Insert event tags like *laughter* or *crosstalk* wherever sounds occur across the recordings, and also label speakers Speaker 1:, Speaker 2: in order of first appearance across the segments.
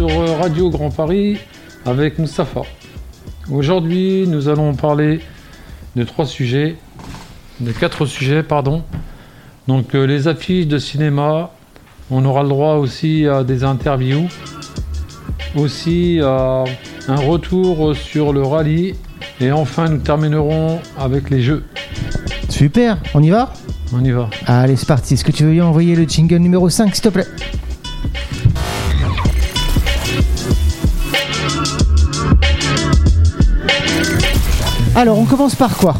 Speaker 1: euh, Radio Grand Paris avec Moustapha. Aujourd'hui, nous allons parler de trois sujets, de quatre sujets, pardon. Donc euh, les affiches de cinéma, on aura le droit aussi à des interviews, aussi à un retour sur le rallye, et enfin nous terminerons avec les jeux.
Speaker 2: Super, on y va
Speaker 1: On y va.
Speaker 2: Allez, c'est parti. Est-ce que tu veux lui envoyer le jingle numéro 5, s'il te plaît Alors, on commence par quoi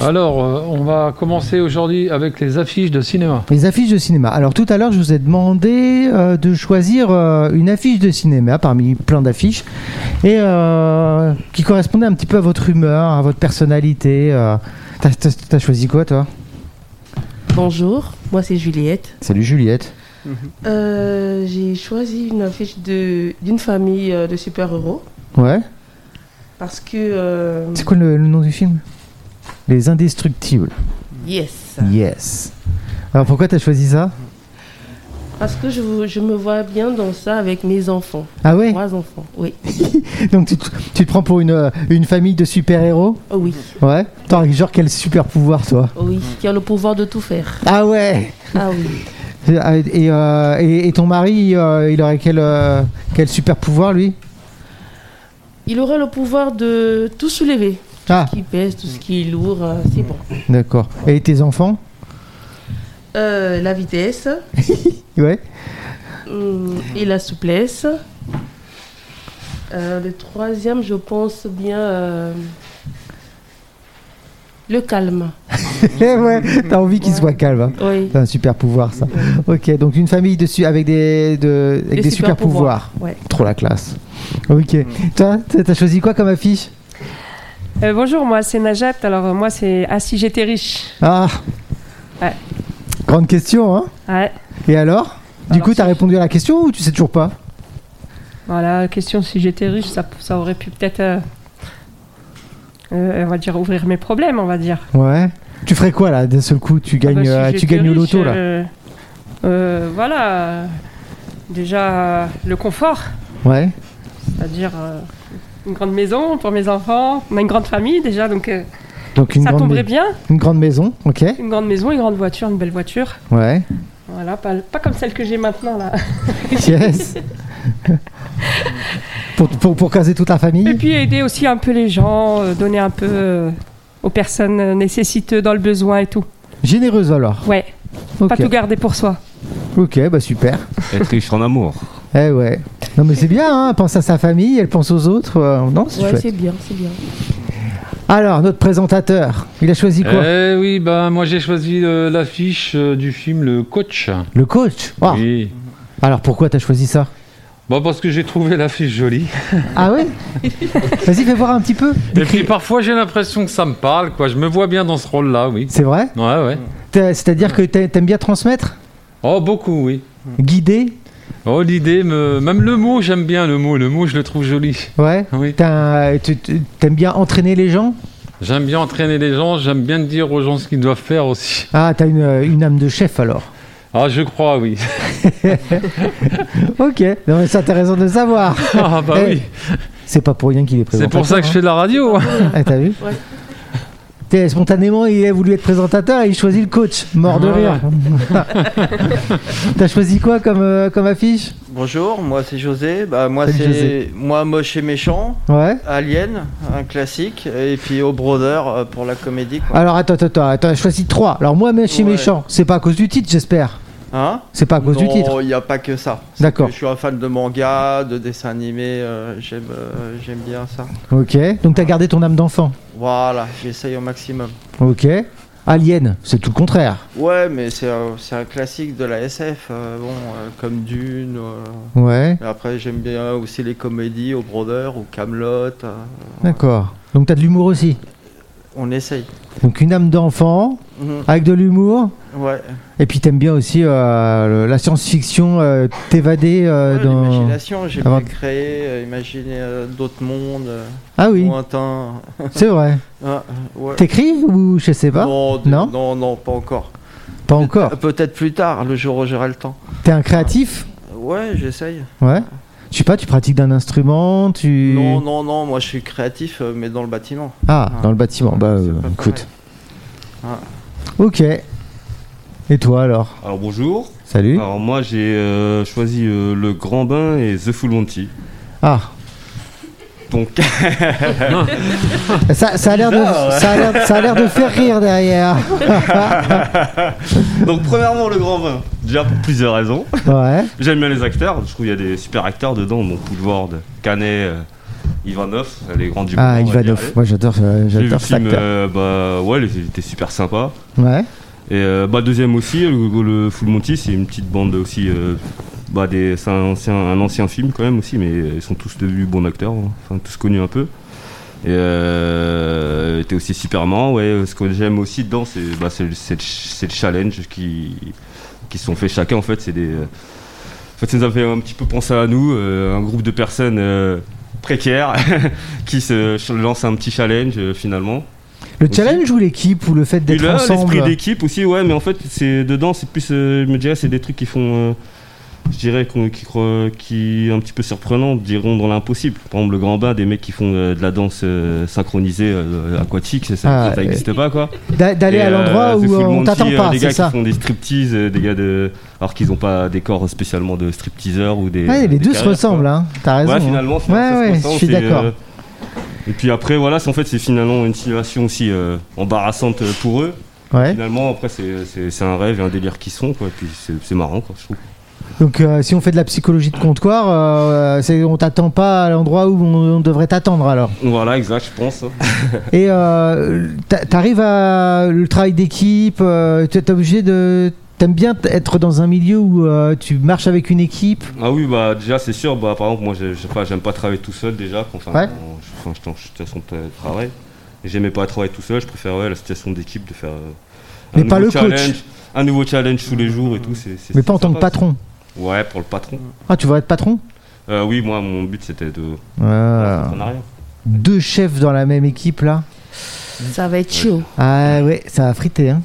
Speaker 1: Alors, euh, on va commencer aujourd'hui avec les affiches de cinéma.
Speaker 2: Les affiches de cinéma. Alors tout à l'heure, je vous ai demandé euh, de choisir euh, une affiche de cinéma parmi plein d'affiches et euh, qui correspondait un petit peu à votre humeur, à votre personnalité. euh. T'as- T'as t'as choisi quoi, toi
Speaker 3: Bonjour, moi c'est Juliette.
Speaker 2: Salut Juliette.
Speaker 3: Euh, j'ai choisi une affiche de- d'une famille euh, de super-héros
Speaker 2: Ouais.
Speaker 3: parce que. euh,
Speaker 2: C'est quoi le, le nom du film Les Indestructibles.
Speaker 3: yes!
Speaker 2: Yes. Alors pourquoi t'as choisi ça
Speaker 3: Parce que je, vous- je me vois bien dans ça avec mes enfants.
Speaker 2: Ah ouais
Speaker 3: Trois enfants, oui.
Speaker 2: Donc tu, te- tu te prends pour une, euh, une famille de super-héros
Speaker 3: Oh oui,
Speaker 2: Ouais. T'as genre quel super pouvoir toi
Speaker 3: oh oui, qui a le pouvoir de tout faire.
Speaker 2: Ah ouais
Speaker 3: Ah oui.
Speaker 2: Et, euh, Et, euh, et- et ton mari, euh, il aurait quel, euh, quel super pouvoir lui
Speaker 3: Il aurait le pouvoir de tout soulever.
Speaker 2: Ah,
Speaker 3: Qui pèse, tout ce qui est lourd, euh, c'est bon.
Speaker 2: d'accord. Et tes enfants
Speaker 3: Euh, la vitesse
Speaker 2: Ouais. *laughs*
Speaker 3: hum, et la souplesse. Euh, le troisième, je pense bien. euh, le calme.
Speaker 2: Eh ouais, t'as envie qu'ils soient calmes. hein.
Speaker 3: Oui.
Speaker 2: C'est un super pouvoir ça. Ok, donc une famille dessus avec des, de- avec
Speaker 3: Des
Speaker 2: des super pouvoirs.
Speaker 3: Ouais.
Speaker 2: Trop la classe. Ok. Toi, t'as t'as choisi quoi comme affiche
Speaker 4: Euh, bonjour, moi c'est Najat. Alors euh, moi c'est Ah si j'étais riche.
Speaker 2: Ah
Speaker 4: Ouais.
Speaker 2: Grande question, hein
Speaker 4: Ouais.
Speaker 2: Et alors Du
Speaker 4: Alors,
Speaker 2: coup, t'as répondu à la question ou tu sais toujours pas
Speaker 4: Voilà, question si j'étais riche, ça, ça aurait pu peut-être, euh, euh, on va dire, ouvrir mes problèmes, on va dire.
Speaker 2: Ouais. Tu ferais quoi là D'un seul coup, tu
Speaker 4: Ah bah,
Speaker 2: gagnes,
Speaker 4: si
Speaker 2: euh, tu
Speaker 4: j'étais
Speaker 2: gagnes au
Speaker 4: riche,
Speaker 2: loto là
Speaker 4: euh, euh, voilà, euh, déjà euh, le confort,
Speaker 2: Ouais.
Speaker 4: c'est-à-dire euh, une grande maison pour mes enfants, on a une grande famille déjà, donc euh,
Speaker 2: Donc une
Speaker 4: ça
Speaker 2: grande,
Speaker 4: tomberait
Speaker 2: mai-
Speaker 4: bien.
Speaker 2: une grande maison, ok
Speaker 4: Une grande maison, une grande voiture, une belle voiture. *laughs*
Speaker 2: Ouais.
Speaker 4: Voilà, pas, pas comme celle que j'ai maintenant là.
Speaker 2: Yes pour, pour, pour caser toute la
Speaker 4: Et
Speaker 2: famille
Speaker 4: puis aider aussi un peu les gens, euh, donner un peu euh, aux personnes euh, nécessiteuses dans le besoin et tout.
Speaker 2: Généreuse alors
Speaker 4: Ouais,
Speaker 2: Ok,
Speaker 4: pas tout garder pour soi.
Speaker 2: Ok, bah super.
Speaker 5: Être riche en amour.
Speaker 2: Eh ouais. Non mais c'est bien, hein, elle pense à sa famille, elle pense aux autres. euh, non, c'est
Speaker 3: Ouais,
Speaker 2: chouette.
Speaker 3: c'est bien, c'est bien.
Speaker 2: Alors, notre présentateur, il a choisi quoi
Speaker 1: Eh oui, ben moi j'ai choisi euh, l'affiche euh, du film Le Coach.
Speaker 2: Le coach Ah,
Speaker 1: Oui.
Speaker 2: Alors pourquoi t'as choisi ça
Speaker 1: Bon, parce que j'ai trouvé l'affiche *laughs* jolie.
Speaker 2: Ah ouais Vas-y, fais voir un petit peu.
Speaker 1: Et puis parfois j'ai l'impression que ça me parle, quoi. Je me vois bien dans ce rôle-là, oui.
Speaker 2: C'est vrai
Speaker 1: Ouais, ouais.
Speaker 2: T'as- C'est-à-dire que t'a- t'aimes bien transmettre
Speaker 1: Oh, beaucoup, oui.
Speaker 2: Guider
Speaker 1: Oh, l'idée, me... même le mot, j'aime bien le mot. Le mot, je le trouve joli.
Speaker 2: Ouais
Speaker 1: Oui.
Speaker 2: T'as un- tu- tu- T'aimes bien entraîner les gens
Speaker 1: J'aime bien entraîner les gens, j'aime bien dire aux gens ce qu'ils doivent faire aussi.
Speaker 2: Ah, t'as une, euh, une âme de chef alors.
Speaker 1: Ah, je crois, oui. *laughs*
Speaker 2: Ok. Non, mais c'est intéressant de savoir.
Speaker 1: Ah, bah
Speaker 2: Eh,
Speaker 1: oui.
Speaker 2: C'est pas pour rien qu'il est
Speaker 1: C'est
Speaker 2: présentateur.
Speaker 1: pour ça que je fais de la radio.
Speaker 2: hein. Ah, t'as vu
Speaker 3: Ouais.
Speaker 2: T'es- Spontanément, il a voulu être présentateur et il choisit le coach. Mort de
Speaker 1: Ouais.
Speaker 2: rire. *laughs* t'as choisi quoi comme, euh, comme affiche
Speaker 6: Bonjour, moi c'est José. Bah, moi
Speaker 2: Salut,
Speaker 6: c'est
Speaker 2: José.
Speaker 6: moi moche et méchant,
Speaker 2: Ouais.
Speaker 6: Alien, un classique, et puis Oh Brother euh, pour la comédie. Quoi.
Speaker 2: Alors attends, attends, attends, t'as choisi trois. Alors moi, même chez
Speaker 6: Ouais.
Speaker 2: méchant, c'est pas à cause du titre, j'espère.
Speaker 6: Hein
Speaker 2: C'est pas à cause du titre.
Speaker 6: il n'y a pas que ça. C'est
Speaker 2: D'accord.
Speaker 6: que Je suis un fan de manga, de dessins animés. euh, j'aime, euh, j'aime bien ça.
Speaker 2: Ok. Donc t'as gardé ton âme d'enfant.
Speaker 6: Voilà, j'essaye au maximum.
Speaker 2: Ok. Alien, c'est tout le contraire.
Speaker 6: Ouais, mais c'est, un- c'est un classique de la SF. euh, bon, euh, comme Dune. euh.
Speaker 2: Ouais.
Speaker 6: Mais Après, j'aime bien aussi les comédies, Oh Brother ou Camelot. euh.
Speaker 2: D'accord. Donc t'as de l'humour aussi.
Speaker 6: on essaye.
Speaker 2: Donc une âme d'enfant
Speaker 6: Mhm.
Speaker 2: avec de l'humour.
Speaker 6: Ouais.
Speaker 2: Et puis t'aimes bien aussi euh, le- la science-fiction, euh, t'évader euh,
Speaker 6: Ouais,
Speaker 2: dans.
Speaker 6: L'imagination, j'ai
Speaker 2: avant-
Speaker 6: bien créé, euh, imaginer euh, d'autres mondes euh,
Speaker 2: Ah oui,
Speaker 6: lointains.
Speaker 2: c'est vrai.
Speaker 6: Ah, ouais.
Speaker 2: T'écris ou je sais pas
Speaker 6: non, d-
Speaker 2: Non
Speaker 6: non, non, pas encore. Euh,
Speaker 2: Pas encore.
Speaker 6: Peut-être plus tard, le jour où j'aurai le temps. Euh,
Speaker 2: T'es un créatif
Speaker 6: Ouais, j'essaye.
Speaker 2: Ouais. Je sais pas, tu pratiques d'un instrument, tu...
Speaker 6: Non, non, non, moi je suis créatif, euh, mais dans
Speaker 2: *laughs*
Speaker 6: le bâtiment.
Speaker 2: Ah, dans le bâtiment, bah
Speaker 6: C'est
Speaker 2: euh,
Speaker 6: pas
Speaker 2: écoute.
Speaker 5: Ah.
Speaker 2: Ok. Et toi alors
Speaker 5: Alors bonjour.
Speaker 2: Salut.
Speaker 5: Alors moi j'ai euh, choisi euh, le grand bain et The Full Monty.
Speaker 2: Ah,
Speaker 5: Donc *laughs*
Speaker 2: ça, ça a l'air de,
Speaker 5: Bizarre, ouais.
Speaker 2: ça a l'air- ça a l'air de faire rire derrière.
Speaker 5: Donc premièrement le grand bain. Déjà pour plusieurs raisons.
Speaker 2: Ouais.
Speaker 5: J'aime bien les acteurs. Je trouve qu'il y a des super acteurs dedans. Bon Woodward, Canet, euh, Ivanov, les grands *laughs* du
Speaker 2: Ah,
Speaker 5: moment, on va dire.
Speaker 2: Ivanov. Moi, j'adore, euh,
Speaker 5: J'ai vu le
Speaker 2: j'adore cet
Speaker 5: film,
Speaker 2: acteur.
Speaker 5: euh, bah ouais, il était super sympa.
Speaker 2: Ouais.
Speaker 5: Et euh, bah deuxième aussi, le, le Full Monty, c'est une petite bande aussi. euh, bah des, c'est un ancien, un ancien film quand même aussi, mais ils sont tous devenus bons acteurs, hein. enfin tous connus un peu. Et euh, il était aussi Superman, ouais. euh, Ce que j'aime aussi dedans, c'est bah, c'est le- c'est le ch- c'est le challenge qui qui se sont fait chacun en fait. C'est des, en fait, ça nous a fait un petit peu penser à nous, euh, un groupe de personnes. euh, précaires *laughs* qui se ch- lancent un petit challenge euh, finalement
Speaker 2: Le
Speaker 5: aussi.
Speaker 2: challenge ou l'équipe ou le fait
Speaker 5: et
Speaker 2: d'être
Speaker 5: là, l'esprit
Speaker 2: ensemble
Speaker 5: d'équipe aussi, ouais, mais en fait, c'est dedans, c'est plus, euh, je me dirais, c'est des trucs qui font, euh, je dirais, qu'on- qui, cro- qui un petit peu surprenants, diront dans l'impossible. Par exemple, le grand bain, des mecs qui font euh, de la danse euh, synchronisée euh, aquatique, c'est ça,
Speaker 2: Ah,
Speaker 5: ça n'existe pas, quoi.
Speaker 2: D'a- d'aller
Speaker 5: Et,
Speaker 2: à
Speaker 5: euh,
Speaker 2: l'endroit
Speaker 5: The
Speaker 2: où
Speaker 5: Full
Speaker 2: euh, on
Speaker 5: Monty,
Speaker 2: t'attend
Speaker 5: euh,
Speaker 2: pas,
Speaker 5: Des
Speaker 2: c'est
Speaker 5: gars
Speaker 2: ça.
Speaker 5: qui font des striptease, euh, des gars de, alors qu'ils n'ont pas des corps spécialement de stripteaseurs ou des.
Speaker 2: Ouais, les
Speaker 5: des
Speaker 2: deux se
Speaker 5: carrières, quoi.
Speaker 2: ressemblent, hein. T'as raison.
Speaker 5: Ouais,
Speaker 2: hein.
Speaker 5: finalement,
Speaker 2: Ouais,
Speaker 5: finalement, ça se
Speaker 2: ouais,
Speaker 5: ressent,
Speaker 2: je suis
Speaker 5: c'est,
Speaker 2: d'accord.
Speaker 5: euh, Et puis après, voilà, c'est- en fait, c'est finalement une situation aussi euh, embarrassante euh, pour eux.
Speaker 2: Ouais.
Speaker 5: Finalement, après, c'est- c'est c'est un rêve et un délire qui sont, quoi. Et puis c'est c'est marrant, quoi, je trouve.
Speaker 2: Donc, euh, si on fait de la psychologie de comptoir, euh, c'est, on t'attend pas à l'endroit où on, on devrait t'attendre alors.
Speaker 5: Voilà, exact, je pense. hein.
Speaker 2: Et euh, t'a- t'arrives à le travail d'équipe, euh, t'es t'es obligé de. T'aimes bien t- être dans un milieu où euh, tu marches avec une équipe
Speaker 5: *laughs* Ah oui, bah déjà, c'est sûr. Bah, par exemple, moi, je je sais pas, j'aime pas travailler tout seul déjà. quand- Enfin,
Speaker 2: Ouais.
Speaker 5: en- je- enfin, je t'en- je suis de toute façon de travail. Et J'aimais pas travailler tout seul, je préfère ouais, la situation d'équipe de faire. euh,
Speaker 2: Mais pas
Speaker 5: nouveau
Speaker 2: le coach.
Speaker 5: challenge- Un nouveau challenge tous les jours et tout. c'est- c'est-
Speaker 2: Mais pas en
Speaker 5: c'est
Speaker 2: tant que
Speaker 5: sympa,
Speaker 2: patron.
Speaker 5: ça. Ouais, pour le patron.
Speaker 2: Ah, tu voudrais être patron
Speaker 5: Euh, oui, moi, mon but c'était de.
Speaker 2: Ah.
Speaker 5: en arrière.
Speaker 2: Deux chefs dans la même équipe là
Speaker 3: Ça va être chaud.
Speaker 2: Ah ouais, ça va friter. Hein.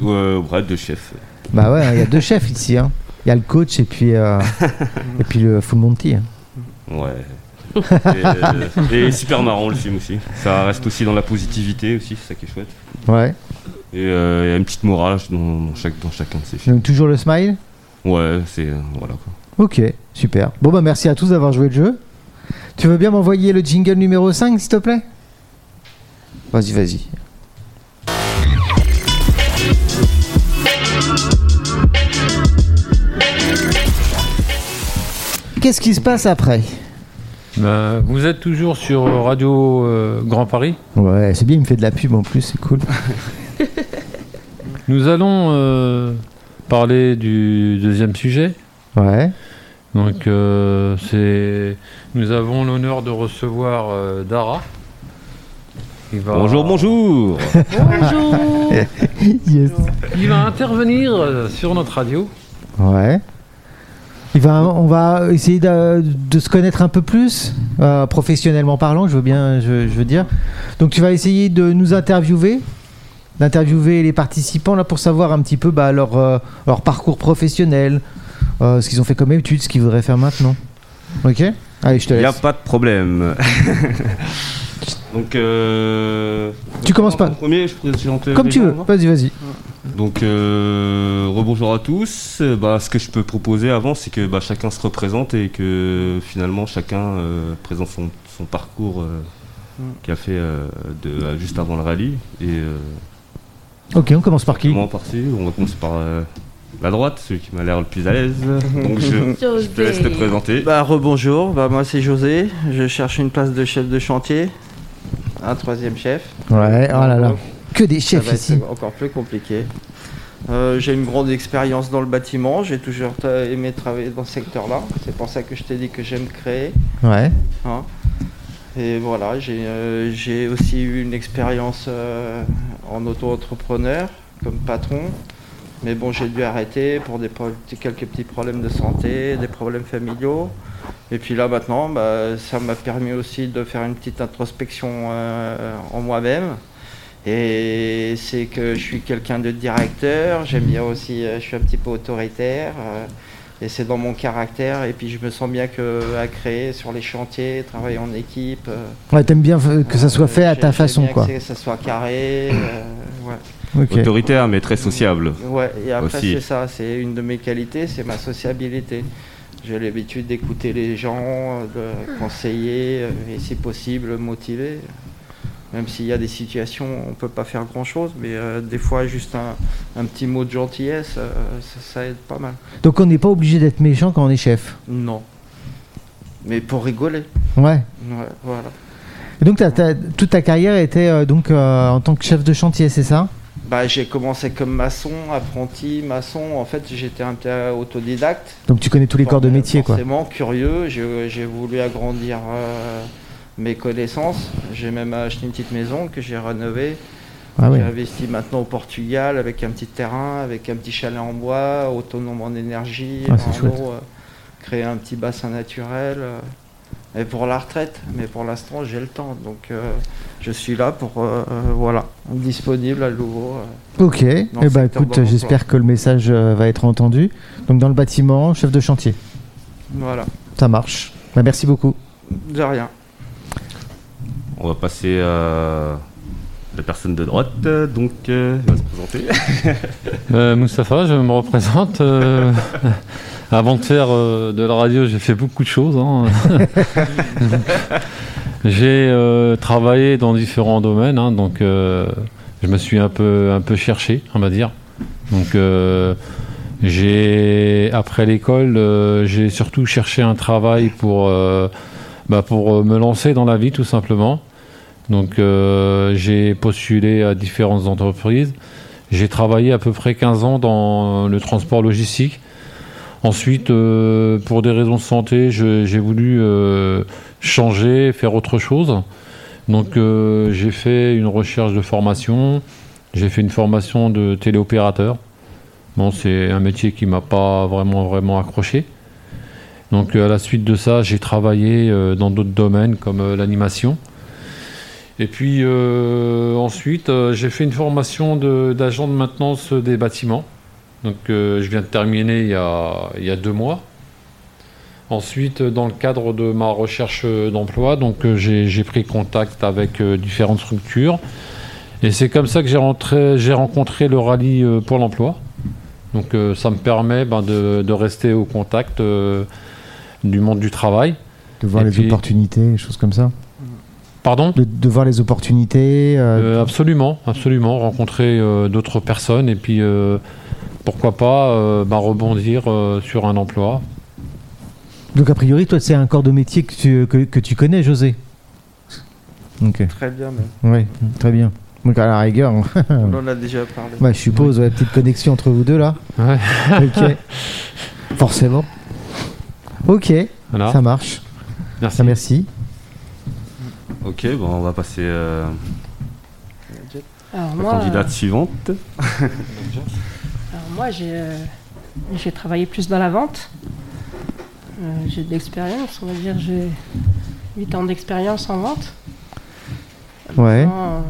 Speaker 5: Ouais, bref, de chef.
Speaker 2: bah ouais, il y a deux chefs ici. hein. Il y a le coach et puis,
Speaker 5: *laughs*
Speaker 2: euh, et puis le full monty. hein. *laughs*
Speaker 5: Ouais. et, euh, et super marrant le film aussi. Ça reste aussi dans la positivité aussi, c'est ça qui est chouette.
Speaker 2: Ouais.
Speaker 5: Et euh, il y a une petite morale dans, dans chaque, dans chacun de ces films.
Speaker 2: Donc toujours le smile
Speaker 5: Ouais, c'est euh, voilà quoi.
Speaker 2: Ok, super. Bon bah merci à tous d'avoir joué le jeu. Tu veux bien m'envoyer le jingle numéro 5 s'il te plaît Vas-y, vas-y. Qu'est-ce qui se passe après
Speaker 1: Bah, vous êtes toujours sur Radio euh, Grand Paris.
Speaker 2: Ouais, c'est bien, il me fait de la pub en plus, c'est cool.
Speaker 1: Nous allons euh, parler du deuxième sujet.
Speaker 2: Ouais.
Speaker 1: Donc, euh, c'est nous avons l'honneur de recevoir euh, Dara. qui
Speaker 2: Ah.
Speaker 1: va-
Speaker 5: Bonjour, bonjour
Speaker 3: Bonjour
Speaker 2: Yes.
Speaker 1: Il va intervenir euh, sur notre radio.
Speaker 2: Ouais. Il va, on va essayer d'a- de, se connaître un peu plus, euh, professionnellement parlant, je veux bien, je, je veux dire. Donc tu vas essayer de nous interviewer, d'interviewer les participants là pour savoir un petit peu bah, leur, euh, leur parcours professionnel, euh, ce qu'ils ont fait comme études, ce qu'ils voudraient faire maintenant. Ok Allez, *laughs* je te
Speaker 5: Il n'y a
Speaker 2: laisse.
Speaker 5: pas de
Speaker 2: *laughs*
Speaker 5: problème. Donc euh,
Speaker 2: Tu commences pas.
Speaker 5: en Premier, je présenterai
Speaker 2: Comme tu
Speaker 5: les
Speaker 2: veux,
Speaker 5: gens, moi.
Speaker 2: vas-y, vas-y.
Speaker 5: Donc, euh, rebonjour à tous. Euh, Bah, ce que je peux proposer avant, c'est que bah, chacun se représente et que finalement chacun euh, présente son, son parcours euh,
Speaker 2: Mm.
Speaker 5: qu'il a fait euh, de, à- juste avant le rallye. Et euh,
Speaker 2: Ok, on commence par qui
Speaker 5: comment on partit On va commencer par euh, la droite, celui qui m'a l'air le plus à l'aise. Donc, je, je te laisse te présenter.
Speaker 6: Bah rebonjour, bah moi c'est José, je cherche une place de chef de chantier, un troisième chef.
Speaker 2: Ouais, oh là là. Que des
Speaker 6: Ça
Speaker 2: chefs
Speaker 6: va
Speaker 2: ici.
Speaker 6: être encore plus compliqué. Euh, j'ai une grande expérience dans le bâtiment, j'ai toujours ta- aimé travailler dans ce secteur-là, c'est pour ça que je t'ai dit que j'aime créer.
Speaker 2: Ouais.
Speaker 6: hein. Et voilà, j'ai euh, j'ai aussi eu une expérience euh, en auto-entrepreneur comme patron. Mais bon, j'ai dû arrêter pour des pro- petits- quelques petits problèmes de santé, des problèmes familiaux. Et puis là maintenant, bah, ça m'a permis aussi de faire une petite introspection euh, en moi-même. Et c'est que je suis quelqu'un de directeur, j'aime bien aussi, euh, je suis un petit peu autoritaire. euh, Et c'est dans mon caractère. Et puis je me sens bien que à créer sur les chantiers, travailler en équipe. euh,
Speaker 2: Ouais, t'aimes bien euh, que ça soit
Speaker 6: euh,
Speaker 2: fait à
Speaker 6: j'ai-
Speaker 2: ta
Speaker 6: j'ai
Speaker 2: façon,
Speaker 6: bien que
Speaker 2: quoi.
Speaker 6: c'est- ça soit carré. euh, ouais.
Speaker 2: Ok.
Speaker 5: Autoritaire, mais très sociable.
Speaker 6: Ouais, et après
Speaker 5: Aussi.
Speaker 6: c'est ça, c'est une de mes qualités, c'est ma sociabilité. J'ai l'habitude d'écouter les gens, de conseiller, euh, et si possible motiver. Même s'il y a des situations où on ne peut pas faire grand-chose, mais euh, des fois juste un, un petit mot de gentillesse, euh, ça, ça aide pas mal.
Speaker 2: Donc on n'est pas obligé d'être méchant quand on est chef.
Speaker 6: Non. Mais pour rigoler.
Speaker 2: Ouais.
Speaker 6: Ouais, voilà.
Speaker 2: Et donc t'as- t'as- toute ta carrière était euh, donc euh, en tant que chef de chantier, c'est ça
Speaker 6: Bah, j'ai commencé comme maçon, apprenti, maçon. En fait, j'étais un peu autodidacte.
Speaker 2: Donc tu connais tous les corps de
Speaker 6: Forcément-
Speaker 2: métier, quoi.
Speaker 6: Forcément curieux, j'ai j'ai voulu agrandir euh, mes connaissances. J'ai même acheté une petite maison que j'ai rénovée.
Speaker 2: Ah oui.
Speaker 6: J'ai investi maintenant au Portugal avec un petit terrain, avec un petit chalet en bois, autonome en énergie,
Speaker 2: Ah, c'est
Speaker 6: en
Speaker 2: chouette.
Speaker 6: eau, euh, créer un petit bassin naturel. euh, et pour la retraite, mais pour l'instant j'ai le temps, donc euh, je suis là pour euh, euh, voilà, disponible à nouveau. euh.
Speaker 2: Ok. Eh
Speaker 6: le
Speaker 2: ben
Speaker 6: secteur
Speaker 2: écoute,
Speaker 6: de l'emploi.
Speaker 2: j'espère que le message euh, va être entendu. Donc dans le bâtiment, chef de chantier,
Speaker 6: voilà,
Speaker 2: ça marche. Bah, merci beaucoup.
Speaker 6: de rien.
Speaker 5: On va passer à la personne de droite, donc euh, elle va se présenter.
Speaker 1: Euh, Moustapha, je me représente. euh, *laughs* avant de faire euh, de la radio, j'ai fait beaucoup de choses. hein. *laughs* j'ai euh, travaillé dans différents domaines, hein, donc euh, je me suis un peu, un peu cherché, on va dire. Donc euh, j'ai, après l'école, euh, j'ai surtout cherché un travail pour, euh, bah, pour euh, me lancer dans la vie, tout simplement. Donc euh, j'ai postulé à différentes entreprises. J'ai travaillé à peu près 15 ans dans le transport logistique. Ensuite, euh, pour des raisons de santé, je- j'ai voulu euh, changer, faire autre chose. Donc euh, j'ai fait une recherche de formation. J'ai fait une formation de téléopérateur. Bon, c'est un métier qui m'a pas vraiment vraiment accroché. Donc euh, à la suite de ça, j'ai travaillé euh, dans d'autres domaines comme euh, l'animation. Et puis euh, ensuite, euh, j'ai fait une formation de- d'agent de, maintenance des bâtiments. Donc euh, je viens de terminer il y a, il y a deux mois. Ensuite, euh, dans le cadre de ma recherche euh, d'emploi, donc euh, j'ai j'ai pris contact avec euh, différentes structures. Et c'est comme ça que j'ai rentré- j'ai rencontré le rallye euh, Pôle emploi. Donc euh, ça me permet ben, de, de rester au contact euh, du monde du travail.
Speaker 2: De voir
Speaker 1: Et
Speaker 2: les
Speaker 1: puis-
Speaker 2: opportunités, les choses comme ça.
Speaker 1: Pardon
Speaker 2: De, de voir les opportunités. euh,
Speaker 1: Euh, absolument, absolument. Rencontrer euh, d'autres personnes et puis euh, pourquoi pas euh, bah, rebondir euh, sur un emploi.
Speaker 2: Donc a priori, toi, c'est un corps de métier que tu, que, que tu connais, José. Ok.
Speaker 6: Très bien, mais
Speaker 2: Oui, très bien. Donc à la rigueur, on-
Speaker 6: on en a déjà parlé.
Speaker 2: bah, je suppose, ouais, petite connexion entre vous deux là.
Speaker 1: Ouais.
Speaker 2: Ok. Forcément. Ok,
Speaker 1: Voilà.
Speaker 2: ça marche.
Speaker 1: Ah. Merci.
Speaker 2: Ça, merci.
Speaker 5: ok, bon, on va passer euh,
Speaker 4: Alors
Speaker 5: à la
Speaker 4: moi,
Speaker 5: candidate suivante.
Speaker 4: euh, alors moi j'ai, euh, j'ai travaillé plus dans la vente. Euh, j'ai de l'expérience, on va dire, j'ai 8 ans d'expérience en vente.
Speaker 2: Ouais.
Speaker 4: En, euh,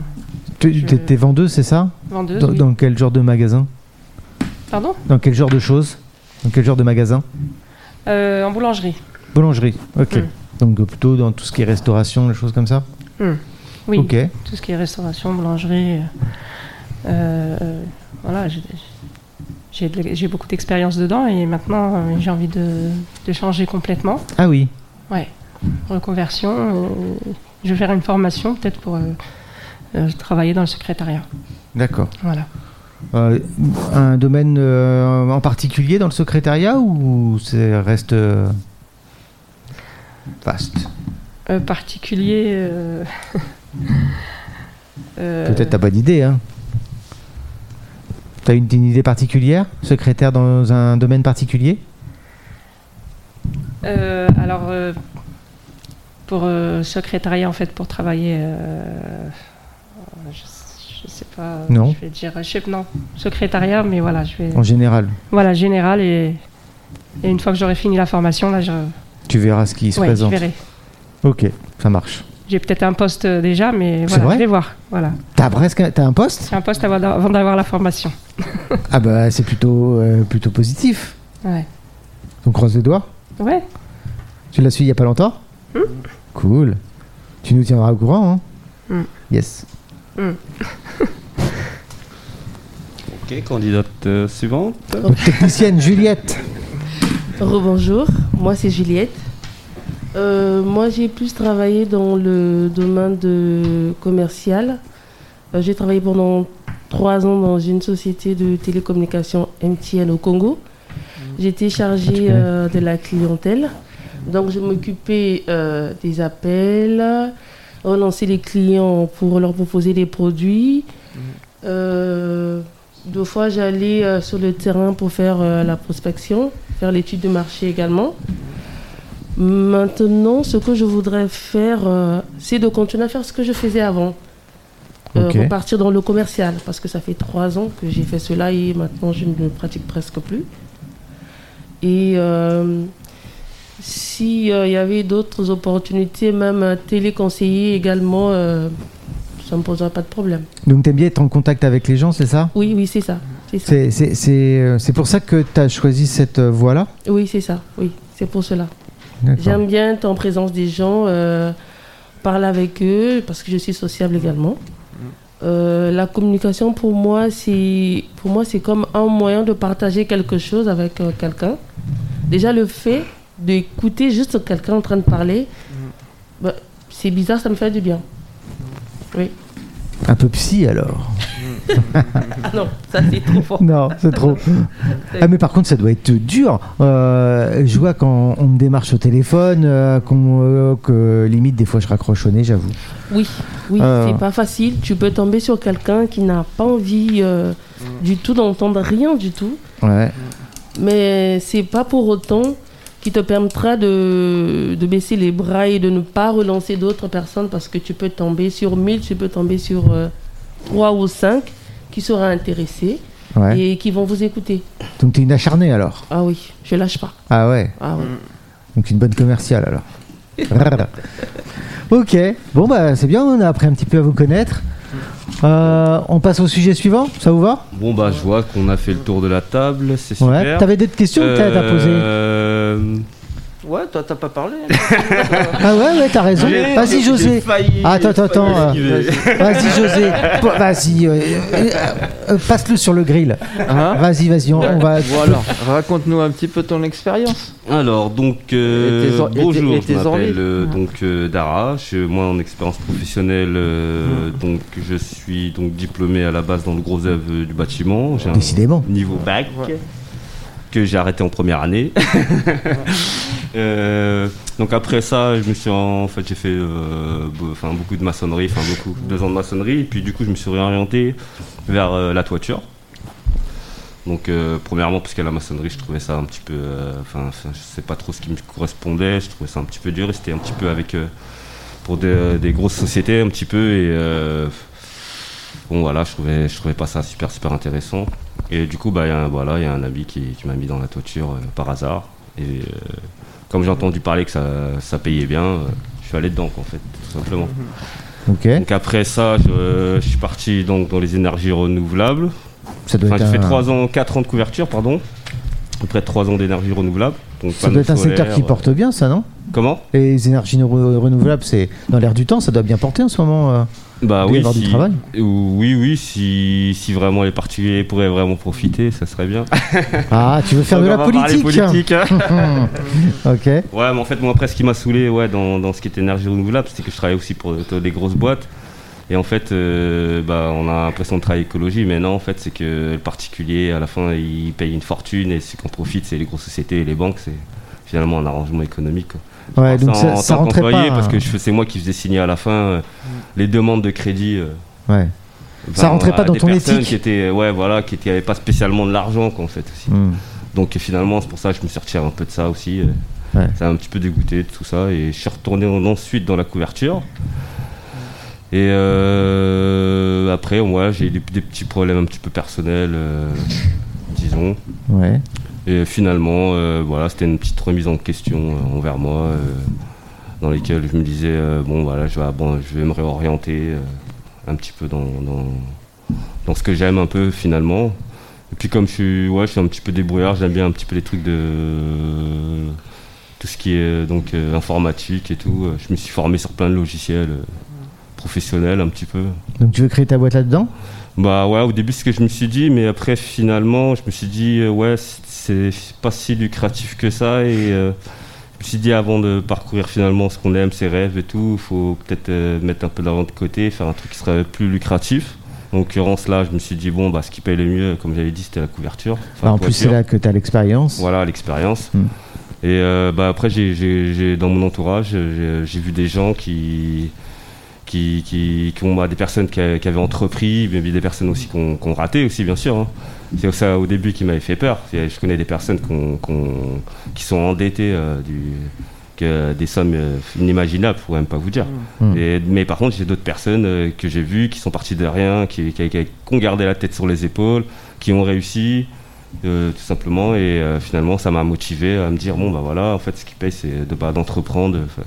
Speaker 2: Tu
Speaker 4: je-
Speaker 2: t'es- t'es vendeuse, c'est ça
Speaker 4: vendeuse,
Speaker 2: dans,
Speaker 4: oui.
Speaker 2: dans quel genre de magasin
Speaker 4: Pardon
Speaker 2: Dans quel genre de choses Dans quel genre de magasin
Speaker 4: Euh, En boulangerie.
Speaker 2: Boulangerie. Ok.
Speaker 4: Mm.
Speaker 2: Donc euh, plutôt dans tout ce qui est restauration, les choses comme ça
Speaker 4: Oui,
Speaker 2: Ok.
Speaker 4: tout ce qui est restauration, boulangerie. euh, euh, euh, voilà, j'ai- j'ai de l'ex- j'ai beaucoup d'expérience dedans et maintenant euh, j'ai envie de, de changer complètement.
Speaker 2: Ah oui.
Speaker 4: Ouais, reconversion. euh, je vais faire une formation peut-être pour euh, euh, travailler dans le secrétariat.
Speaker 2: D'accord.
Speaker 4: Voilà.
Speaker 2: Euh, un domaine euh, en particulier dans le secrétariat ou c'est reste euh, vaste
Speaker 4: Euh, particulier. euh, *laughs* euh,
Speaker 2: Peut-être t'as pas d'idée, hein T'as une, une idée particulière Secrétaire dans un domaine particulier
Speaker 4: euh, alors, euh, pour euh, secrétariat, en fait, pour travailler. euh, je, je sais pas.
Speaker 2: Non.
Speaker 4: Je vais dire. Je sais, non, secrétariat, mais voilà, je vais.
Speaker 2: En général,
Speaker 4: Voilà, général. Et, et une fois que j'aurai fini la formation, là, je,
Speaker 2: tu verras ce qui se
Speaker 4: ouais, je
Speaker 2: présente.
Speaker 4: verrai.
Speaker 2: Ok, ça marche.
Speaker 4: J'ai peut-être un poste euh, déjà, mais voilà,
Speaker 2: vrai
Speaker 4: je vais voir. Voilà.
Speaker 2: T'as presque, un- t'as un poste
Speaker 4: J'ai un poste avant d'a- avant d'avoir la formation.
Speaker 2: Ah bah c'est plutôt, euh, plutôt positif.
Speaker 4: Ouais.
Speaker 2: Donc croise les doigts.
Speaker 4: Ouais,
Speaker 2: Tu l'as suivi il n'y a pas longtemps
Speaker 4: Hmm.
Speaker 2: Cool. Tu nous tiendras au courant, hein
Speaker 4: Mm.
Speaker 2: Yes.
Speaker 5: Ok, candidate euh, suivante.
Speaker 2: Notre technicienne Juliette.
Speaker 3: Rebonjour, moi c'est Juliette. Euh, moi j'ai plus travaillé dans le domaine de commercial. Euh, j'ai travaillé pendant trois ans dans une société de télécommunications MTN au Congo. J'étais
Speaker 2: Ah, tu
Speaker 3: chargée
Speaker 2: connais.
Speaker 3: euh, de la clientèle. Donc je m'occupais euh, des appels, relancer les clients pour leur proposer des produits.
Speaker 2: Mhm.
Speaker 3: Euh, deux fois, j'allais euh, sur le terrain pour faire euh, la prospection, faire l'étude de marché également. Maintenant, ce que je voudrais faire, euh, c'est de continuer à faire ce que je faisais avant. Euh,
Speaker 2: Ok.
Speaker 3: Repartir dans le commercial, parce que ça fait trois ans que j'ai fait cela et maintenant je ne le pratique presque plus. Et euh, s'il y avait d'autres opportunités, même un téléconseiller également, euh, ça ne me poserait pas de problème.
Speaker 2: Donc t'aimes bien être en contact avec les gens, c'est ça
Speaker 3: Oui, oui, c'est ça. C'est ça.
Speaker 2: C'est- C'est c'est, euh, c'est pour ça que tu as choisi cette euh, voie-là
Speaker 3: Oui, c'est ça. Oui, c'est pour cela.
Speaker 2: D'accord.
Speaker 3: J'aime bien être en présence des gens, euh, parler avec eux, parce que je suis sociable
Speaker 2: Mm.
Speaker 3: également. Euh, la communication pour moi, c'est pour moi c'est comme un moyen de partager quelque chose avec euh, quelqu'un. Déjà le fait d'écouter juste quelqu'un en train de parler,
Speaker 2: Mm.
Speaker 3: bah, c'est bizarre, ça me fait du bien.
Speaker 2: Mm. Un peu psy alors
Speaker 3: Ah non, ça c'est trop
Speaker 2: *laughs*
Speaker 3: fort.
Speaker 2: Non, c'est trop. Ah, mais par contre, ça doit être dur. Euh, je vois quand on me démarche au téléphone, euh, qu'on, euh, que limite, des fois, je raccroche au nez, j'avoue.
Speaker 3: Oui, oui,
Speaker 2: Ah.
Speaker 3: c'est pas facile. Tu peux tomber sur quelqu'un qui n'a pas envie euh,
Speaker 2: Mm.
Speaker 3: du tout d'entendre rien du tout.
Speaker 2: Ouais.
Speaker 3: Mais c'est pas pour autant qui te permettra de, de baisser les bras et de ne pas relancer d'autres personnes parce que tu peux tomber sur 1000, tu peux tomber sur 3 ou 5 qui seront intéressés
Speaker 2: ouais.
Speaker 3: et qui vont vous écouter.
Speaker 2: Donc, t'es une acharnée alors
Speaker 3: Ah oui, je lâche pas.
Speaker 2: Ah ouais.
Speaker 3: Ah oui.
Speaker 2: Donc une bonne commerciale alors. Rrr. ok, bon bah c'est bien, on a appris un petit peu à vous connaître. Euh, on passe au sujet suivant, ça vous va
Speaker 5: Bon, bah, je vois qu'on a fait le tour de la table, c'est
Speaker 2: Ouais.
Speaker 5: super.
Speaker 2: T'avais d'autres questions que t'as à poser
Speaker 5: Euh,
Speaker 6: Ouais, toi, t'as pas parlé. hein,
Speaker 2: *laughs* Ah ouais, ouais, t'as raison.
Speaker 5: j'ai-
Speaker 2: Vas-y
Speaker 5: j'ai
Speaker 2: José.
Speaker 5: failli-
Speaker 2: Attends, attends,
Speaker 5: failli
Speaker 2: attends,
Speaker 5: esquiver.
Speaker 2: Ah, Vas-y José. Bon, Vas-y, euh, euh, euh, passe-le sur le grill.
Speaker 6: Hein
Speaker 2: Vas-y, vas-y, on, on va...
Speaker 6: Voilà,
Speaker 2: *laughs*
Speaker 6: raconte-nous un petit peu ton expérience.
Speaker 5: Alors donc euh,
Speaker 6: Et tes en- et tes-
Speaker 5: bonjour,
Speaker 6: et tes
Speaker 5: je m'appelle
Speaker 6: envies.
Speaker 5: euh, donc euh, Dara, je suis moi en expérience professionnelle euh, donc je suis donc diplômé à la base dans le gros œuvre euh, du bâtiment, j'ai un
Speaker 2: Décidément.
Speaker 5: niveau bac
Speaker 6: Ouais.
Speaker 5: que j'ai arrêté en première année. Euh, donc après ça, je me suis en, en fait j'ai fait euh, be- enfin beaucoup de maçonnerie, enfin beaucoup deux ans de maçonnerie et puis du coup je me suis réorienté vers euh, la toiture. Donc euh, premièrement parce qu'à la maçonnerie je trouvais ça un petit peu, euh, enfin ça, je sais pas trop ce qui me correspondait, je trouvais ça un petit peu dur, et c'était un petit peu avec euh, pour des, euh, des grosses sociétés un petit peu et euh, bon voilà je trouvais je trouvais pas ça super super intéressant et du coup bah il y a un- voilà il y a un ami qui, qui m'a mis dans la toiture euh, par hasard et euh, comme j'ai entendu parler que ça, ça payait bien euh, je suis allé dedans quoi, en fait tout simplement
Speaker 2: Mhm. Ok,
Speaker 5: donc après ça je, je suis parti donc dans les énergies renouvelables
Speaker 2: ça doit
Speaker 5: enfin
Speaker 2: être
Speaker 5: j'ai fait
Speaker 2: un,
Speaker 5: 3 ans 4 ans de couverture pardon après 3 ans d'énergie renouvelable donc
Speaker 2: ça doit être un secteur qui porte
Speaker 5: euh.
Speaker 2: bien ça, non
Speaker 5: comment
Speaker 2: Les énergies re- renouvelables, c'est dans l'air du temps, ça doit bien porter en ce moment. euh.
Speaker 5: Bah
Speaker 2: Il doit y avoir du travail.
Speaker 5: Oui, oui, si, si vraiment les particuliers pourraient vraiment profiter, ça serait bien.
Speaker 2: Ah, tu veux faire de
Speaker 5: Donc,
Speaker 2: la
Speaker 5: on va parler
Speaker 2: politique,
Speaker 5: politique.
Speaker 2: Hum, Ok.
Speaker 5: ouais, mais en fait, moi, après, ce qui m'a saoulé ouais, dans, dans ce qui est énergie renouvelable, c'était que je travaillais aussi pour euh, des grosses boîtes. Et en fait, euh, bah, on a l'impression de travailler écologie, mais non, en fait, c'est que le particulier, à la fin, il paye une fortune et ceux qui en profitent, c'est les grosses sociétés et les banques. C'est finalement un arrangement économique. quoi.
Speaker 2: Ouais,
Speaker 5: Alors,
Speaker 2: donc
Speaker 5: Ah,
Speaker 2: ça,
Speaker 5: en
Speaker 2: ça
Speaker 5: tant
Speaker 2: rentrait pas.
Speaker 5: qu'employé, parce
Speaker 2: hein.
Speaker 5: que je fais- c'est moi qui faisais signer à la fin euh, les demandes de crédit. euh,
Speaker 2: hein. Ouais. Ça rentrait pas
Speaker 5: à
Speaker 2: dans
Speaker 5: des
Speaker 2: ton
Speaker 5: personnes
Speaker 2: éthique.
Speaker 5: qui étaient ouais voilà qui n'avaient pas spécialement de l'argent quoi en fait aussi.
Speaker 2: Hmm.
Speaker 5: donc finalement c'est pour ça que je me suis retiré un peu de ça aussi euh.
Speaker 2: Ouais.
Speaker 5: ça m'a un petit peu dégoûté de tout ça et je suis retourné en- ensuite dans la couverture et euh, après moi j'ai eu des, des petits problèmes un petit peu personnels euh, disons
Speaker 2: Ouais.
Speaker 5: et finalement, euh, voilà, c'était une petite remise en question euh, envers moi, euh, dans lesquelles je me disais, euh, bon, voilà, je vais, aban- je vais me réorienter euh, un petit peu dans, dans, dans ce que j'aime un peu finalement. Et puis comme je suis, ouais, je suis un petit peu débrouillard, j'aime bien un petit peu les trucs de tout ce qui est donc euh, informatique et tout. Euh, Je me suis formé sur plein de logiciels euh, professionnels un petit peu.
Speaker 2: Donc tu veux créer ta boîte là-dedans
Speaker 5: Bah ouais, au début c'est ce que je me suis dit, mais après finalement je me suis dit euh, ouais c'est c'est pas si lucratif que ça et euh, je me suis dit avant de parcourir finalement ce qu'on aime, ses rêves et tout, faut peut-être euh, mettre un peu d'argent de côté, faire un truc qui serait plus lucratif. En l'occurrence là, je me suis dit bon bah ce qui paye le mieux, comme j'avais dit, c'était la couverture. Enfin,
Speaker 2: Bah, En plus, c'est
Speaker 5: couverture.
Speaker 2: là que tu as l'expérience.
Speaker 5: Voilà, l'expérience.
Speaker 2: Mm.
Speaker 5: Et euh, bah, après, j'ai, j'ai- j'ai- dans mon entourage, j'ai, j'ai vu des gens qui, qui, qui, qui ont bah, des personnes qui, a- qui avaient entrepris, mais des personnes aussi qui ont, qui ont raté aussi, bien sûr. hein. C'est ça au début qui m'avait fait peur. C'est- Je connais des personnes qui, ont- qui ont- qui sont endettées euh, du, que des sommes euh, inimaginables, je pourrais même pas vous dire.
Speaker 2: Mm.
Speaker 5: Et- mais par contre, j'ai d'autres personnes euh, que j'ai vues qui sont parties de rien, qui, qui, qui- qui ont gardé la tête sur les épaules, qui ont réussi, euh, tout simplement. Et euh, finalement, ça m'a motivé à me dire bon, bah voilà, en fait, ce qui paye, c'est de, bah, d'entreprendre, euh, faire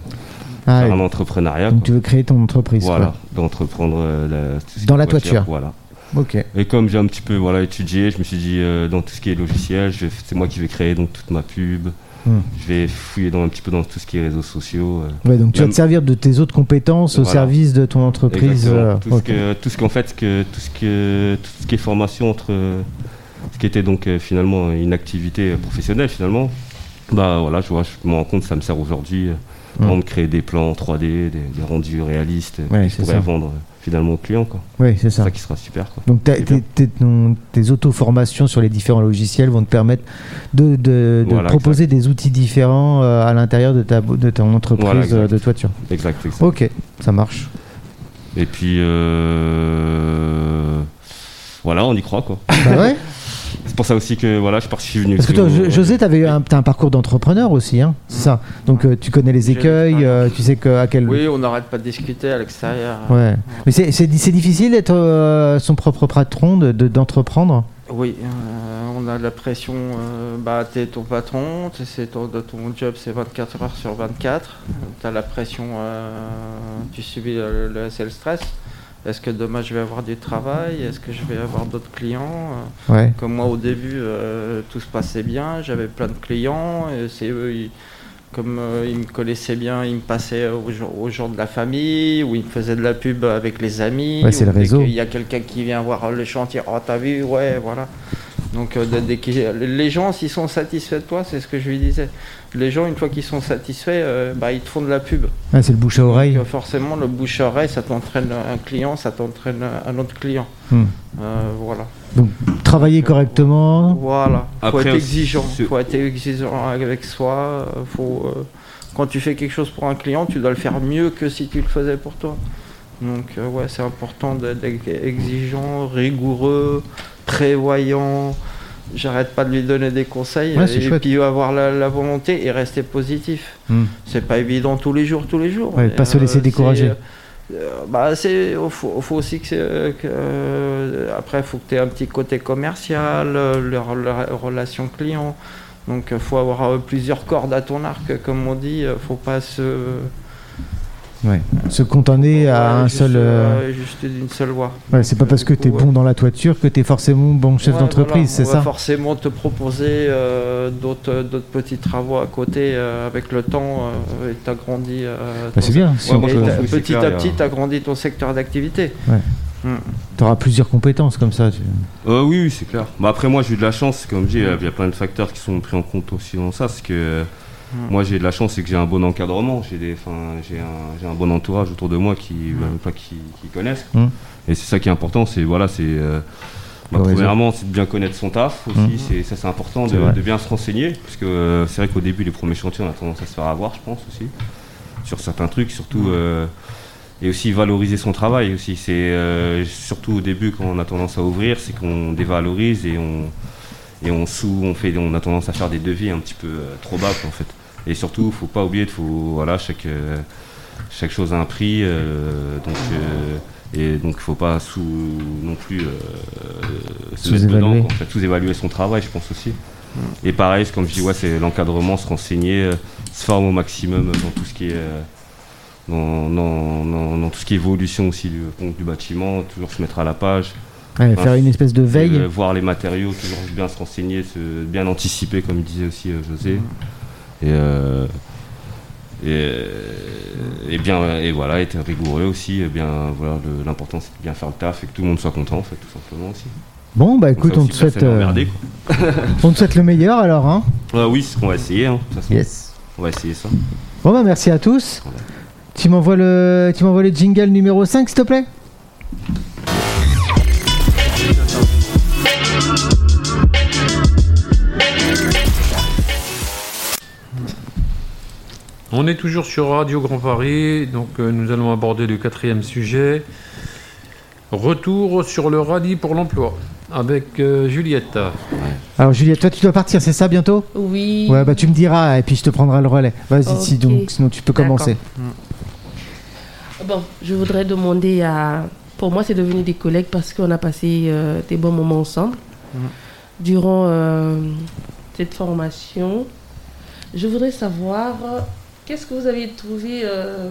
Speaker 2: Ah,
Speaker 5: un entrepreneuriat.
Speaker 2: donc
Speaker 5: quoi.
Speaker 2: tu veux créer ton entreprise.
Speaker 5: Voilà, d'entreprendre euh, la, tout ce qui
Speaker 2: Dans
Speaker 5: est
Speaker 2: la toiture.
Speaker 5: Voilà.
Speaker 2: quoi. Ok.
Speaker 5: Et comme j'ai un petit peu voilà, étudié, je me suis dit, euh, dans tout ce qui est logiciel, je vais- c'est moi qui vais créer donc, toute ma pub.
Speaker 2: Hmm.
Speaker 5: Je vais fouiller dans, un petit peu dans tout ce qui est réseaux sociaux. euh,
Speaker 2: Ouais, donc tu vas
Speaker 5: Même-
Speaker 2: te servir de tes autres compétences au
Speaker 5: Voilà.
Speaker 2: service de ton entreprise.
Speaker 5: Exactement.
Speaker 2: euh,
Speaker 5: tout, ce
Speaker 2: ok.
Speaker 5: que, tout ce qu'en fait, ce que, tout ce que, tout ce qui est formation entre euh, ce qui était donc euh, finalement une activité euh, professionnelle finalement, bah voilà, je vois, je me rends compte, ça me sert aujourd'hui. euh,
Speaker 2: Mm.
Speaker 5: pour me créer des plans 3D, des, des rendus réalistes, euh,
Speaker 2: Ouais,
Speaker 5: que je
Speaker 2: c'est
Speaker 5: pourrais
Speaker 2: ça.
Speaker 5: vendre euh, finalement aux clients. Quoi.
Speaker 2: Oui, c'est
Speaker 5: C'est
Speaker 2: ça.
Speaker 5: ça qui sera super. Quoi.
Speaker 2: Donc t'as-
Speaker 5: C'est
Speaker 2: tes,
Speaker 5: bien.
Speaker 2: tes- ton- tes auto-formations sur les différents logiciels vont te permettre de, de- de
Speaker 5: Voilà,
Speaker 2: proposer des outils différents euh, à l'intérieur de ta, bo- de ton entreprise
Speaker 5: Voilà, exact.
Speaker 2: euh, de toiture.
Speaker 5: Exact, exact.
Speaker 2: Ok, ça
Speaker 5: *laughs*
Speaker 2: marche.
Speaker 5: Et puis euh, voilà, on y croit quoi.
Speaker 2: Bah ouais.
Speaker 5: C'est pour ça aussi que voilà, je, pars, je suis venu.
Speaker 2: Parce que toi,
Speaker 5: au-
Speaker 2: Jo- José, t'avais eu un, t'as un parcours d'entrepreneur aussi, hein, c'est ça. Donc euh, tu connais les
Speaker 6: J'ai
Speaker 2: écueils,
Speaker 6: l'expérience.
Speaker 2: euh, tu sais que, à quel.
Speaker 6: Oui, on n'arrête pas de discuter à l'extérieur.
Speaker 2: Ouais. Mais c'est- c'est di- c'est difficile d'être euh, son propre patron, de- de- d'entreprendre.
Speaker 6: Oui, euh, on a la pression, euh, bah t'es ton patron, t'es- c'est ton, de ton job c'est 24 heures sur 24, t'as la pression, euh, tu subis le, le- c'est le stress. Est-ce que demain je vais avoir du travail Est-ce que je vais avoir d'autres clients
Speaker 2: ouais.
Speaker 6: Comme moi au début, euh, tout se passait bien, j'avais plein de clients, et c'est eux, ils- comme euh, ils me connaissaient bien, ils me passaient aux gens de la famille, ou ils me faisaient de la pub avec les amis.
Speaker 2: Ouais, c'est
Speaker 6: ou
Speaker 2: le
Speaker 6: dès
Speaker 2: réseau.
Speaker 6: qu'il y a quelqu'un qui vient voir le chantier, oh t'as vu, ouais, voilà. Donc euh, dès- dès qu'il- les gens, s'ils sont satisfaits de toi, c'est ce que je lui disais. Les gens, une fois qu'ils sont satisfaits, euh, bah, ils te font de la pub.
Speaker 2: Ah, c'est le bouche à oreille.
Speaker 6: Donc, euh, forcément, le bouche à oreille, ça t'entraîne un client, ça t'entraîne un autre client.
Speaker 2: Hmm.
Speaker 6: Euh, voilà.
Speaker 2: Travailler correctement.
Speaker 6: Voilà, faut
Speaker 5: Après
Speaker 6: être
Speaker 5: aussi,
Speaker 6: exigeant,
Speaker 5: c'est-
Speaker 6: faut être exigeant avec soi, euh, faut euh, quand tu fais quelque chose pour un client, tu dois le faire mieux que si tu le faisais pour toi. Donc euh, ouais, c'est important d'être d'être exigeant, rigoureux, prévoyant. J'arrête pas de lui donner des conseils
Speaker 2: Ouais, c'est
Speaker 6: et
Speaker 2: chouette.
Speaker 6: puis avoir la, la volonté et rester positif.
Speaker 2: Hmm.
Speaker 6: C'est pas évident tous les jours, tous les jours.
Speaker 2: Ouais,
Speaker 6: mais,
Speaker 2: pas se laisser
Speaker 6: c'est,
Speaker 2: décourager.
Speaker 6: euh, bah c'est faut, faut aussi que, c'est, euh, que, euh, après faut que tu aies un petit côté commercial euh, leur, leur relation client donc euh, faut avoir euh, plusieurs cordes à ton arc euh, comme on dit euh, faut pas se
Speaker 2: Se cantonner à
Speaker 6: Ouais,
Speaker 2: un
Speaker 6: juste,
Speaker 2: seul. euh,
Speaker 6: euh, juste d'une seule voix
Speaker 2: ouais, c'est pas
Speaker 6: Donc,
Speaker 2: parce
Speaker 6: euh,
Speaker 2: que
Speaker 6: du
Speaker 2: t'es
Speaker 6: coup,
Speaker 2: bon dans la toiture que t'es forcément bon chef
Speaker 6: Ouais,
Speaker 2: d'entreprise,
Speaker 6: voilà, on va
Speaker 2: c'est ça
Speaker 6: forcément te proposer euh, d'autres d'autres petits travaux à côté euh, avec le temps euh, et t'agrandis euh,
Speaker 2: Bah,
Speaker 6: ton
Speaker 2: C'est bien. Si
Speaker 5: Ouais,
Speaker 2: on
Speaker 5: moi,
Speaker 6: Et
Speaker 5: je
Speaker 2: peut-
Speaker 5: pense
Speaker 6: t'as-
Speaker 5: que c'est
Speaker 6: petit
Speaker 5: clair,
Speaker 6: à
Speaker 5: il y a-
Speaker 6: petit, tu agrandis ton secteur d'activité.
Speaker 2: T'auras plusieurs compétences comme ça. tu-
Speaker 5: Euh, oui, oui, c'est clair. Bah, après, moi, j'ai eu de la chance, comme je dis, euh, il y a plein de facteurs qui sont pris en compte aussi dans ça. C'est que euh,
Speaker 6: Mm.
Speaker 5: moi, j'ai de la chance, c'est que j'ai un bon encadrement, j'ai des- 'fin, j'ai un, j'ai un bon entourage autour de moi qui, bah, pas qui, qui connaissent.
Speaker 2: Mm.
Speaker 5: Et c'est ça qui est important, c'est voilà, c'est. euh,
Speaker 2: Le
Speaker 5: bah,
Speaker 2: réseau.
Speaker 5: premièrement, c'est de bien connaître son taf aussi,
Speaker 2: Mm.
Speaker 5: c'est- ça c'est important
Speaker 2: C'est
Speaker 5: de,
Speaker 2: vrai.
Speaker 5: de bien se renseigner, parce que euh, c'est vrai qu'au début, les premiers chantiers, on a tendance à se faire avoir, je pense aussi, sur certains trucs, surtout.
Speaker 2: Mhm.
Speaker 5: euh, et aussi valoriser son travail aussi. C'est euh, surtout au début quand on a tendance à ouvrir, c'est qu'on dévalorise et on et on sous, on fait, on a tendance à faire des devis un petit peu euh, trop bas quoi, en fait. Et surtout, faut pas oublier, de- faut voilà chaque euh, chaque chose a un prix, euh, donc euh, et donc faut pas sous non plus euh, se mettre
Speaker 2: Sous-évaluer.
Speaker 5: dedans, quoi, en fait. sous-évaluer son travail, je pense aussi. Et pareil, c'est comme je dis, ouais, c'est l'encadrement, se renseigner, euh, se former au maximum dans tout ce qui est euh, dans, dans- dans- dans tout ce qui est évolution aussi du, donc, du bâtiment, toujours se mettre à la page,
Speaker 2: Ouais, faire une espèce de veille.
Speaker 5: Et, euh, voir les matériaux, toujours bien se renseigner, se, bien anticiper, comme disait aussi euh, José. Et, euh, et, et bien, et voilà, être rigoureux aussi. Et bien, voilà, le- l'important c'est de bien faire le taf et que tout le monde soit content, en fait, tout simplement aussi.
Speaker 2: Bon, bah
Speaker 5: Comme
Speaker 2: écoute,
Speaker 5: ça
Speaker 2: on
Speaker 5: aussi,
Speaker 2: te, souhaite,
Speaker 5: personne n'est
Speaker 2: euh,
Speaker 5: emmerdé, quoi.
Speaker 2: on te souhaite le meilleur alors. Hein
Speaker 5: Ah oui, c'est ce qu'on va essayer. hein, de toute façon.
Speaker 2: yes.
Speaker 5: On va essayer ça.
Speaker 2: Bon, bah merci à tous. Tu m'envoies le, tu m'envoies le jingle numéro 5, s'il te plaît
Speaker 1: On est toujours sur Radio Grand Paris, donc euh, nous allons aborder le quatrième sujet. Retour sur le rallye pour l'emploi avec euh, Juliette.
Speaker 2: Alors, Juliette, toi, tu dois partir, c'est ça bientôt
Speaker 3: Oui.
Speaker 2: Ouais, bah tu me diras et puis je te prendrai le relais. Vas-y,
Speaker 3: Ok.
Speaker 2: si, donc, sinon tu peux
Speaker 3: D'accord.
Speaker 2: commencer.
Speaker 3: Bon, je voudrais demander à. Pour moi, c'est devenu des collègues parce qu'on a passé euh, des bons moments ensemble. Durant euh, cette formation, je voudrais savoir euh, qu'est-ce que vous avez trouvé euh,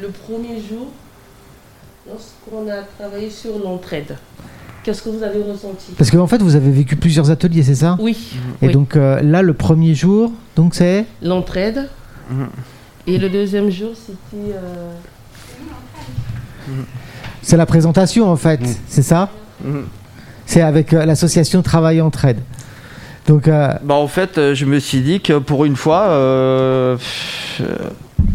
Speaker 3: le premier jour lorsqu'on a travaillé sur l'entraide Qu'est-ce que vous avez ressenti
Speaker 2: Parce qu'en fait, vous avez vécu plusieurs ateliers, c'est ça
Speaker 3: Oui,
Speaker 2: Et
Speaker 3: oui.
Speaker 2: donc euh, là, le premier jour, donc c'est
Speaker 3: l'entraide.
Speaker 6: Mhm.
Speaker 3: Et le deuxième jour, c'était. euh,
Speaker 2: c'est la présentation en fait,
Speaker 6: Mm.
Speaker 2: c'est ça
Speaker 5: Mmh.
Speaker 6: Mhm.
Speaker 2: C'est avec euh, l'association Travail Entraide. Donc euh,
Speaker 6: Bah en fait, euh, je me suis dit que pour une fois, euh, pff, euh,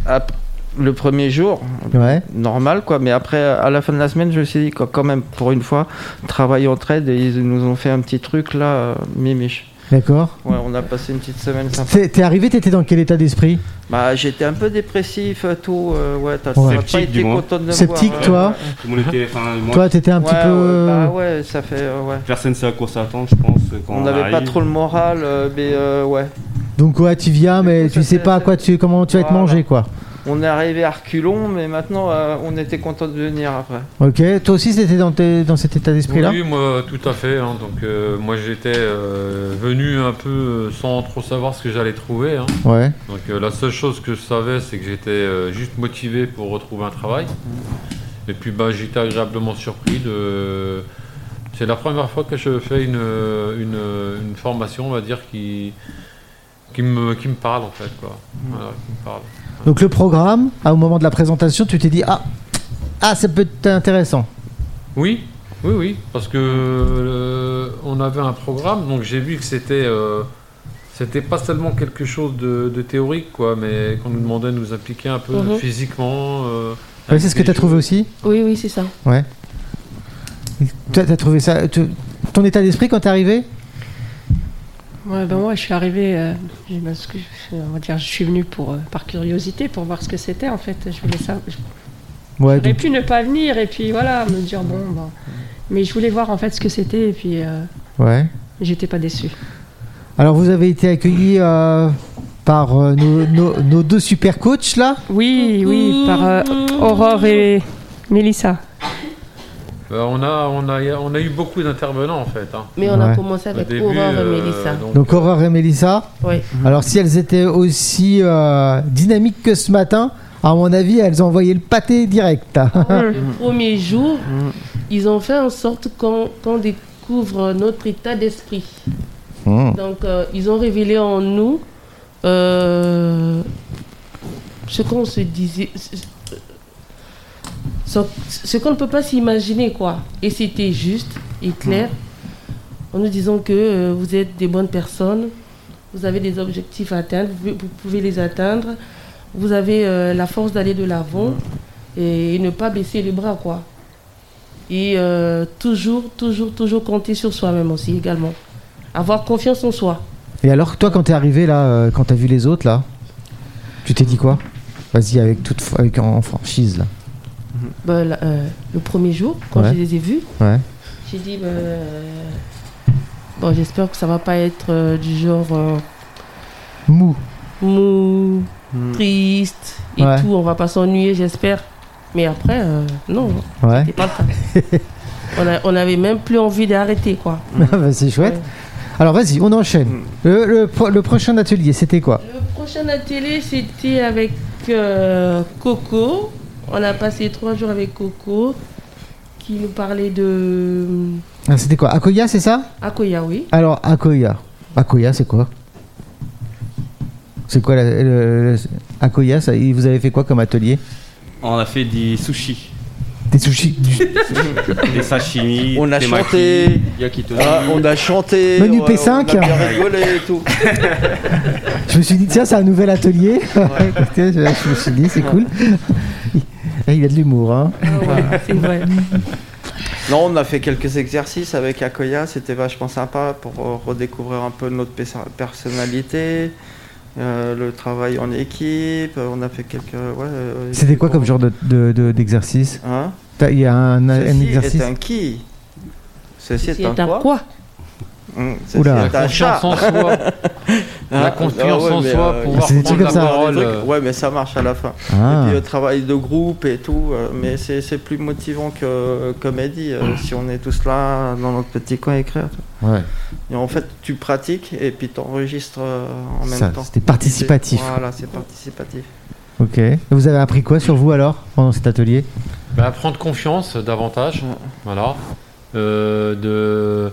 Speaker 6: ap- le premier jour,
Speaker 2: ouais,
Speaker 6: normal quoi, mais après, à la fin de la semaine, je me suis dit que quand même, pour une fois, travail entre aides et ils nous ont fait un petit truc là, euh, mimiche.
Speaker 2: d'accord.
Speaker 6: Ouais, on a passé une petite semaine sympa.
Speaker 2: T'es t'es arrivé, t'étais dans quel état d'esprit
Speaker 6: Bah j'étais un peu dépressif, euh, tout, euh, ouais, t'as
Speaker 2: Ouais.
Speaker 6: t'as
Speaker 5: Sceptique,
Speaker 6: pas été
Speaker 5: dis-moi.
Speaker 6: content de me
Speaker 2: Sceptique,
Speaker 6: voir,
Speaker 2: toi
Speaker 6: ouais.
Speaker 5: Tout le monde était, enfin, moi,
Speaker 2: Toi, t'étais un
Speaker 6: Ouais,
Speaker 2: petit peu. euh,
Speaker 6: ouais, bah ouais, ça fait, euh, ouais.
Speaker 5: personne ne sait à quoi s'attendre, je pense. Quand
Speaker 6: On n'avait pas
Speaker 5: arrive.
Speaker 6: trop le moral, euh, mais euh, ouais.
Speaker 2: Donc ouais, tu viens,
Speaker 6: Du
Speaker 2: mais
Speaker 6: coup,
Speaker 2: tu
Speaker 6: ça
Speaker 2: sais
Speaker 6: fait-
Speaker 2: pas à quoi tu, comment tu vas te
Speaker 6: Voilà.
Speaker 2: manger quoi.
Speaker 6: On est arrivé à reculons, mais maintenant, euh, on était content de venir après.
Speaker 2: Ok. Toi aussi, c'était dans, tes- dans cet état d'esprit là.
Speaker 1: Oui, moi, tout à fait. hein. Donc, euh, moi, j'étais euh, venu un peu euh, sans trop savoir ce que j'allais trouver. hein.
Speaker 2: Ouais.
Speaker 1: Donc, euh, la seule chose que je savais, c'est que j'étais euh, juste motivé pour retrouver un travail. Et puis, bah, j'étais agréablement surpris de. C'est la première fois que je fais une, euh, une- une formation, on va dire, qui, qui, me, qui me parle, en fait. Quoi. Voilà, qui me parle.
Speaker 2: Donc le programme, ah, au moment de la présentation, tu t'es dit ah ah ça peut être intéressant.
Speaker 1: Oui, oui, oui, parce que euh, on avait un programme, donc j'ai vu que c'était euh, c'était pas seulement quelque chose de, de théorique, quoi, mais qu'on nous demandait de nous appliquer un peu
Speaker 3: Mhm.
Speaker 1: physiquement. euh,
Speaker 2: Ouais, Ah c'est ce que
Speaker 1: avec
Speaker 2: t'as
Speaker 1: des
Speaker 2: trouvé aussi.
Speaker 3: Oui, oui, c'est ça.
Speaker 2: Ouais. Toi, t'as trouvé ça. tu- ton état d'esprit quand t'es arrivé
Speaker 4: Ouais, ben moi, je suis arrivée, euh, j'ai- parce que, euh, on va dire, je suis venue pour, euh, par curiosité pour voir ce que c'était en fait. Je voulais ça. je-
Speaker 2: Ouais.
Speaker 4: J'aurais
Speaker 2: donc-
Speaker 4: pu ne pas venir et puis voilà, me dire bon, ben, mais je voulais voir en fait ce que c'était et puis euh,
Speaker 2: ouais.
Speaker 4: j'étais pas déçue.
Speaker 2: Alors, vous avez été accueillis euh, par euh, nos, nos- nos deux super coachs là.
Speaker 4: Oui, oui, par euh, Aurore et Mélissa.
Speaker 1: Bah, on, a, on, a, on a eu beaucoup d'intervenants, en fait. hein.
Speaker 3: Mais on a
Speaker 2: Ouais.
Speaker 3: commencé
Speaker 1: Au
Speaker 3: avec
Speaker 1: début,
Speaker 3: Aurore
Speaker 1: euh,
Speaker 3: et Mélissa.
Speaker 2: Donc Aurore et Mélissa.
Speaker 3: Oui.
Speaker 2: Alors, si elles étaient aussi euh, dynamiques que ce matin, à mon avis, elles ont envoyé le pâté direct.
Speaker 3: Le premier jour, ils ont fait en sorte qu'on qu'on découvre notre état d'esprit. Donc, euh, ils ont révélé en nous euh, ce qu'on se disait. ce- Ce, ce qu'on ne peut pas s'imaginer, quoi. Et c'était juste et clair en nous disant que euh, vous êtes des bonnes personnes, vous avez des objectifs à atteindre, vous, pouvez- vous pouvez les atteindre, vous avez euh, la force d'aller de l'avant et, ne pas baisser les bras, quoi. Et euh, toujours, toujours, toujours compter sur soi-même aussi également. Avoir confiance en soi.
Speaker 2: Et alors, toi, quand t'es arrivé là, euh, quand t'as vu les autres là, tu t'es dit quoi Vas-y avec toute avec en, en franchise là.
Speaker 3: Ben, la- euh, le premier jour, quand
Speaker 2: Ouais.
Speaker 3: je les ai vus,
Speaker 2: Ouais.
Speaker 3: j'ai dit ben, euh, bon, j'espère que ça va pas être euh, du genre euh,
Speaker 2: Mou.
Speaker 3: mou,
Speaker 6: Mm.
Speaker 3: triste et
Speaker 2: Ouais.
Speaker 3: tout. On va pas s'ennuyer, j'espère. Mais après, euh, non,
Speaker 2: Ouais.
Speaker 3: c'est pas
Speaker 2: *laughs*
Speaker 3: le cas. on, a- on avait même plus envie d'arrêter, quoi.
Speaker 2: Ah *laughs* bah, c'est chouette.
Speaker 3: Ouais. Hmm.
Speaker 2: Alors vas-y, on enchaîne. Le, le pro- le prochain atelier, c'était quoi
Speaker 3: Le prochain atelier, c'était avec euh, Coco. On a passé trois jours avec Coco, qui nous parlait de euh,
Speaker 2: Ah, C'était quoi Akoya, c'est ça
Speaker 3: Akoya, oui.
Speaker 2: Alors, Akoya. Akoya, c'est quoi C'est quoi la, le- le- Akoya ça, Vous avez fait quoi comme atelier
Speaker 7: On a fait des sushis,
Speaker 2: Des sushis. du-
Speaker 7: des sashimi,
Speaker 6: On a
Speaker 7: temaki,
Speaker 6: chanté.
Speaker 7: yakitori.
Speaker 6: Ah, on a chanté.
Speaker 2: Menu
Speaker 6: on a-
Speaker 2: P5.
Speaker 6: On a bien rigolé et tout.
Speaker 2: Je me suis dit, tiens, c'est un nouvel *laughs* atelier. Tiens, je, je me suis dit, c'est cool. Et il a de l'humour. Hein.
Speaker 3: Ah ouais, c'est vrai.
Speaker 6: *laughs* Non, on a fait quelques exercices avec Akoya, c'était vachement sympa pour euh, redécouvrir un peu notre perso- personnalité, euh, le travail en équipe. euh, On a fait quelques. ouais, euh,
Speaker 2: C'était quoi comme genre d'exercice de, de, d'exercice
Speaker 6: Hein
Speaker 2: T'as- Il y a un, un
Speaker 6: Ceci
Speaker 2: exercice.
Speaker 6: est un qui Ceci est,
Speaker 3: C'est
Speaker 6: un quoi,
Speaker 3: quoi
Speaker 6: Hum, Ceci
Speaker 2: Oula.
Speaker 1: La
Speaker 6: est un chat
Speaker 1: confiance en
Speaker 2: *laughs*
Speaker 1: soi. La
Speaker 6: Ah,
Speaker 1: confiance
Speaker 6: ah ouais,
Speaker 1: en
Speaker 6: mais,
Speaker 1: soi,
Speaker 6: euh,
Speaker 1: pouvoir
Speaker 2: c'est des
Speaker 1: prendre
Speaker 2: trucs
Speaker 1: la
Speaker 2: comme ça.
Speaker 1: parole.
Speaker 6: Des
Speaker 1: euh,
Speaker 6: trucs- Ouais, mais ça marche à la fin.
Speaker 2: Ah.
Speaker 6: Et puis le travail de groupe et tout, euh, mais c'est c'est plus motivant que euh, comédie
Speaker 2: Ah.
Speaker 6: euh, si on est tous là dans notre petit coin à écrire.
Speaker 2: Ouais.
Speaker 6: Et en fait, tu pratiques et puis tu enregistres en même
Speaker 2: Ça,
Speaker 6: temps.
Speaker 2: c'était participatif.
Speaker 6: Voilà, c'est participatif.
Speaker 2: Ok. Et Vous avez appris quoi sur vous alors pendant cet atelier
Speaker 1: Bah, prendre confiance euh, davantage,
Speaker 2: Ah.
Speaker 6: Ouais.
Speaker 1: voilà, Euh, de,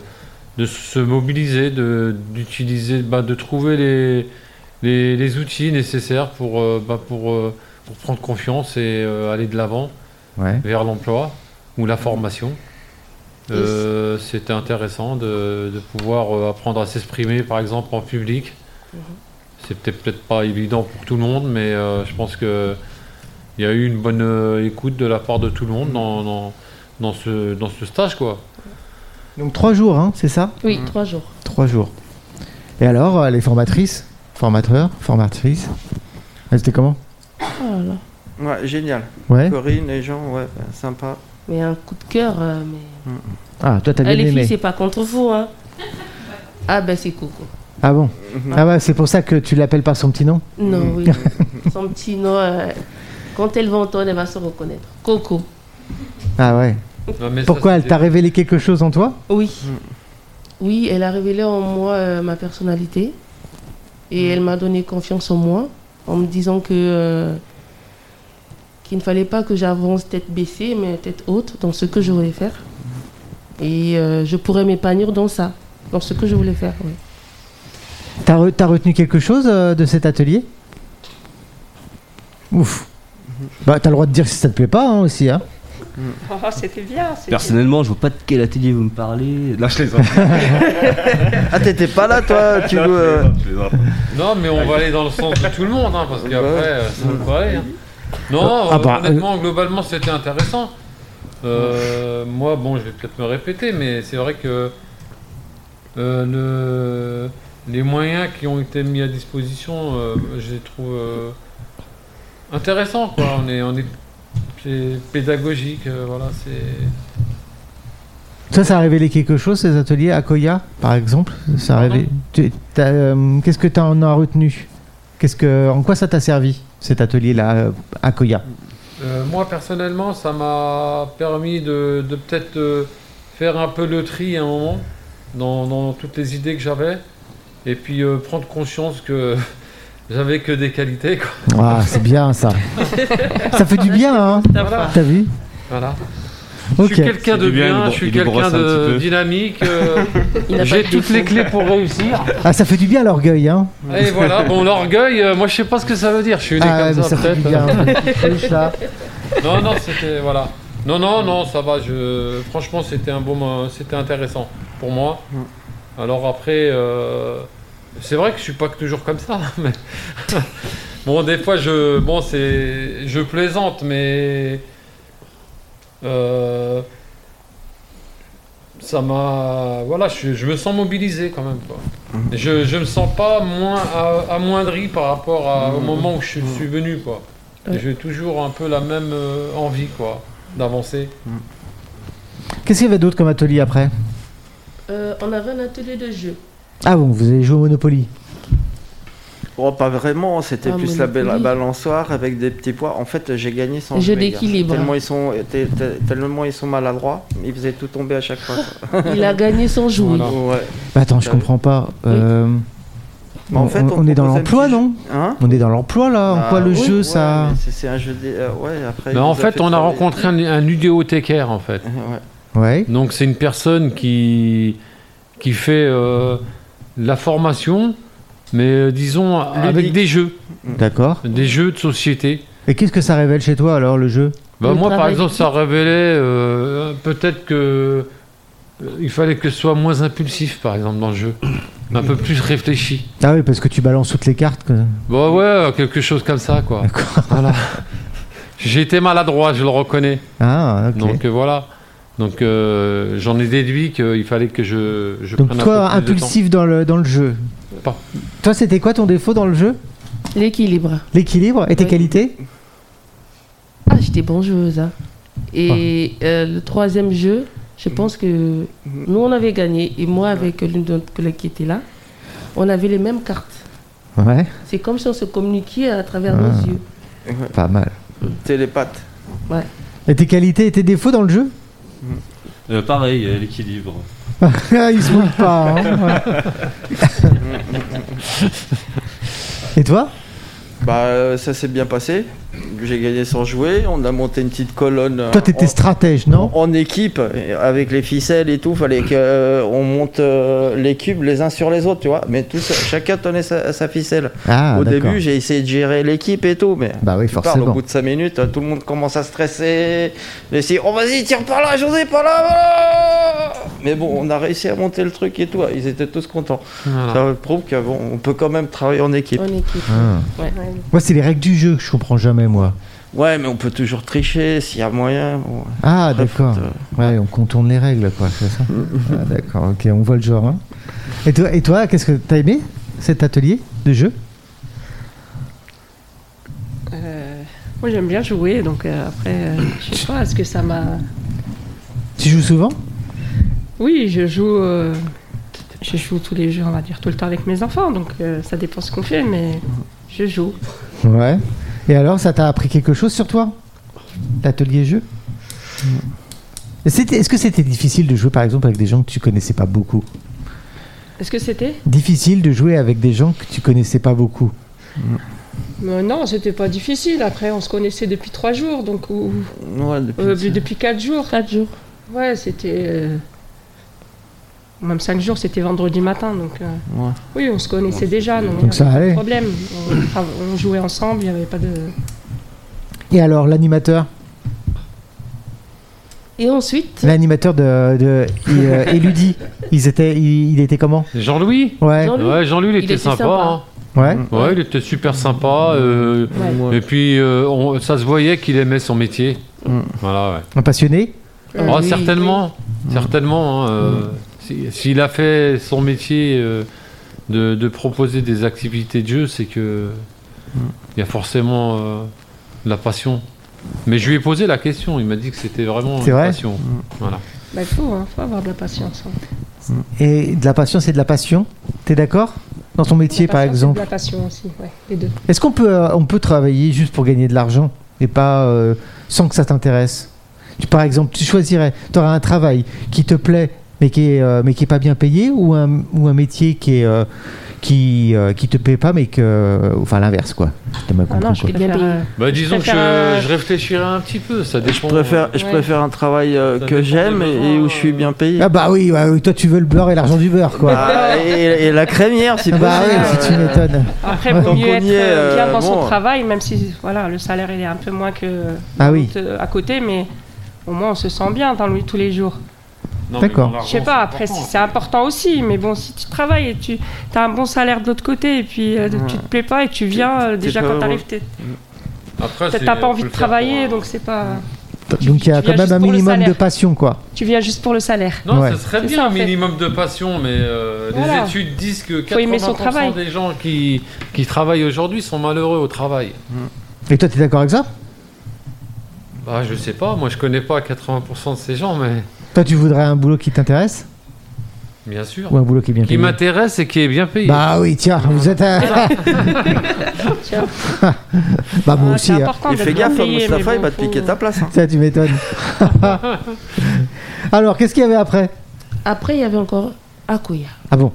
Speaker 1: de se mobiliser, de, d'utiliser, bah, de trouver les, les, les outils nécessaires pour, euh, bah, pour, euh, pour prendre confiance et euh, aller de l'avant
Speaker 2: Ouais.
Speaker 1: vers l'emploi ou la formation. Euh, C'était intéressant de, de pouvoir euh, apprendre à s'exprimer, par exemple, en public. C'est peut-être peut-être pas évident pour tout le monde, mais euh, je pense que il y a eu une bonne euh, écoute de la part de tout le monde dans, dans, dans ce, dans ce stage, quoi.
Speaker 2: Donc trois jours, hein, c'est ça
Speaker 3: Oui, trois jours.
Speaker 2: Trois jours. Et alors, euh, les formatrices Formateurs Formatrices Elles étaient comment
Speaker 3: Voilà.
Speaker 6: Ouais, génial.
Speaker 2: Ouais.
Speaker 6: Corinne, les gens, ouais, bah, sympa.
Speaker 3: Mais un coup de cœur. euh, mais...
Speaker 2: Ah, toi, t'as
Speaker 3: Ah,
Speaker 2: bien
Speaker 3: les filles,
Speaker 2: aimé.
Speaker 3: c'est pas contre vous. Hein. Ah ben c'est Coco.
Speaker 2: Ah bon
Speaker 6: Mhm.
Speaker 2: Ah ouais, c'est pour ça que tu l'appelles par son petit nom
Speaker 3: Non,
Speaker 2: Mm.
Speaker 3: oui. *laughs* Son petit nom, euh, quand elle va entendre, elle va se reconnaître. Coco.
Speaker 2: Ah ouais.
Speaker 1: Non, mais ça,
Speaker 2: Pourquoi elle
Speaker 1: c'était-
Speaker 2: t'a révélé quelque chose en toi
Speaker 3: Oui. Oui, elle a révélé en moi euh, ma personnalité
Speaker 2: Mm.
Speaker 3: et elle m'a donné confiance en moi en me disant que euh, qu'il ne fallait pas que j'avance tête baissée mais tête haute dans ce que je voulais faire
Speaker 2: Mm.
Speaker 3: et euh, je pourrais m'épanouir dans ça, dans ce que je voulais faire. oui.
Speaker 2: T'as re- t'as retenu quelque chose euh, de cet atelier Ouf.
Speaker 1: Mhm.
Speaker 2: Bah, t'as le droit de dire si ça te plaît pas hein, aussi. Hein.
Speaker 4: Oh, c'était bien. c'était-
Speaker 7: Personnellement, je vois pas de quel atelier vous me parlez. Là, je
Speaker 5: *laughs*
Speaker 7: les
Speaker 6: Ah, t'étais pas là, toi tu veux, euh,
Speaker 1: Non, mais on va aller dans le sens de tout le monde, hein, parce qu'après, euh, ça va pas aller. hein. Non,
Speaker 2: Ah,
Speaker 1: euh,
Speaker 2: bah,
Speaker 1: honnêtement, globalement, c'était intéressant. Euh, moi, bon, je vais peut-être me répéter, mais c'est vrai que euh, le- les moyens qui ont été mis à disposition, euh, je les trouve euh, intéressants. Quoi. On est, on est, c'est pédagogique, euh, voilà, c'est.
Speaker 2: Ça, ça a révélé quelque chose, ces ateliers à Koya, par exemple ça a
Speaker 1: Pardon
Speaker 2: révélé... tu- t'as, euh, Qu'est-ce que t'en as retenu Qu'est-ce que, En quoi ça t'a servi, cet atelier-là euh, à Koya
Speaker 1: Euh, moi personnellement, ça m'a permis de, de peut-être euh, faire un peu le tri à un moment dans, dans toutes les idées que j'avais et puis euh, prendre conscience que *laughs* j'avais que des qualités. quoi.
Speaker 2: Ah, c'est bien ça. *laughs* ça fait du bien, hein
Speaker 1: Voilà.
Speaker 2: T'as vu
Speaker 1: Voilà. Je suis
Speaker 2: Ok.
Speaker 1: quelqu'un
Speaker 5: C'est
Speaker 1: de
Speaker 5: du bien,
Speaker 1: bien,
Speaker 5: il bro-
Speaker 1: je suis
Speaker 5: il brosse
Speaker 1: quelqu'un
Speaker 5: un petit
Speaker 1: de
Speaker 5: peu.
Speaker 1: dynamique.
Speaker 2: *laughs*
Speaker 1: euh,
Speaker 3: Il n'a
Speaker 1: J'ai
Speaker 3: pas de
Speaker 1: toutes les
Speaker 3: défaut.
Speaker 1: clés pour réussir.
Speaker 2: Ah, ça fait du bien l'orgueil, hein
Speaker 1: Et voilà, bon, l'orgueil, euh, moi je sais pas ce que ça veut dire. Je suis né
Speaker 2: Ah,
Speaker 1: comme
Speaker 2: mais
Speaker 1: ça,
Speaker 2: ça fait du
Speaker 1: peut-être.
Speaker 2: bien.
Speaker 6: hein.
Speaker 2: *laughs* Plus, là.
Speaker 1: Non, non, c'était. Voilà. Non, non, non, ça va. Je... Franchement, c'était un bon. mo- C'était intéressant pour moi. Alors après, euh, c'est vrai que je suis pas toujours comme ça. *laughs* Mais... bon, des fois, je. Bon, c'est. Je plaisante, mais. euh, Ça m'a. Voilà, je, je me sens mobilisé quand même. quoi. Je, je me sens pas moins a- amoindri par rapport à- au moment où je suis- suis venu. quoi.
Speaker 3: Ouais.
Speaker 1: J'ai toujours un peu la même euh, envie, quoi, d'avancer.
Speaker 2: Qu'est-ce qu'il y avait d'autre comme atelier après
Speaker 3: Euh, on avait un atelier de jeu.
Speaker 2: Ah bon, vous avez joué au Monopoly.
Speaker 6: Oh, pas vraiment, c'était
Speaker 3: Ah,
Speaker 6: plus la, ba- la
Speaker 3: Monopoly.
Speaker 6: balançoire avec des petits pois. En fait, j'ai gagné sans
Speaker 3: Jeu
Speaker 6: jouer, les gars.
Speaker 3: d'équilibre.
Speaker 6: Tellement ils sont, te- te- tellement ils sont maladroits, ils faisaient tout tomber à chaque
Speaker 2: *laughs*
Speaker 6: fois. quoi.
Speaker 3: Il a *laughs* gagné sans jouer.
Speaker 1: Voilà.
Speaker 6: Ouais.
Speaker 2: Bah, attends, je
Speaker 6: T'as vu
Speaker 2: comprends pas. Euh,
Speaker 6: Mais en
Speaker 2: on,
Speaker 6: fait,
Speaker 2: on-
Speaker 6: on
Speaker 2: on est dans
Speaker 6: propose un
Speaker 2: l'emploi,
Speaker 6: petit jeu.
Speaker 2: non
Speaker 6: Hein
Speaker 2: On est dans l'emploi là. En
Speaker 6: Bah,
Speaker 2: quoi le
Speaker 6: oui,
Speaker 2: jeu,
Speaker 6: ouais,
Speaker 2: ça
Speaker 6: mais c'est- C'est un jeu. dé- euh, ouais,
Speaker 1: Mais
Speaker 6: après. il
Speaker 1: en
Speaker 6: nous a
Speaker 1: fait, on a
Speaker 6: travailler.
Speaker 1: rencontré un, un ludéothécaire, en fait.
Speaker 6: *laughs* Ouais.
Speaker 2: Ouais.
Speaker 1: Donc c'est une personne qui, qui fait euh, la formation, mais euh, disons avec
Speaker 2: Ludique.
Speaker 1: des jeux,
Speaker 2: D'accord.
Speaker 1: des jeux de société.
Speaker 2: Et qu'est-ce que ça révèle chez toi alors le jeu
Speaker 1: Bah,
Speaker 3: Le
Speaker 1: moi, par
Speaker 3: travail
Speaker 1: exemple, ça révélait euh, peut-être que euh, il fallait que je sois moins impulsif, par exemple, dans le jeu, un peu plus réfléchi.
Speaker 2: Ah oui, parce que tu balances toutes les cartes. que-
Speaker 1: Bah ouais, quelque chose comme ça, quoi.
Speaker 2: *laughs* D'accord.
Speaker 1: Voilà. J'ai été maladroit, je le reconnais.
Speaker 2: Ah, ok.
Speaker 1: Donc euh, voilà. Donc euh, j'en ai déduit qu'il fallait que je, je
Speaker 2: Donc
Speaker 1: prenne
Speaker 2: toi,
Speaker 1: un peu plus de temps.
Speaker 2: impulsif dans le, dans le jeu.
Speaker 1: Pas.
Speaker 2: Toi, c'était quoi ton défaut dans le jeu
Speaker 3: L'équilibre.
Speaker 2: L'équilibre et tes
Speaker 3: Oui.
Speaker 2: qualités
Speaker 3: Ah, j'étais bonne joueuse. hein. Et euh, le troisième jeu, je pense que nous, on avait gagné. Et moi, avec l'une de notre collègue qui était là, on avait les mêmes cartes.
Speaker 2: Ouais,
Speaker 3: C'est comme si on se communiquait à travers
Speaker 2: Ah.
Speaker 3: nos yeux.
Speaker 2: pas mal.
Speaker 6: Télépathe.
Speaker 2: Et tes qualités et tes défauts dans le *laughs* jeu
Speaker 7: Euh, pareil, euh, l'équilibre.
Speaker 2: Ah, Ils se mouillent pas. hein. *laughs* et toi
Speaker 6: Bah, euh, ça s'est bien passé. J'ai gagné sans jouer. On a monté une petite colonne. euh,
Speaker 2: Toi, t'étais
Speaker 6: en-
Speaker 2: stratège, non
Speaker 6: En équipe, et avec les ficelles et tout, fallait qu'on monte euh, les cubes les uns sur les autres, tu vois. Mais tous, chacun tenait sa, sa ficelle.
Speaker 2: Ah,
Speaker 6: Au
Speaker 2: d'accord.
Speaker 6: début, j'ai essayé de gérer l'équipe et tout, mais
Speaker 2: Bah oui,
Speaker 6: tu parles, au
Speaker 2: forcément.
Speaker 6: bout de 5 minutes, tout le monde commence à stresser. Les si, oh vas-y, tire par là, José, par là. voilà. Mais bon, on a réussi à monter le truc et tout. Ils étaient tous contents.
Speaker 1: Voilà.
Speaker 6: Ça prouve qu'on peut quand même travailler en équipe.
Speaker 3: En équipe.
Speaker 2: Ah.
Speaker 3: Ouais.
Speaker 2: Moi, c'est les règles du jeu que je comprends jamais, moi.
Speaker 6: Ouais, mais on peut toujours tricher s'il y a moyen. bon.
Speaker 2: Ah,
Speaker 6: Après,
Speaker 2: d'accord.
Speaker 6: faut, euh,
Speaker 2: Ouais, on contourne les règles, quoi, c'est ça Ah, D'accord, ok, on voit le genre. hein. Et toi, et toi qu'est-ce que t'as aimé cet atelier de jeu
Speaker 4: Euh, moi, j'aime bien jouer, donc euh, après, euh, je sais pas, est-ce que ça m'a.
Speaker 2: Tu joues souvent
Speaker 4: Oui, je joue. euh, je joue tous les jours, on va dire, tout le temps avec mes enfants, donc euh, ça dépend ce qu'on fait, mais je joue.
Speaker 2: Ouais. Et alors, ça t'a appris quelque chose sur toi L'atelier jeu C'était- Est-ce que c'était difficile de jouer, par exemple, avec des gens que tu connaissais pas beaucoup
Speaker 4: Est-ce que c'était
Speaker 2: Difficile de jouer avec des gens que tu connaissais pas beaucoup
Speaker 4: Euh, Non, c'était pas difficile. Après, on se connaissait depuis trois jours, donc. Ou,
Speaker 6: Ouais, depuis-
Speaker 4: euh, depuis quatre jours.
Speaker 3: Quatre jours.
Speaker 4: Ouais, c'était. euh, Même cinq jours, c'était vendredi matin, donc. euh,
Speaker 6: Ouais.
Speaker 4: Oui, on se connaissait déjà, donc, euh,
Speaker 2: Donc ça allait.
Speaker 4: problème. On, tra- on jouait ensemble, il n'y avait pas de.
Speaker 2: Et alors, l'animateur
Speaker 3: Et ensuite,
Speaker 2: L'animateur de, de il, euh, Eludie, ils étaient, il, il était comment
Speaker 1: Jean-Louis
Speaker 2: Ouais.
Speaker 3: Jean-Louis.
Speaker 1: Ouais, Jean-Louis, il,
Speaker 3: Il
Speaker 1: était
Speaker 3: était
Speaker 1: sympa.
Speaker 3: sympa.
Speaker 1: hein.
Speaker 2: Ouais.
Speaker 1: Ouais, il était super sympa. euh,
Speaker 6: Ouais.
Speaker 1: Et puis, euh, on- ça se voyait qu'il aimait son métier.
Speaker 6: Mm.
Speaker 1: Voilà, ouais.
Speaker 2: Un passionné
Speaker 3: Euh,
Speaker 1: Oh,
Speaker 3: oui,
Speaker 1: certainement, certainement. hein, euh, si- S'il a fait son métier euh, de, de proposer des activités de jeu, c'est que il y a forcément euh, de la passion. Mais je lui ai posé la question. Il m'a dit que c'était vraiment
Speaker 2: C'est
Speaker 1: une
Speaker 2: vrai
Speaker 1: passion. Voilà.
Speaker 4: Bah, il faut, hein, faut avoir de la patience. hein.
Speaker 2: Et de la passion, c'est de la passion. T'es d'accord Dans ton métier,
Speaker 4: La
Speaker 2: par
Speaker 4: patience et
Speaker 2: exemple.
Speaker 4: De la passion aussi, ouais, les deux.
Speaker 2: Est-ce qu'on peut, euh, on peut travailler juste pour gagner de l'argent et pas euh, sans que ça t'intéresse Tu par exemple, tu choisirais, tu auras un travail qui te plaît mais qui est euh, mais qui est pas bien payé ou un ou un métier qui est euh, qui euh, qui te paie pas mais que euh, enfin l'inverse quoi. T'as mal
Speaker 4: Ah non,
Speaker 2: compris,
Speaker 4: je
Speaker 2: quoi.
Speaker 3: bien
Speaker 4: préfère.
Speaker 3: payé.
Speaker 4: euh,
Speaker 1: Bah, disons que
Speaker 4: préfère,
Speaker 1: je,
Speaker 4: euh,
Speaker 1: je réfléchirai un petit peu. Ça
Speaker 6: Je
Speaker 1: dépend. euh,
Speaker 6: préfère, je
Speaker 4: Ouais.
Speaker 6: préfère un travail
Speaker 7: Ça
Speaker 6: euh,
Speaker 7: dépend
Speaker 6: que
Speaker 7: des hein.
Speaker 6: j'aime et, et où je suis bien payé.
Speaker 2: Ah bah oui, bah oui, toi tu veux le beurre et l'argent du beurre quoi.
Speaker 6: Ah, et, et la crémière, si
Speaker 2: Ah bah
Speaker 6: possible. Euh,
Speaker 2: oui, si tu m'étonnes.
Speaker 4: Après,
Speaker 6: Tant
Speaker 4: vaut mieux
Speaker 6: qu'on
Speaker 4: être
Speaker 6: y est,
Speaker 4: euh, bien
Speaker 6: euh,
Speaker 4: dans
Speaker 6: bon.
Speaker 4: son travail, même si voilà, le salaire il est un peu moins que
Speaker 2: Ah oui.
Speaker 4: euh, à côté, mais au moins on se sent bien dans le, tous les jours.
Speaker 1: Non, mais
Speaker 2: D'accord.
Speaker 1: dans
Speaker 4: Je sais
Speaker 1: l'argent,
Speaker 4: pas,
Speaker 1: c'est
Speaker 4: après si
Speaker 1: important. hein.
Speaker 4: c'est important aussi, mais bon, si tu travailles et tu as un bon salaire de l'autre côté et puis euh, tu te plais pas et tu viens, euh, déjà
Speaker 6: pas
Speaker 4: quand
Speaker 6: heureux.
Speaker 4: t'arrives, t'es-
Speaker 1: Après,
Speaker 4: t'as
Speaker 1: c'est-
Speaker 4: t'as pas
Speaker 1: on
Speaker 4: envie
Speaker 1: peut
Speaker 4: de
Speaker 1: le faire pour
Speaker 4: travailler,
Speaker 1: un-
Speaker 4: donc c'est pas.
Speaker 2: Donc il y a
Speaker 4: Tu viens
Speaker 2: quand même
Speaker 4: juste
Speaker 2: un
Speaker 4: pour le
Speaker 2: minimum de
Speaker 4: salaire.
Speaker 2: passion quoi.
Speaker 4: Tu viens juste pour le salaire.
Speaker 1: Non,
Speaker 2: Ouais.
Speaker 1: ça serait
Speaker 4: C'est
Speaker 1: bien
Speaker 4: ça, en
Speaker 1: un
Speaker 4: fait.
Speaker 1: minimum de passion, mais euh,
Speaker 4: Voilà.
Speaker 1: les études disent que
Speaker 4: Faut aimer
Speaker 1: 80%
Speaker 4: son travail.
Speaker 1: des gens qui, qui travaillent aujourd'hui sont malheureux au travail.
Speaker 2: Et toi tu es d'accord avec ça
Speaker 1: Bah, je sais pas, moi je connais pas 80% de ces gens, mais
Speaker 2: Toi tu voudrais un boulot qui t'intéresse
Speaker 1: bien sûr.
Speaker 2: ou un boulot qui est bien
Speaker 1: Qui
Speaker 2: payé
Speaker 1: m'intéresse et qui est bien payé.
Speaker 2: Bah oui, tiens, vous êtes un...
Speaker 4: Tiens.
Speaker 2: *laughs* bah moi
Speaker 4: Ah,
Speaker 2: aussi,
Speaker 4: c'est
Speaker 2: hein.
Speaker 4: important
Speaker 6: Et
Speaker 4: d'être
Speaker 6: fais
Speaker 4: bien
Speaker 6: gaffe,
Speaker 4: payé, mais
Speaker 6: Mustapha, il
Speaker 4: bon,
Speaker 6: va te piquer
Speaker 4: faut-
Speaker 6: ta place. hein.
Speaker 2: ça tu m'étonnes. *laughs* alors, qu'est-ce qu'il y avait après
Speaker 3: Après, il y avait encore Akoya.
Speaker 2: Ah bon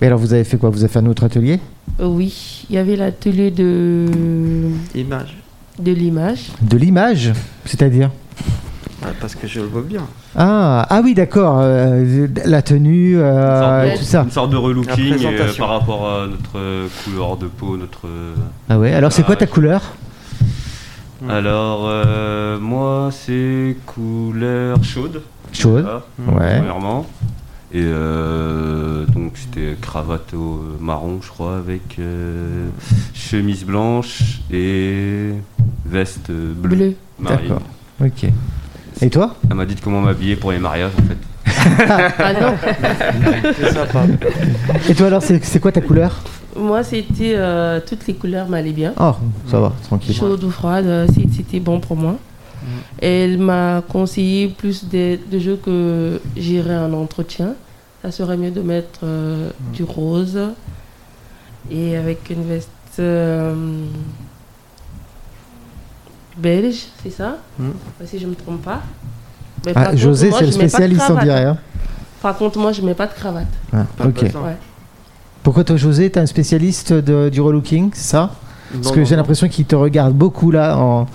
Speaker 2: Et alors vous avez fait quoi Vous avez fait un autre atelier
Speaker 3: Euh, oui, il y avait l'atelier de,
Speaker 6: Image.
Speaker 3: de l'image.
Speaker 2: De l'image, c'est-à-dire
Speaker 6: Bah, parce que je le vois bien.
Speaker 2: Ah, ah oui, d'accord. euh, la tenue, euh,
Speaker 3: Une sorte de-
Speaker 2: tout ça.
Speaker 5: Une sorte de relooking
Speaker 6: La
Speaker 5: euh,
Speaker 6: présentation.
Speaker 5: par rapport à notre euh, couleur de peau, notre. euh,
Speaker 2: Ah ouais. Alors c'est quoi ta couleur
Speaker 6: Mm.
Speaker 5: Alors, euh, moi, c'est couleur chaude.
Speaker 2: Chaude.
Speaker 5: Voilà,
Speaker 2: Euh, Ouais.
Speaker 5: Premièrement. Et euh, donc, c'était cravate au euh, marron, je crois, avec euh, chemise blanche et veste euh, bleue.
Speaker 3: Bleu.
Speaker 5: marine.
Speaker 2: D'accord. Ok. Et toi
Speaker 5: Elle m'a dit de comment m'habiller pour les mariages, en fait.
Speaker 3: Ah non,
Speaker 6: C'est sympa.
Speaker 2: Et toi alors c'est c'est quoi ta couleur
Speaker 3: moi c'était euh, toutes les couleurs m'allaient bien.
Speaker 2: Oh, ça va, tranquille.
Speaker 3: Chaude ou froide, euh, c'est- c'était bon pour moi.
Speaker 2: Mm.
Speaker 3: Elle m'a conseillé plus des, des jeux que j'irai en entretien. Ça serait mieux de mettre euh, du
Speaker 2: Mm.
Speaker 3: rose et avec une veste euh, belge, c'est ça
Speaker 6: Mm.
Speaker 3: Si je ne me trompe pas. Mais par
Speaker 2: Ah,
Speaker 3: contre,
Speaker 2: José,
Speaker 3: moi,
Speaker 2: c'est le
Speaker 3: je mets pas de
Speaker 2: spécialiste en
Speaker 3: cravate.
Speaker 2: dirait. hein.
Speaker 3: Par contre, moi, je mets pas de cravate.
Speaker 2: Ah,
Speaker 6: Pas
Speaker 2: ok.
Speaker 6: besoin.
Speaker 3: Ouais.
Speaker 2: Pourquoi toi, José, t'es un spécialiste de- du relooking, c'est ça Parce
Speaker 6: Non,
Speaker 2: que
Speaker 6: non,
Speaker 2: j'ai
Speaker 6: non.
Speaker 2: l'impression qu'il te regarde beaucoup là. En...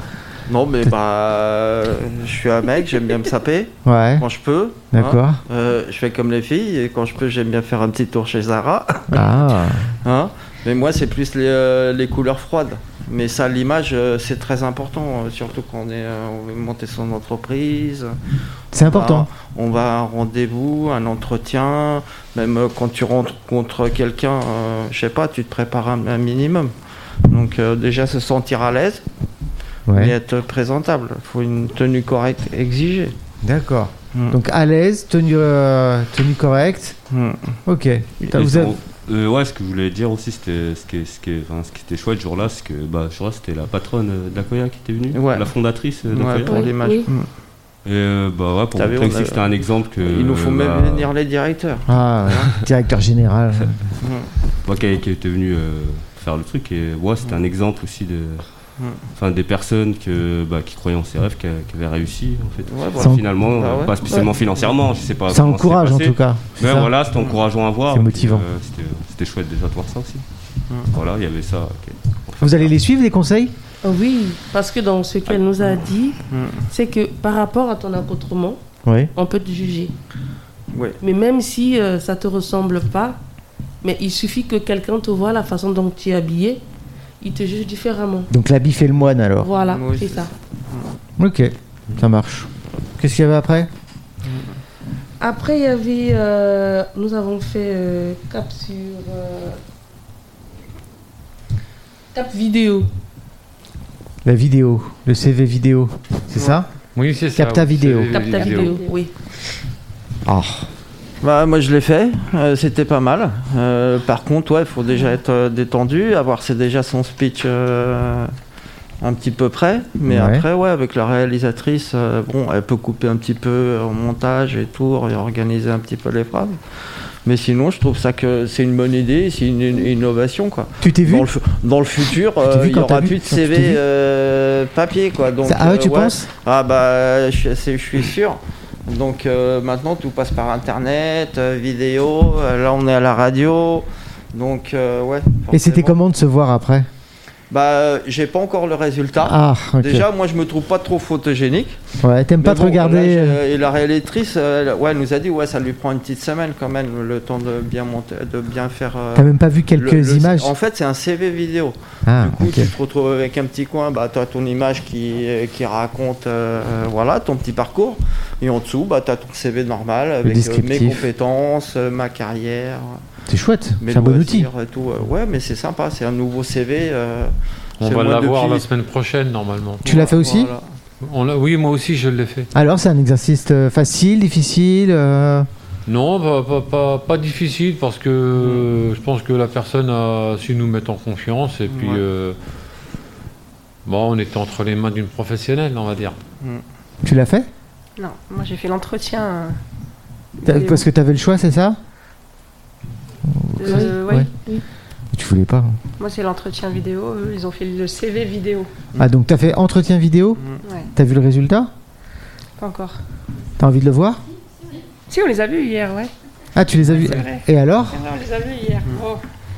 Speaker 6: Non, mais bah, euh, je suis un mec, j'aime bien me saper
Speaker 2: Ouais,
Speaker 6: quand je peux. hein.
Speaker 2: d'accord.
Speaker 6: Euh, je fais comme les filles, et quand je peux, j'aime bien faire un petit tour chez Zara.
Speaker 2: Ah,
Speaker 6: Hein mais moi, c'est plus les, euh, les couleurs froides. Mais ça, l'image, euh, c'est très important, euh, surtout quand on, est, euh, on veut monter son entreprise.
Speaker 2: c'est important.
Speaker 6: Bah, on va à un rendez-vous, un entretien, même euh, quand tu rentres contre quelqu'un, euh, je sais pas, tu te prépares un, un minimum. Donc euh, déjà se sentir à l'aise et
Speaker 2: Ouais.
Speaker 6: être présentable. Il faut une tenue correcte exigée.
Speaker 2: D'accord.
Speaker 6: Mm.
Speaker 2: Donc à l'aise, tenue, euh, tenue correcte.
Speaker 6: Mm.
Speaker 2: Ok. T'as-
Speaker 5: Et
Speaker 2: vous avez-
Speaker 5: sur- euh, ouais, ce que je voulais dire aussi, c'était ce qui, est- ce qui, est- enfin, ce qui était chouette ce jour-là, c'est que bah, je crois que c'était la patronne euh, d'Akoya qui était venue,
Speaker 6: Ouais.
Speaker 5: la fondatrice euh,
Speaker 6: Ouais,
Speaker 5: d'Akoya.
Speaker 6: pour
Speaker 3: Oui,
Speaker 6: l'image.
Speaker 3: oui.
Speaker 2: Hmm.
Speaker 6: Mm.
Speaker 5: Et euh, bah ouais, pour
Speaker 6: T'as vu,
Speaker 5: montrer
Speaker 6: on
Speaker 5: aussi
Speaker 6: a-
Speaker 5: que c'était un exemple que.
Speaker 6: Il nous faut
Speaker 5: euh,
Speaker 6: même
Speaker 5: bah,
Speaker 6: venir les directeurs.
Speaker 2: Ah, directeur général.
Speaker 5: Moi bah, qui, qui était venu euh, faire le truc, et ouais, c'était
Speaker 6: Mm.
Speaker 5: un exemple aussi de. Enfin, des personnes que, bah, qui croyaient en ses rêves, qui, qui avaient réussi, en fait.
Speaker 6: Ouais,
Speaker 2: voilà. Ça en-
Speaker 5: Finalement,
Speaker 6: Bah
Speaker 5: euh,
Speaker 6: ouais.
Speaker 5: pas spécialement financièrement, je sais pas.
Speaker 2: ça
Speaker 5: comment c'est
Speaker 2: encourage en
Speaker 5: passé.
Speaker 2: tout cas. c'est
Speaker 5: Ouais,
Speaker 2: ça
Speaker 5: voilà, c'était encourageant à voir.
Speaker 2: C'est
Speaker 5: et puis,
Speaker 2: motivant.
Speaker 5: euh, c'était- C'était chouette déjà de voir ça aussi.
Speaker 6: Mm.
Speaker 5: Voilà, il y avait ça. ok.
Speaker 2: Vous allez les suivre, les conseils
Speaker 3: Oui, parce que dans ce qu'elle nous a dit,
Speaker 6: Mm.
Speaker 3: c'est que par rapport à ton accoutrement,
Speaker 2: Oui.
Speaker 3: on peut te juger.
Speaker 6: Oui.
Speaker 3: Mais même si euh, ça te ressemble pas, mais il suffit que quelqu'un te voit la façon dont tu es habillé, il te juge différemment.
Speaker 2: Donc l'habit fait le moine alors.
Speaker 3: Voilà,
Speaker 6: Oui,
Speaker 3: c'est
Speaker 6: c'est
Speaker 3: ça.
Speaker 2: Ok, ça marche. Qu'est-ce qu'il y avait après
Speaker 3: Après, il y avait, euh, nous avons fait euh, cap sur euh, cap vidéo.
Speaker 2: La vidéo, le CV vidéo, c'est ça
Speaker 1: Oui, c'est ça.
Speaker 2: Capta
Speaker 1: oui,
Speaker 2: vidéo.
Speaker 1: c'est-
Speaker 3: Cap ta vidéo. Oui.
Speaker 2: Ah,
Speaker 6: Bah, moi je l'ai fait, euh, c'était pas mal. Euh, par contre, ouais, il faut déjà être euh, détendu, avoir c'est déjà son speech euh, un petit peu près. Mais
Speaker 2: Ouais.
Speaker 6: après, ouais, avec la réalisatrice, euh, bon, elle peut couper un petit peu euh, au montage et tout, et organiser un petit peu les phrases. Mais sinon, je trouve ça que c'est une bonne idée, c'est une, une innovation quoi.
Speaker 2: tu t'es vu
Speaker 6: Dans le, fu- dans le futur,
Speaker 2: t'es
Speaker 6: euh,
Speaker 2: vu
Speaker 6: il y
Speaker 2: quand t'as
Speaker 6: aura
Speaker 2: vu
Speaker 6: plus de
Speaker 2: Quand tu t'es
Speaker 6: CV
Speaker 2: vu
Speaker 6: euh, papier quoi. Donc,
Speaker 2: Ça- Ah ouais,
Speaker 6: euh,
Speaker 2: tu penses
Speaker 6: ah bah je, suis- c'est- je suis sûr. Donc euh, maintenant tout passe par internet, euh, vidéo, euh, là on est à la radio. Donc euh, ouais.
Speaker 2: Et c'était
Speaker 6: forcément.
Speaker 2: comment de se voir après
Speaker 6: Bah euh, j'ai pas encore le résultat.
Speaker 2: Ah, ok.
Speaker 6: Déjà moi je me trouve pas trop photogénique.
Speaker 2: ouais, t'aimes pas
Speaker 6: Mais
Speaker 2: te
Speaker 6: bon, là,
Speaker 2: regarder.
Speaker 6: j'ai-
Speaker 2: euh,
Speaker 6: et la réalisatrice euh, elle- ouais elle nous a dit ouais ça lui prend une petite semaine quand même le temps de bien monter, de bien faire. euh,
Speaker 2: T'as même pas vu
Speaker 6: le-
Speaker 2: quelques
Speaker 6: le-
Speaker 2: images
Speaker 6: En fait c'est un CV vidéo.
Speaker 2: Ah,
Speaker 6: Du coup,
Speaker 2: ok.
Speaker 6: tu te retrouves avec un petit coin, bah, tu as ton image qui, euh, qui raconte euh, voilà, ton petit parcours. Et en dessous, bah, tu as ton CV normal avec euh, mes
Speaker 2: descriptif.
Speaker 6: compétences, euh, ma carrière,
Speaker 2: C'est chouette,
Speaker 6: mes
Speaker 2: c'est un bon outil.
Speaker 6: loisirs et tout. Euh, Ouais, mais c'est sympa, c'est un nouveau CV. euh,
Speaker 1: On
Speaker 6: c'est
Speaker 1: va
Speaker 6: moi
Speaker 1: l'avoir
Speaker 6: depuis-
Speaker 1: la semaine prochaine, normalement.
Speaker 2: Tu l'as fait aussi
Speaker 6: Voilà.
Speaker 1: On l'a- oui, moi aussi, je l'ai fait.
Speaker 2: Alors, c'est un exercice euh, facile, difficile euh,
Speaker 1: Non, pas, pas, pas- pas difficile parce que euh, je pense que la personne a su nous mettre en confiance et puis
Speaker 6: Ouais.
Speaker 1: euh, bon, on était entre les mains d'une professionnelle, on va dire.
Speaker 2: Tu l'as fait
Speaker 4: Non, moi j'ai fait l'entretien. euh,
Speaker 2: T'as-
Speaker 4: Oui.
Speaker 2: Parce que t'avais le choix, c'est ça
Speaker 4: euh, ouais.
Speaker 2: Ouais. Tu voulais pas. hein.
Speaker 4: Moi c'est l'entretien vidéo, eux, ils ont fait le CV vidéo.
Speaker 6: Mm.
Speaker 2: Ah, donc t'as fait entretien vidéo
Speaker 1: Hum.
Speaker 4: Ouais,
Speaker 2: T'as vu le résultat
Speaker 4: pas encore.
Speaker 2: T'as envie de le voir
Speaker 4: Si, on les a vus hier, ouais.
Speaker 2: Ah, tu les as vus
Speaker 4: C'est vrai.
Speaker 2: Et alors
Speaker 4: C'est vrai, on les a
Speaker 1: Hum.
Speaker 4: vus hier. Oh,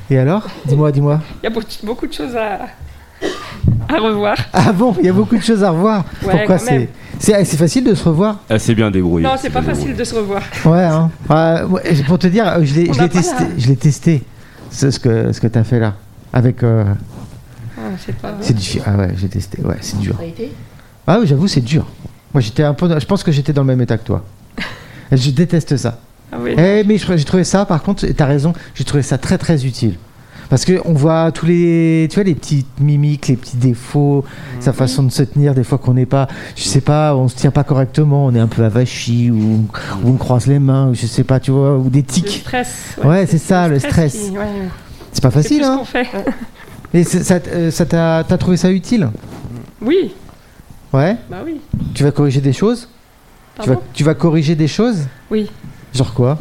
Speaker 2: Et alors Dis-moi, dis-moi.
Speaker 4: Il y a beaucoup- beaucoup de choses à, à à revoir.
Speaker 2: Ah bon, il y a beaucoup de choses à revoir.
Speaker 4: Ouais,
Speaker 2: Pourquoi
Speaker 4: quand même.
Speaker 2: c'est c'est c'est facile de se revoir
Speaker 5: Elle s'est bien débrouillée.
Speaker 4: Non, c'est pas facile de se revoir.
Speaker 2: Ouais. hein. Ouais, ouais, pour te dire, je l'ai
Speaker 4: On
Speaker 2: je
Speaker 4: n'a
Speaker 2: l'ai
Speaker 4: pas
Speaker 2: testé,
Speaker 4: la-
Speaker 2: je l'ai testé. C'est ce que ce que t'as fait là avec. euh,
Speaker 4: Ouais, c'est pas...
Speaker 2: c'est du ah ouais, j'ai testé. Ouais, c'est dur.
Speaker 3: Ça a été
Speaker 2: Ah oui, j'avoue, c'est dur. Moi, j'étais un peu. dans- Je pense que j'étais dans le même état que toi. je déteste ça.
Speaker 4: Ah oui.
Speaker 2: Eh, mais je- j'ai trouvé ça, par contre, et t'as raison, j'ai trouvé ça très très utile. Parce qu'on voit tous les, tu vois, les petites mimiques, les petits défauts, sa façon de se tenir, des fois qu'on n'est pas, je sais pas, on se tient pas correctement, on est un peu avachi, ou, ou on croise les mains, ou je sais pas, tu vois, ou des
Speaker 4: Le
Speaker 2: tics.
Speaker 4: stress.
Speaker 2: Ouais, c'est ça, le stress.
Speaker 4: qui- ouais, ouais.
Speaker 2: C'est pas
Speaker 4: C'est
Speaker 2: facile,
Speaker 4: plus ce
Speaker 2: hein
Speaker 4: qu'on fait.
Speaker 2: Mais c'est- ça t- euh, ça t'a t'as trouvé ça utile
Speaker 4: *laughs* Oui,
Speaker 2: Ouais
Speaker 4: bah oui.
Speaker 2: Tu vas corriger des choses tu vas,
Speaker 4: Pardon
Speaker 2: tu vas corriger des choses
Speaker 4: Oui.
Speaker 2: Genre quoi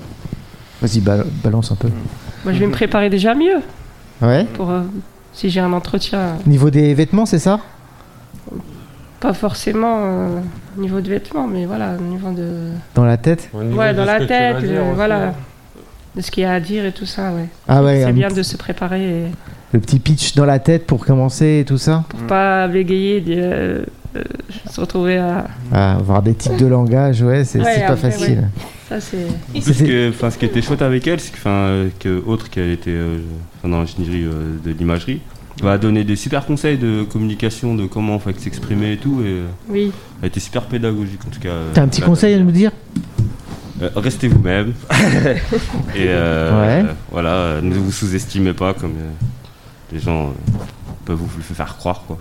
Speaker 2: Vas-y, bal- balance un peu.
Speaker 4: Moi, je vais me préparer déjà mieux
Speaker 2: Ouais
Speaker 4: pour euh, si j'ai un entretien.
Speaker 2: Niveau des vêtements, c'est ça
Speaker 4: Pas forcément euh, au niveau de vêtements, mais voilà, au niveau de.
Speaker 2: Dans la tête
Speaker 1: Au niveau
Speaker 4: ouais,
Speaker 1: de ce
Speaker 4: dans
Speaker 1: que
Speaker 4: la
Speaker 1: tu vas
Speaker 4: tête,
Speaker 1: dire
Speaker 4: euh,
Speaker 1: aussi. hein.
Speaker 4: voilà. De ce qu'il y a à dire et tout ça, ouais.
Speaker 2: Ah ouais,
Speaker 4: c'est
Speaker 2: un-
Speaker 4: bien de se préparer et-
Speaker 2: le petit pitch dans la tête pour commencer et tout ça.
Speaker 1: Mm.
Speaker 4: pour pas bégayer, de, euh, euh, se retrouver à.
Speaker 2: Ah, avoir des tics de langage, ouais, c'est
Speaker 4: Ouais,
Speaker 2: c'est pas
Speaker 4: après,
Speaker 2: facile.
Speaker 4: Ça, c'est.
Speaker 5: En plus, ce,
Speaker 2: C'était-
Speaker 5: que- enfin, ce qui était chouette avec elle, c'est que, enfin, euh, que autre qu'elle était euh, enfin, dans l'ingénierie euh, de l'imagerie, bah, elle a donné des super conseils de communication, de comment faut s'exprimer et tout. Et, euh,
Speaker 4: Oui.
Speaker 5: elle était super pédagogique en tout cas. euh,
Speaker 2: T'as un petit
Speaker 5: là,
Speaker 2: conseil à nous dire
Speaker 5: Euh, Restez vous-même.
Speaker 2: *laughs*
Speaker 5: et euh,
Speaker 2: Ouais.
Speaker 5: euh, voilà, euh, ne vous sous-estimez pas comme euh, les gens euh, peuvent vous le faire croire. Quoi.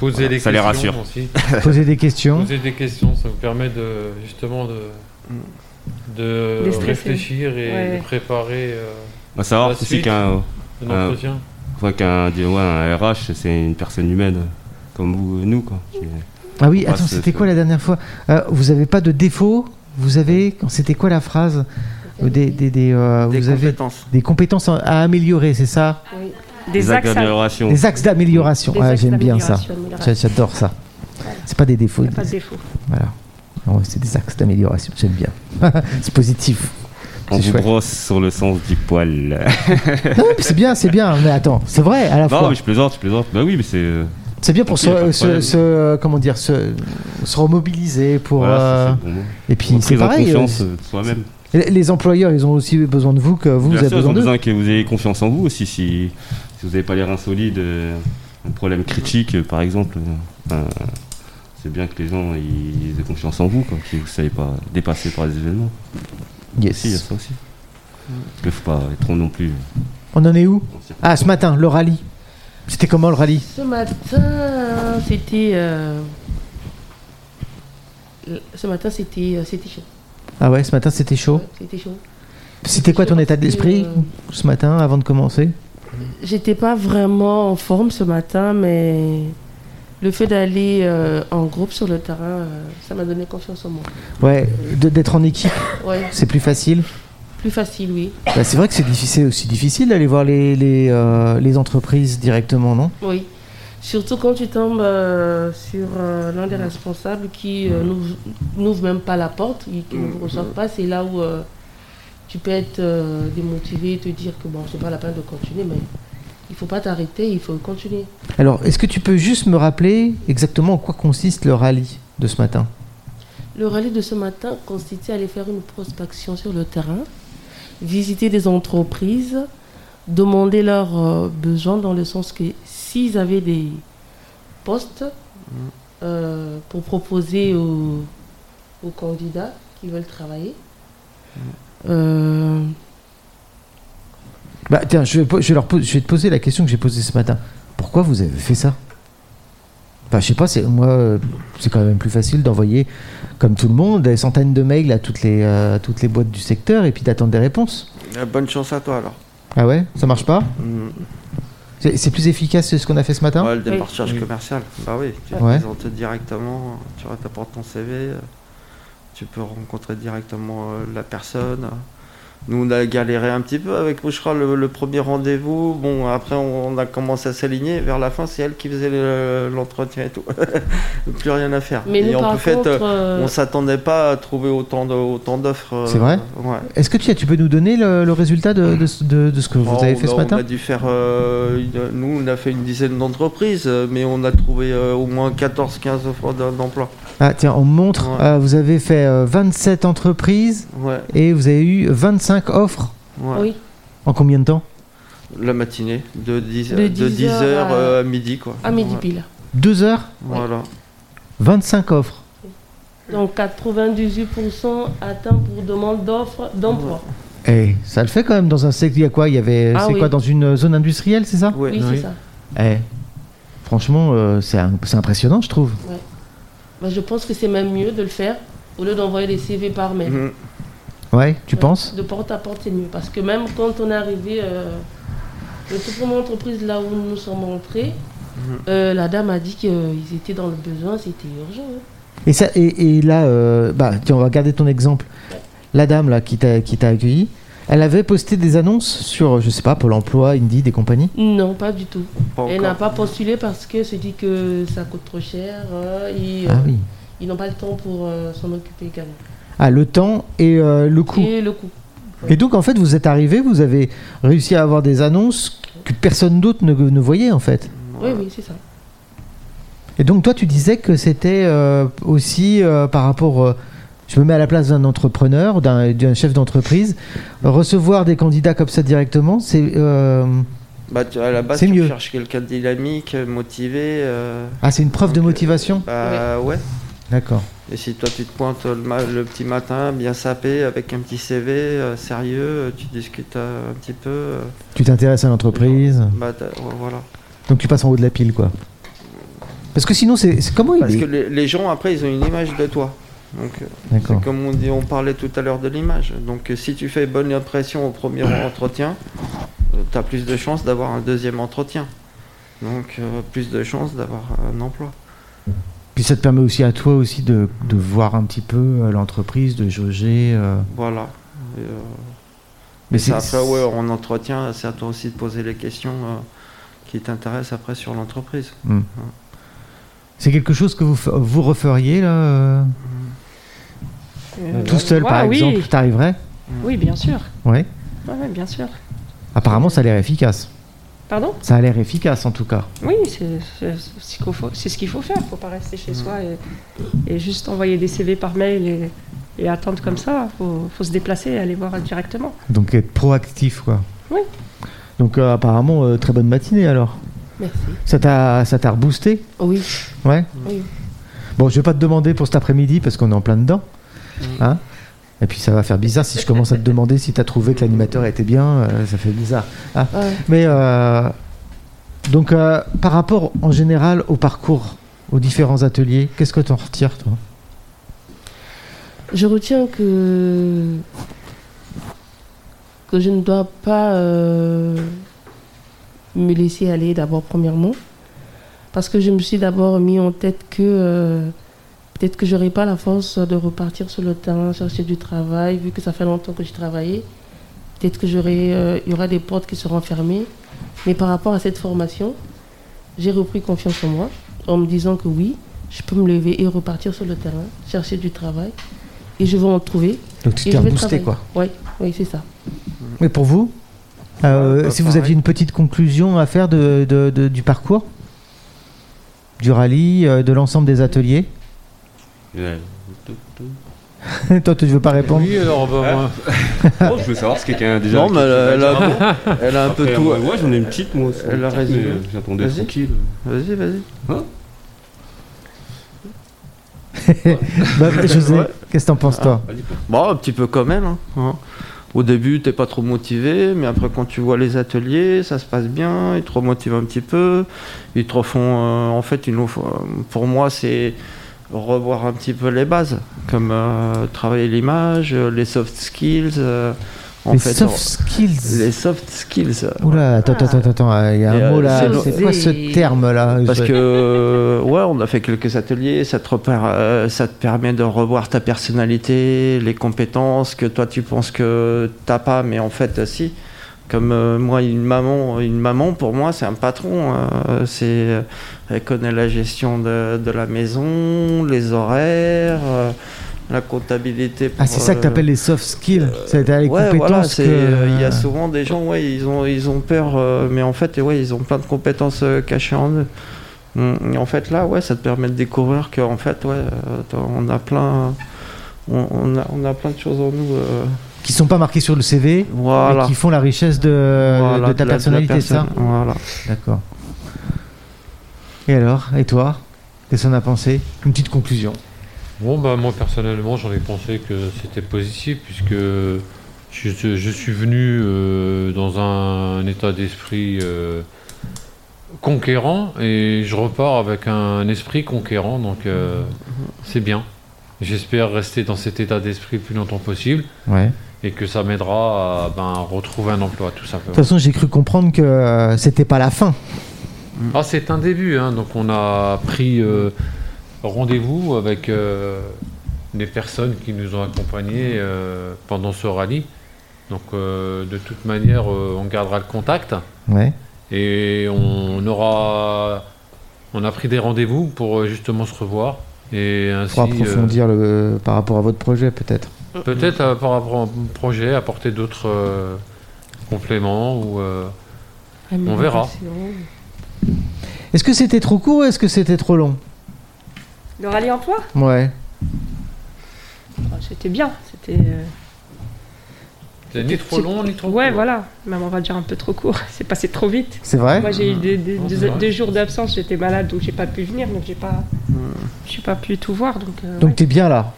Speaker 1: Poser
Speaker 5: Voilà,
Speaker 1: des
Speaker 5: ça les
Speaker 1: questions
Speaker 5: rassure.
Speaker 1: aussi.
Speaker 2: *laughs* Poser des questions.
Speaker 1: Poser des questions, ça vous permet de justement de, de
Speaker 4: Déstresser.
Speaker 1: réfléchir et
Speaker 4: Ouais.
Speaker 1: de préparer euh,
Speaker 5: À savoir
Speaker 1: La
Speaker 5: aussi
Speaker 1: suite.
Speaker 5: qu'un
Speaker 1: un
Speaker 5: Euh,
Speaker 1: entretien.
Speaker 5: enfin, qu'un di- ouais, un RH, c'est une personne humaine, comme vous, euh, nous. Quoi. Qui-
Speaker 2: Ah oui,
Speaker 5: Ah,
Speaker 2: attends,
Speaker 5: c'est-
Speaker 2: c'était quoi la dernière fois Euh, Vous avez pas de défaut Vous avez. C'était quoi la phrase des, des, des, euh,
Speaker 6: Des
Speaker 2: Vous avez
Speaker 6: compétences.
Speaker 2: des compétences en- à améliorer, c'est ça
Speaker 4: Des axes à-
Speaker 5: d'amélioration.
Speaker 2: Des axes d'amélioration.
Speaker 4: des
Speaker 2: Ouais,
Speaker 4: axes
Speaker 2: J'aime bien ça.
Speaker 4: d'amélioration, amélioration.
Speaker 2: J'a- J'adore ça. C'est pas des défauts.
Speaker 4: Y a Pas de défaut.
Speaker 2: Voilà. Non, c'est des axes d'amélioration. J'aime bien. *laughs* c'est positif.
Speaker 5: On
Speaker 2: C'est
Speaker 5: vous
Speaker 2: chouette.
Speaker 5: brosse sur le sens du poil.
Speaker 2: Non, mais c'est bien, c'est bien. Mais attends, c'est vrai à la
Speaker 5: non,
Speaker 2: fois.
Speaker 5: mais je plaisante, je plaisante. Bah oui, mais c'est. euh,
Speaker 2: C'est bien pour
Speaker 5: Ok, y a pas
Speaker 2: se,
Speaker 5: de
Speaker 2: se-
Speaker 5: problème.
Speaker 2: se- euh, comment dire, se, se remobiliser pour.
Speaker 5: voilà,
Speaker 2: euh,
Speaker 5: c'est- c'est le bon mot.
Speaker 2: et puis c'est
Speaker 5: Prise en
Speaker 2: pareil.
Speaker 5: confiance
Speaker 2: euh,
Speaker 5: euh, de soi-même.
Speaker 2: les- les employeurs, ils ont aussi besoin de vous que vous
Speaker 5: Bien
Speaker 2: avez
Speaker 5: sûr, ils ont
Speaker 2: besoin d'eux.
Speaker 5: besoin que vous ayez confiance en vous aussi. Si, si vous n'avez pas les reins solides, euh, un problème critique, euh, par exemple, euh, euh, c'est bien que les gens ils, aient confiance en vous, quoi, que vous ne savez pas dépasser par les événements. Si, il y a
Speaker 2: Yes.
Speaker 5: ça aussi.
Speaker 2: Mm.
Speaker 5: Parce qu'il ne faut pas être trop non plus. euh,
Speaker 2: On en est où
Speaker 5: en circonstance.
Speaker 2: Ah, ce matin, le rallye. C'était comment le rallye
Speaker 3: Ce matin, c'était. euh, Ce matin, c'était euh, c'était chaud.
Speaker 2: Ah ouais, ce matin c'était chaud.
Speaker 3: Ouais, C'était chaud.
Speaker 2: C'était quoi ton état
Speaker 3: Parce que,
Speaker 2: d'esprit
Speaker 3: euh,
Speaker 2: ce matin avant de commencer
Speaker 3: J'étais pas vraiment en forme ce matin, mais le fait d'aller euh, en groupe sur le terrain, euh, ça m'a donné confiance en moi.
Speaker 2: Ouais, de- d'être en équipe,
Speaker 3: Ouais,
Speaker 2: c'est plus facile.
Speaker 3: plus facile, oui.
Speaker 2: Bah, c'est vrai que c'est difficile, aussi difficile d'aller voir les, les, euh, les entreprises directement, non
Speaker 3: Oui. Surtout quand tu tombes euh, sur euh, l'un des responsables qui euh, n'ouvre- n'ouvre même pas la porte, qui qui ne vous reçoit pas, c'est là où euh, tu peux être euh, démotivé et te dire que bon, c'est pas la peine de continuer, mais il faut pas t'arrêter, il faut continuer.
Speaker 2: Alors, est-ce que tu peux juste me rappeler exactement en quoi consiste le rallye de ce matin
Speaker 3: Le rallye de ce matin consistait à aller faire une prospection sur le terrain, visiter des entreprises, demander leurs euh, besoins dans le sens que s'ils avaient des postes
Speaker 6: Mm.
Speaker 3: euh, pour proposer aux, aux candidats qui veulent travailler.
Speaker 6: Mm.
Speaker 3: Euh,
Speaker 2: Bah tiens, je vais, po- je vais leur po- je vais te poser la question que j'ai posée ce matin. Pourquoi vous avez fait ça Enfin, je sais pas, c'est moi, euh, c'est quand même plus facile d'envoyer, comme tout le monde, des centaines de mails à toutes les, euh, à toutes les boîtes du secteur et puis d'attendre des réponses.
Speaker 6: Euh, Bonne chance à toi alors.
Speaker 2: Ah ouais Ça marche pas
Speaker 6: Mm.
Speaker 2: C'est c'est plus efficace que ce qu'on a fait ce matin
Speaker 6: Ouais, le démarchage
Speaker 1: Oui.
Speaker 6: commercial. Bah oui, tu te
Speaker 2: Ouais.
Speaker 6: présentes directement, tu apportes ton CV, euh, tu peux rencontrer directement euh, la personne, Nous, on a galéré un petit peu avec Bouchra le, le premier rendez-vous. Bon, après, on, on a commencé à s'aligner. Vers la fin, c'est elle qui faisait le- l'entretien et tout. *laughs* Plus rien à faire.
Speaker 3: Mais
Speaker 6: et
Speaker 3: nous,
Speaker 6: en
Speaker 3: par
Speaker 6: fait,
Speaker 3: contre,
Speaker 6: euh,
Speaker 3: euh,
Speaker 6: on s'attendait pas à trouver autant de- autant d'offres. euh,
Speaker 2: C'est vrai
Speaker 6: Ouais.
Speaker 2: Est-ce que tu, tu peux nous donner le, le résultat de, de ce- de- de ce que vous
Speaker 6: Oh,
Speaker 2: avez fait
Speaker 6: on
Speaker 2: ce
Speaker 6: a- On
Speaker 2: matin
Speaker 6: a dû faire. euh, une- nous, on a fait une dizaine d'entreprises, euh, mais on a trouvé euh, au moins 14-15 offres d'un- d'emploi.
Speaker 2: Ah tiens, on montre,
Speaker 6: Ouais.
Speaker 2: euh, vous avez fait euh, 27 entreprises
Speaker 6: Ouais,
Speaker 2: et vous avez eu 25 offres
Speaker 6: ouais.
Speaker 3: Oui,
Speaker 2: en combien de temps
Speaker 6: La matinée, de 10h
Speaker 3: De
Speaker 6: de
Speaker 3: 10 heures
Speaker 6: 10 heures, euh, à midi, quoi.
Speaker 3: à midi
Speaker 6: Ouais,
Speaker 3: pile.
Speaker 2: Deux heures
Speaker 6: Voilà.
Speaker 2: 25 offres.
Speaker 3: Donc 98% atteint pour demande d'offres d'emploi.
Speaker 2: Eh, ça le fait quand même dans un secteur. Il y a quoi Il y avait,
Speaker 3: Ah
Speaker 2: c'est
Speaker 3: oui.
Speaker 2: quoi dans une zone industrielle, c'est ça
Speaker 6: Ouais.
Speaker 3: Oui,
Speaker 1: Oui.
Speaker 3: c'est ça.
Speaker 2: Eh, franchement, euh, c'est un- c'est impressionnant, je trouve.
Speaker 3: Bah, je pense que c'est même mieux de le faire au lieu d'envoyer des CV par mail.
Speaker 6: Mhm.
Speaker 2: Ouais, tu penses
Speaker 3: De porte à porte, c'est mieux. Parce que même quand on est arrivé, euh, le tout premier entreprise là où nous sommes entrés, euh, la dame a dit qu'ils étaient dans le besoin, c'était urgent. hein.
Speaker 2: Et, ça, et, et là, euh, bah, tiens, on va garder ton exemple. La dame là, qui t'a qui t'a accueilli, elle avait posté des annonces sur, je sais pas, Pôle emploi, Indeed et compagnie.
Speaker 3: Non, pas du tout.
Speaker 6: Pas
Speaker 3: Elle n'a
Speaker 6: encore.
Speaker 3: pas postulé parce qu'elle se dit que ça coûte trop cher euh, et euh,
Speaker 2: Ah oui.
Speaker 3: ils n'ont pas le temps pour euh, s'en occuper également.
Speaker 2: Ah, le temps et euh, le coût.
Speaker 3: Et le coût.
Speaker 2: Et donc, en fait, vous êtes arrivé, vous avez réussi à avoir des annonces que personne d'autre ne, ne voyait, en fait.
Speaker 3: Oui, oui, c'est ça.
Speaker 2: Et donc, toi, tu disais que c'était euh, aussi euh, par rapport. euh, je me mets à la place d'un entrepreneur, d'un d'un chef d'entreprise. Recevoir des candidats comme ça directement, c'est. euh,
Speaker 6: Bah, tu- à la base,
Speaker 2: C'est
Speaker 6: tu
Speaker 2: mieux.
Speaker 6: cherches quelqu'un de dynamique, motivé. euh,
Speaker 2: Ah, c'est une preuve de
Speaker 6: Donc, euh,
Speaker 2: motivation
Speaker 6: bah, ouais.
Speaker 2: D'accord.
Speaker 6: Et si toi, tu te pointes le, ma- le petit matin, bien sapé, avec un petit CV euh, sérieux, euh, tu discutes euh, un petit peu. euh,
Speaker 2: Tu t'intéresses à l'entreprise.
Speaker 6: bah, t'as- ouais, voilà.
Speaker 2: Donc, tu passes en haut de la pile, quoi. Parce que sinon, c'est. c'est- Comment il
Speaker 6: Parce
Speaker 2: est
Speaker 6: que les, les gens, après, ils ont une image de toi. Donc, euh,
Speaker 2: D'accord.
Speaker 6: c'est comme on, dit, on parlait tout à l'heure de l'image. Donc, euh, si tu fais bonne impression au *coughs* premier entretien, tu as plus de chances d'avoir un deuxième entretien. Donc, euh, plus de chances d'avoir un emploi.
Speaker 2: Puis ça te permet aussi à toi aussi de, de voir un petit peu euh, l'entreprise, de jauger. euh.
Speaker 6: Voilà. Et, euh,
Speaker 2: Mais
Speaker 6: Ça, après, ouais, en entretien, c'est à toi aussi de poser les questions euh, qui t'intéressent après sur l'entreprise.
Speaker 2: c'est quelque chose que vous, f- vous referiez là, euh,
Speaker 4: Euh,
Speaker 2: tout seul
Speaker 4: ouais,
Speaker 2: par
Speaker 4: oui.
Speaker 2: exemple, t'arriverais
Speaker 4: Oui, bien sûr.
Speaker 2: Ouais.
Speaker 4: Ouais, ouais, bien sûr.
Speaker 2: Apparemment, ça a l'air efficace.
Speaker 4: Pardon
Speaker 2: Ça a l'air efficace en tout cas.
Speaker 4: Oui, c'est c'est- c'est ce qu'il faut, c'est ce qu'il faut faire. Il ne faut pas rester chez soi et, et juste envoyer des CV par mail et, et attendre comme ça. Il faut, faut se déplacer et aller voir directement.
Speaker 2: Donc être proactif quoi.
Speaker 4: Oui.
Speaker 2: Donc euh, apparemment euh, très bonne matinée alors.
Speaker 3: Merci.
Speaker 2: Ça t'a ça t'a reboosté
Speaker 3: Oui.
Speaker 2: Ouais.
Speaker 3: Oui.
Speaker 2: Bon, je vais pas te demander pour cet après-midi parce qu'on est en plein dedans.
Speaker 3: Mm.
Speaker 2: Hein et puis ça va faire bizarre si je commence à te demander si t'as trouvé que l'animateur était bien, euh, ça fait bizarre. Ah.
Speaker 3: Ouais.
Speaker 2: Mais euh, donc, euh, par rapport en général au parcours, aux différents ateliers, qu'est-ce que tu en retires, toi
Speaker 3: Je retiens que que je ne dois pas euh, me laisser aller d'abord premièrement parce que je me suis d'abord mis en tête que euh, peut-être que j'aurais pas la force de repartir sur le terrain chercher du travail vu que ça fait longtemps que j'ai travaillé peut-être que j'aurai euh, il y aura des portes qui seront fermées mais par rapport à cette formation j'ai repris confiance en moi en me disant que oui je peux me lever et repartir sur le terrain chercher du travail et je vais en trouver
Speaker 2: Donc, tu
Speaker 3: et
Speaker 2: t'es
Speaker 3: je vais
Speaker 2: reboosté,
Speaker 3: travailler.
Speaker 2: quoi.
Speaker 3: oui oui c'est ça
Speaker 2: Mais pour vous, euh,
Speaker 6: Ouais,
Speaker 2: si vous
Speaker 6: bah, pareil.
Speaker 2: aviez une petite conclusion à faire de, de- de- du parcours, du rallye, euh, de l'ensemble des ateliers *laughs*
Speaker 6: *laughs*
Speaker 7: Ouais.
Speaker 2: Toi, tu ne veux pas répondre
Speaker 1: Oui, alors, bah,
Speaker 4: Ah.
Speaker 5: Ouais.
Speaker 1: moi,
Speaker 5: Oh, je veux savoir si quelqu'un a déjà.
Speaker 6: Non, mais elle, elle
Speaker 5: Ah
Speaker 6: a,
Speaker 5: bon
Speaker 6: *laughs* elle a un
Speaker 5: Après,
Speaker 6: peu tout.
Speaker 5: moi, ouais, j'en ai une petite, moi. aussi.
Speaker 6: Elle a
Speaker 5: Mais
Speaker 6: résumé.
Speaker 5: J'attendais
Speaker 6: Vas-y.
Speaker 5: tranquille. euh,
Speaker 6: Vas-y, vas-y. *laughs*
Speaker 2: Bah, José, qu'est-ce que t'en penses, toi
Speaker 5: Vas-y,
Speaker 6: Bon, un petit peu quand même. hein, hein. Au début, t'es pas trop motivé, mais après, quand tu vois les ateliers, ça se passe bien, ils te remotivent un petit peu. Ils te refont. euh, en fait, ils nous font- pour moi, c'est revoir un petit peu les bases, comme euh, travailler l'image, euh, les soft skills, euh, En
Speaker 2: Les
Speaker 6: fait,
Speaker 2: soft
Speaker 6: on-
Speaker 2: skills.
Speaker 6: les soft skills.
Speaker 2: Oula, attends, attends, attends, attends, euh, il y a un
Speaker 6: Et, euh,
Speaker 2: mot là.
Speaker 6: c'est-
Speaker 2: C'est quoi ce terme là
Speaker 6: Parce que, euh, ouais, on a fait quelques ateliers, ça te, repère, euh, ça te permet de revoir ta personnalité, les compétences que toi tu penses que t'as pas, mais en fait, euh, si. Comme euh, moi, une maman, une maman, pour moi, c'est un patron. euh, c'est, euh, elle connaît la gestion de, de la maison, les horaires, euh, la comptabilité.
Speaker 2: Ah,
Speaker 6: pour,
Speaker 2: c'est ça que
Speaker 6: euh,
Speaker 2: t'appelles les soft skills C'est-à-dire les
Speaker 6: Ouais,
Speaker 2: compétences
Speaker 6: voilà, c'est,
Speaker 2: que...
Speaker 6: euh, il y a souvent des gens, ouais, ils ont, ils ont peur, euh, mais en fait, ouais, ils ont plein de compétences euh, cachées en eux. Mm, et En fait, là, ouais, ça te permet de découvrir que, en fait, ouais, euh, t'as- on a plein, on, on a, on a plein de choses en nous. euh,
Speaker 2: Qui sont pas marquées sur le CV
Speaker 6: voilà.
Speaker 2: et qui font la richesse de,
Speaker 6: Voilà,
Speaker 2: de ta
Speaker 6: la-
Speaker 2: personnalité, c'est
Speaker 6: personne, Voilà.
Speaker 2: ça D'accord. Et alors Et toi Qu'est-ce qu'on a pensé Une petite conclusion.
Speaker 1: Bon, bah, moi personnellement, j'en ai pensé que c'était positif puisque je, je suis venu euh, dans un, état d'esprit euh, conquérant et je repars avec un esprit conquérant, donc euh, c'est bien. J'espère rester dans cet état d'esprit le plus longtemps possible
Speaker 2: Ouais.
Speaker 1: et que ça m'aidera à ben, retrouver un emploi, tout
Speaker 2: De
Speaker 1: simplement.
Speaker 2: toute façon, j'ai cru comprendre que euh, c'était pas la fin.
Speaker 1: Ah, c'est un début, hein. donc on a pris euh, rendez-vous avec euh, les personnes qui nous ont accompagnés euh, pendant ce rallye. Donc euh, de toute manière, euh, on gardera le contact
Speaker 2: Ouais.
Speaker 1: et on aura, on a pris des rendez-vous pour euh, justement se revoir et ainsi
Speaker 6: euh,
Speaker 2: Pour approfondir le, par rapport à votre projet, peut-être.
Speaker 1: euh, peut-être euh, par rapport au projet apporter d'autres euh, compléments ou euh, On verra.
Speaker 2: Est-ce que c'était trop court ou est-ce que c'était trop long
Speaker 4: Le rallye emploi
Speaker 2: Ouais.
Speaker 4: Enfin, Ah, C'était bien. C'était. euh,
Speaker 1: c'est ni trop long ni trop
Speaker 4: Ouais,
Speaker 1: court.
Speaker 4: voilà. Même on va dire un peu trop court. *laughs* C'est passé trop vite.
Speaker 2: C'est vrai
Speaker 4: Moi, j'ai eu des, des-
Speaker 1: Non,
Speaker 4: des-
Speaker 1: c'est vrai.
Speaker 4: des jours d'absence. J'étais malade, donc j'ai pas pu venir, donc j'ai pas, j'ai pas pu tout voir. Donc. euh,
Speaker 2: Donc
Speaker 4: ouais.
Speaker 2: t'es bien là.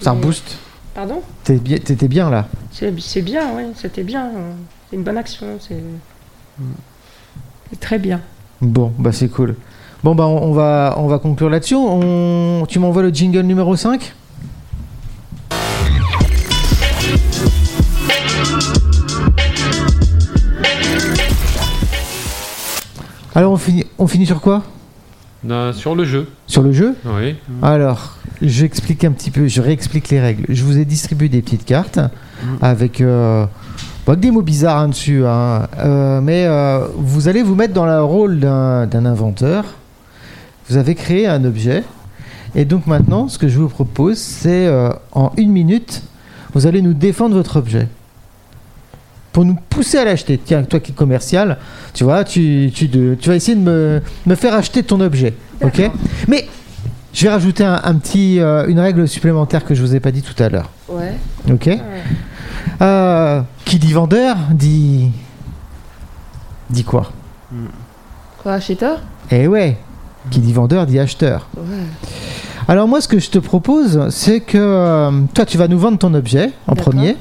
Speaker 2: C'est un
Speaker 4: Mais-
Speaker 2: boost.
Speaker 4: Pardon.
Speaker 2: T'es bi- T'étais bien là.
Speaker 4: C'est c'est bien, oui. C'était bien. euh, C'est une bonne action. C'est. C'est très bien.
Speaker 2: Bon, bah c'est cool. Bon, bah on on va, on va conclure là-dessus. On... Tu m'envoies le jingle numéro 5 Alors on finit, on finit sur quoi
Speaker 1: Euh, sur le jeu,
Speaker 2: Sur le jeu
Speaker 1: oui.
Speaker 2: Alors, j'explique un petit peu, je réexplique les règles. Je vous ai distribué des petites cartes avec, euh, bon, avec des mots bizarres hein, dessus. hein. Euh, mais euh, vous allez vous mettre dans le rôle d'un d'un inventeur. Vous avez créé un objet. Et donc maintenant, ce que je vous propose, c'est euh, en une minute, vous allez nous défendre votre objet. Pour nous pousser à l'acheter. Tiens, toi qui es commercial, tu vois, tu, tu, de- tu vas essayer de me, me faire acheter ton objet. Ok Mais je vais rajouter un, un petit, euh, une règle supplémentaire que je vous ai pas dit tout à l'heure.
Speaker 3: Ouais.
Speaker 2: Ok Euh, Qui dit vendeur dit. dit quoi
Speaker 3: Quoi, acheteur
Speaker 2: Eh ouais Qui dit vendeur dit acheteur.
Speaker 3: Ouais.
Speaker 2: Alors moi, ce que je te propose, c'est que euh, toi, tu vas nous vendre ton objet en
Speaker 3: D'accord.
Speaker 2: premier.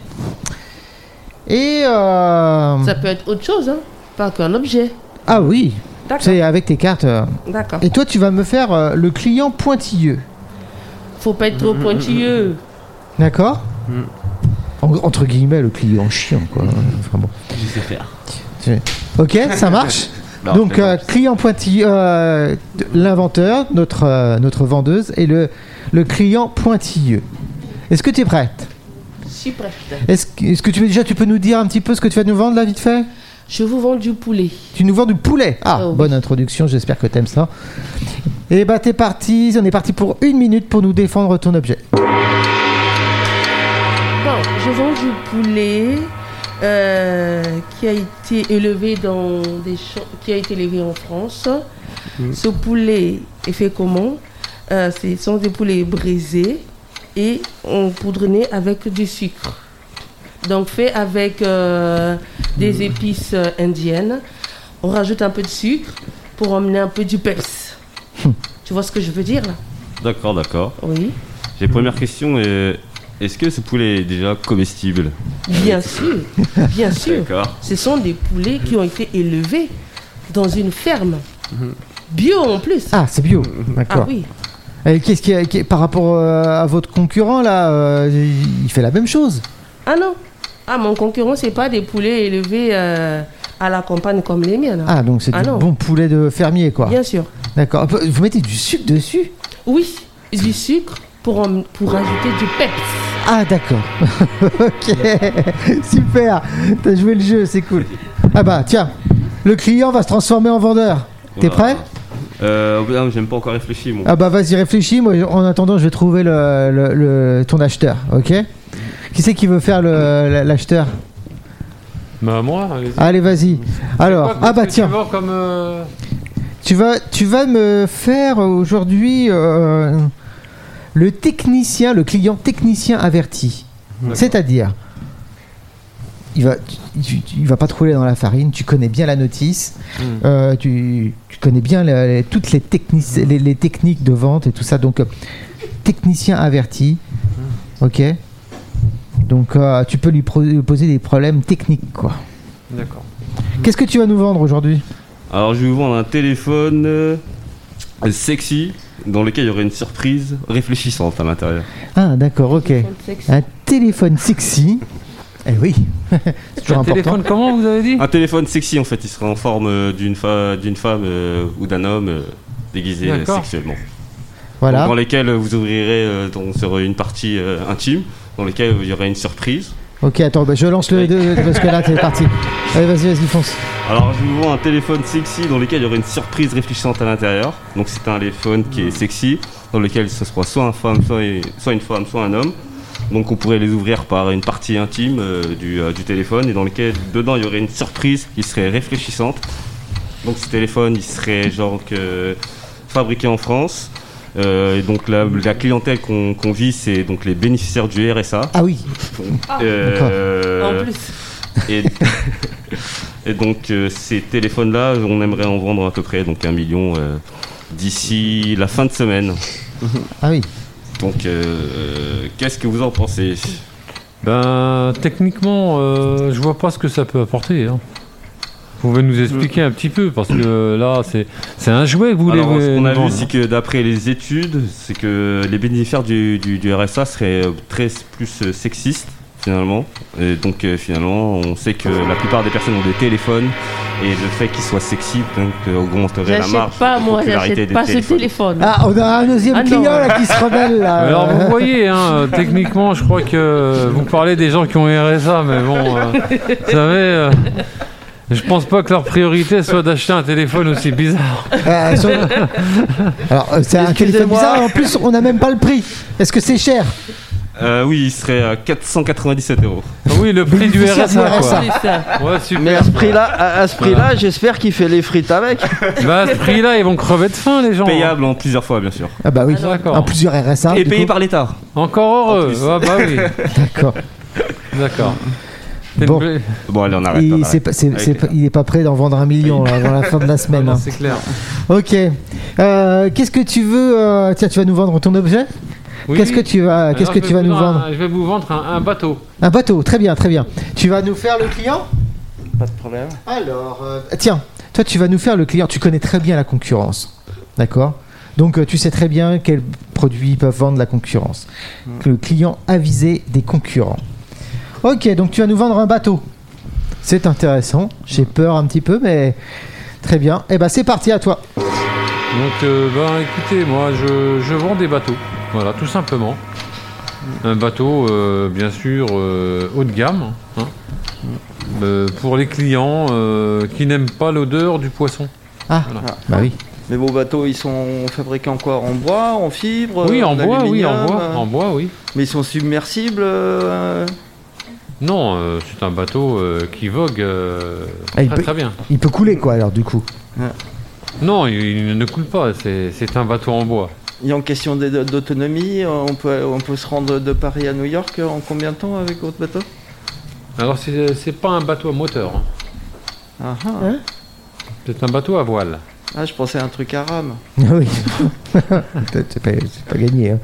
Speaker 2: Et euh,
Speaker 3: Ça peut être autre chose, hein. Pas qu'un objet.
Speaker 2: ah oui,
Speaker 4: D'accord.
Speaker 2: c'est avec tes cartes. euh.
Speaker 3: D'accord.
Speaker 2: Et toi, tu vas me faire euh, le client pointilleux,
Speaker 3: Faut pas être trop pointilleux.
Speaker 2: d'accord
Speaker 6: Mm.
Speaker 2: En- Entre guillemets, le client chiant, quoi. Enfin, bon.
Speaker 7: Je sais faire.
Speaker 2: Ok, ça marche.
Speaker 7: Non,
Speaker 2: Donc
Speaker 7: c'est
Speaker 2: euh,
Speaker 7: bon.
Speaker 2: client pointilleux, euh, de- l'inventeur, notre, euh, notre vendeuse et le, le client pointilleux. Est-ce que tu es prête
Speaker 3: Si prête.
Speaker 2: Est-ce que, est-ce que tu veux déjà tu peux nous dire un petit peu ce que tu vas nous vendre là vite fait
Speaker 3: Je vous vends du poulet.
Speaker 2: Tu nous vends du poulet. Ah,
Speaker 3: Oh oui.
Speaker 2: bonne introduction, j'espère que t'aimes ça. Et bah t'es parti, on est parti pour une minute pour nous défendre ton objet.
Speaker 3: Bon, je vends du poulet euh, qui a été élevé dans des champs, qui a été élevé en France. Ce poulet est fait comment Euh, Ce sont des poulets brisés et on poudronnés avec du sucre. Donc fait avec euh, des épices euh, indiennes. On rajoute un peu de sucre pour emmener un peu du peps. Tu vois ce que je veux dire là
Speaker 7: D'accord, d'accord.
Speaker 3: Oui.
Speaker 7: J'ai première question. euh, Est-ce que ce poulet est déjà comestible
Speaker 3: Bien sûr, bien sûr.
Speaker 7: D'accord.
Speaker 3: Ce sont des poulets qui ont été élevés dans une ferme. Bio en plus.
Speaker 2: Ah, c'est bio.
Speaker 3: Ah
Speaker 2: D'accord.
Speaker 3: oui.
Speaker 2: Et qu'est-ce qui euh, est- qui est- par rapport euh, à votre concurrent là, euh, il il fait la même chose.
Speaker 3: Ah non. Ah, mon concurrent, c'est pas des poulets élevés euh, à la campagne comme les miennes. hein.
Speaker 2: Ah, donc c'est
Speaker 3: Ah
Speaker 2: du
Speaker 3: non.
Speaker 2: bon poulet de fermier, quoi.
Speaker 3: Bien sûr.
Speaker 2: D'accord. Vous mettez du sucre dessus
Speaker 3: Oui, du sucre pour, en- pour ajouter du peps.
Speaker 2: Ah, d'accord. *laughs* ok. Super. T'as joué le jeu, c'est cool. Ah, bah, tiens. Le client va se transformer en vendeur. T'es prêt
Speaker 5: Voilà. Euh, ah, j'aime pas encore réfléchi, moi.
Speaker 2: Ah, bah, vas-y, réfléchis. Moi, en attendant, je vais trouver le, le- le- ton acheteur. Ok Qui c'est qui veut faire le- l'acheteur
Speaker 1: Bah, moi, allez-y.
Speaker 2: Allez, vas-y. Alors,
Speaker 1: Quoi,
Speaker 2: ah, bah,
Speaker 1: qu'est-ce que
Speaker 2: tiens.
Speaker 1: tu vois comme, euh,
Speaker 2: Tu vas, tu vas me faire aujourd'hui euh, le technicien, le client technicien averti. C'est-à-dire, il va, tu- tu- tu- il va pas te rouler dans la farine. Tu connais bien la notice, euh, tu, tu connais bien la- les- toutes les, technici- les, les techniques de vente et tout ça. Donc, euh, technicien averti, ok. Donc, euh, tu peux lui pro- lui poser des problèmes techniques, quoi.
Speaker 1: D'accord.
Speaker 2: Qu'est-ce que tu vas nous vendre aujourd'hui
Speaker 5: Alors, je vais vous vendre un téléphone euh, sexy dans lequel il y aurait une surprise réfléchissante à l'intérieur.
Speaker 2: Ah, d'accord, ok. Un téléphone sexy. Eh oui, *laughs* c'est toujours
Speaker 1: Un
Speaker 2: important.
Speaker 1: téléphone, comment vous avez dit
Speaker 5: Un téléphone sexy, en fait, il serait en forme euh, d'une fa- d'une femme euh, ou d'un homme euh, déguisé euh,
Speaker 1: D'accord.
Speaker 5: sexuellement.
Speaker 2: Voilà.
Speaker 5: Dans lesquels vous ouvrirez euh, donc, sur une partie euh, intime, dans lesquels il y aurait une surprise.
Speaker 2: Ok, attends, bah, je lance le
Speaker 5: Oui.
Speaker 2: 2 parce que là, t'es parti. Allez, vas-y, vas-y, fonce.
Speaker 5: Alors, je vous vends un téléphone sexy dans lequel il y aurait une surprise réfléchissante à l'intérieur. Donc, c'est un téléphone qui est sexy, dans lequel ce sera soit, un femme, soit, soit une femme, soit un homme. Donc, on pourrait les ouvrir par une partie intime euh, du, euh, du téléphone et dans lequel, dedans, il y aurait une surprise qui serait réfléchissante. Donc, ce téléphone, il serait genre que fabriqué en France. Euh, et donc, la, la clientèle qu'on qu'on vise, c'est donc les bénéficiaires du RSA.
Speaker 2: Ah oui,
Speaker 5: Euh,
Speaker 3: En plus.
Speaker 5: et, *laughs* et donc euh, ces téléphones-là, on aimerait en vendre à peu près donc un million euh, d'ici la fin de semaine.
Speaker 2: ah oui.
Speaker 5: Donc euh, qu'est-ce que vous en pensez
Speaker 1: Ben, techniquement, euh, je vois pas ce que ça peut apporter. hein. Vous pouvez nous expliquer un petit peu, parce que là, c'est c'est un jouet que vous voulez.
Speaker 5: Alors ce qu'on
Speaker 1: nous
Speaker 5: a vu,
Speaker 1: vendre.
Speaker 5: c'est que d'après les études, c'est que les bénéficiaires du, du- du RSA seraient euh, très plus euh, sexistes finalement. Et donc euh, finalement, on sait que la plupart des personnes ont des téléphones et le fait qu'ils soient sexy donc euh, augmenterait la marge.
Speaker 3: J'achète pas,
Speaker 5: de
Speaker 3: moi,
Speaker 5: popularité
Speaker 3: j'achète
Speaker 5: des
Speaker 3: pas ce
Speaker 5: téléphones.
Speaker 3: téléphone.
Speaker 2: Ah, on a un deuxième
Speaker 3: Ah, non.
Speaker 2: client là qui se rebelle là.
Speaker 1: Alors
Speaker 2: Euh,
Speaker 1: vous voyez, hein, euh, techniquement, je crois que euh, vous parlez des gens qui ont RSA, mais bon, euh, vous savez, euh, je pense pas que leur priorité soit d'acheter un téléphone aussi bizarre.
Speaker 2: euh, sur- Alors, euh, c'est un téléphone
Speaker 6: Excusez-moi.
Speaker 2: bizarre. En plus, on n'a même pas le prix. Est-ce que c'est cher
Speaker 5: Euh, oui, il serait à 497 euros.
Speaker 1: Ah Oui, le prix du
Speaker 2: Bénéficiaire du
Speaker 1: RSA, quoi.
Speaker 2: RSA.
Speaker 3: C'est ça.
Speaker 1: Ouais,
Speaker 6: Mais
Speaker 1: super.
Speaker 6: à ce prix-là, à, à ce prix-là, j'espère qu'il fait les frites avec.
Speaker 1: Bah, à ce prix-là, ils vont crever de faim, les gens. hein.
Speaker 5: Payable en plusieurs fois, bien sûr.
Speaker 2: Ah bah oui.
Speaker 1: D'accord.
Speaker 2: En plusieurs RSA.
Speaker 5: Et
Speaker 2: Ah, du
Speaker 5: payé
Speaker 2: coup.
Speaker 5: par l'État.
Speaker 1: Encore
Speaker 5: En
Speaker 1: heureux.
Speaker 5: plus.
Speaker 1: Ah bah oui,
Speaker 2: D'accord.
Speaker 1: d'accord. C'est une
Speaker 2: Bon. ben
Speaker 1: bla-
Speaker 5: Bon, allez, on arrête. on
Speaker 2: Il,
Speaker 5: Ah, arrête.
Speaker 2: c'est pas- c'est- c'est
Speaker 5: Avec-
Speaker 2: pas- il est pas prêt d'en vendre un million là, avant la fin de la
Speaker 1: Ah
Speaker 2: semaine.
Speaker 1: non,
Speaker 2: hein.
Speaker 1: c'est clair.
Speaker 2: Ok. Euh, Qu'est-ce que tu veux euh, Tiens, tu vas nous vendre ton objet
Speaker 1: Oui.
Speaker 2: Qu'est-ce que tu vas, qu'est-ce
Speaker 1: Alors,
Speaker 2: que
Speaker 1: je vais
Speaker 2: tu vas
Speaker 1: vous
Speaker 2: nous
Speaker 1: un-
Speaker 2: vendre
Speaker 1: Je vais vous vendre un, un bateau.
Speaker 2: Un bateau, très bien, très bien. Tu vas nous faire le client
Speaker 6: Pas de problème.
Speaker 2: Alors, euh, tiens, toi tu vas nous faire le client. Tu connais très bien la concurrence, d'accord Donc euh, tu sais très bien quels produits peuvent vendre la concurrence. Que le client avisé des concurrents. Ok, donc tu vas nous vendre un bateau. C'est intéressant. J'ai peur un petit peu, mais très bien. Eh ben c'est parti à toi.
Speaker 1: Donc, euh, ben, écoutez, moi, je, je vends des bateaux. Voilà, tout simplement. Un bateau, euh, bien sûr, euh, haut de gamme. hein. Euh, pour les clients euh, qui n'aiment pas l'odeur du poisson.
Speaker 2: Ah,
Speaker 1: Voilà.
Speaker 2: bah oui.
Speaker 6: Mais vos bateaux, ils sont fabriqués en quoi En bois, en fibre
Speaker 1: oui, en bois, oui, en
Speaker 6: aluminium,
Speaker 1: bois,
Speaker 6: euh,
Speaker 1: en bois, oui.
Speaker 6: Mais ils sont submersibles euh,
Speaker 1: Non, euh, c'est un bateau euh, qui vogue euh,
Speaker 2: Ah, il
Speaker 1: très,
Speaker 2: peut-
Speaker 1: très bien.
Speaker 2: Il peut couler quoi alors du coup
Speaker 1: Non, il, il ne coule pas. C'est c'est un bateau en bois.
Speaker 6: Et en question d'é- d'autonomie, on peut, on peut se rendre de Paris à New York en combien de temps avec votre bateau
Speaker 1: Alors, c'est c'est pas un bateau à moteur. hein.
Speaker 6: ah, ah.
Speaker 1: C'est un bateau à voile.
Speaker 6: Ah, je pensais à un truc à rame.
Speaker 2: Ah Oui. *laughs* c'est pas, c'est pas gagné. hein.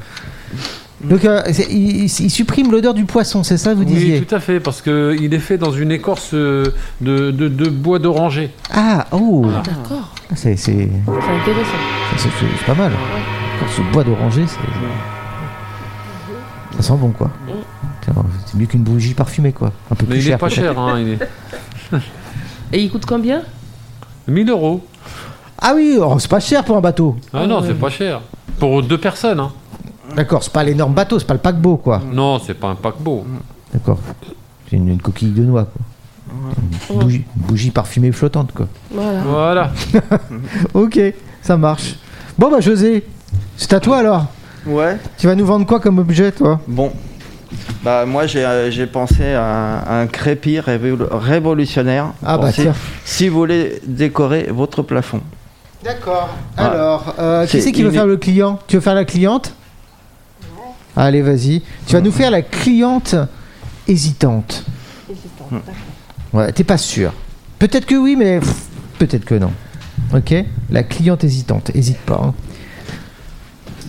Speaker 2: Donc, euh, c'est- il, il supprime l'odeur du poisson, c'est ça que vous disiez
Speaker 1: Oui, tout à fait, parce que il est fait dans une écorce euh, de, de- de bois d'oranger.
Speaker 2: Ah, oh
Speaker 3: D'accord,
Speaker 2: C'est c'est-
Speaker 3: c'est intéressant.
Speaker 2: c'est- c'est- c'est pas mal. Quand ce bois d'oranger, c'est. ça sent bon, quoi. Tiens, C'est mieux qu'une bougie parfumée, quoi. Un peu
Speaker 1: Mais
Speaker 2: plus
Speaker 1: il est
Speaker 2: cher.
Speaker 1: pas cher, hein, il est
Speaker 3: Et il coûte combien
Speaker 1: 1000 euros.
Speaker 2: Ah oui, oh, c'est pas cher pour un bateau.
Speaker 1: Ah non, c'est pas cher. Pour deux personnes, hein.
Speaker 2: D'accord, c'est pas l'énorme bateau, c'est pas le paquebot, quoi.
Speaker 1: Non, c'est pas un paquebot.
Speaker 2: Mm. D'accord. C'est une, une coquille de noix, quoi. Une bougie, une bougie parfumée flottante, quoi.
Speaker 3: Voilà.
Speaker 1: Voilà.
Speaker 2: Ok, ça marche. Bon, bah, José, c'est à toi alors.
Speaker 6: Ouais.
Speaker 2: Tu vas nous vendre quoi comme objet, toi
Speaker 6: Bon. Bah moi j'ai euh, j'ai pensé à, un- un crépi révol- révolutionnaire.
Speaker 2: Ah,
Speaker 6: pour
Speaker 2: bah,
Speaker 6: si,
Speaker 2: tiens.
Speaker 6: si vous voulez décorer votre plafond.
Speaker 2: D'accord.
Speaker 6: Ah.
Speaker 2: Alors, euh, qui
Speaker 6: C'est
Speaker 2: c'est qui veut
Speaker 6: une-
Speaker 2: faire le client Tu veux faire la cliente Allez, vas-y. Tu vas nous faire la cliente hésitante. Hmm. Ouais, t'es pas sûr. Peut-être que oui, mais pff, peut-être que non. Ok La cliente hésitante. Hésite pas. hein.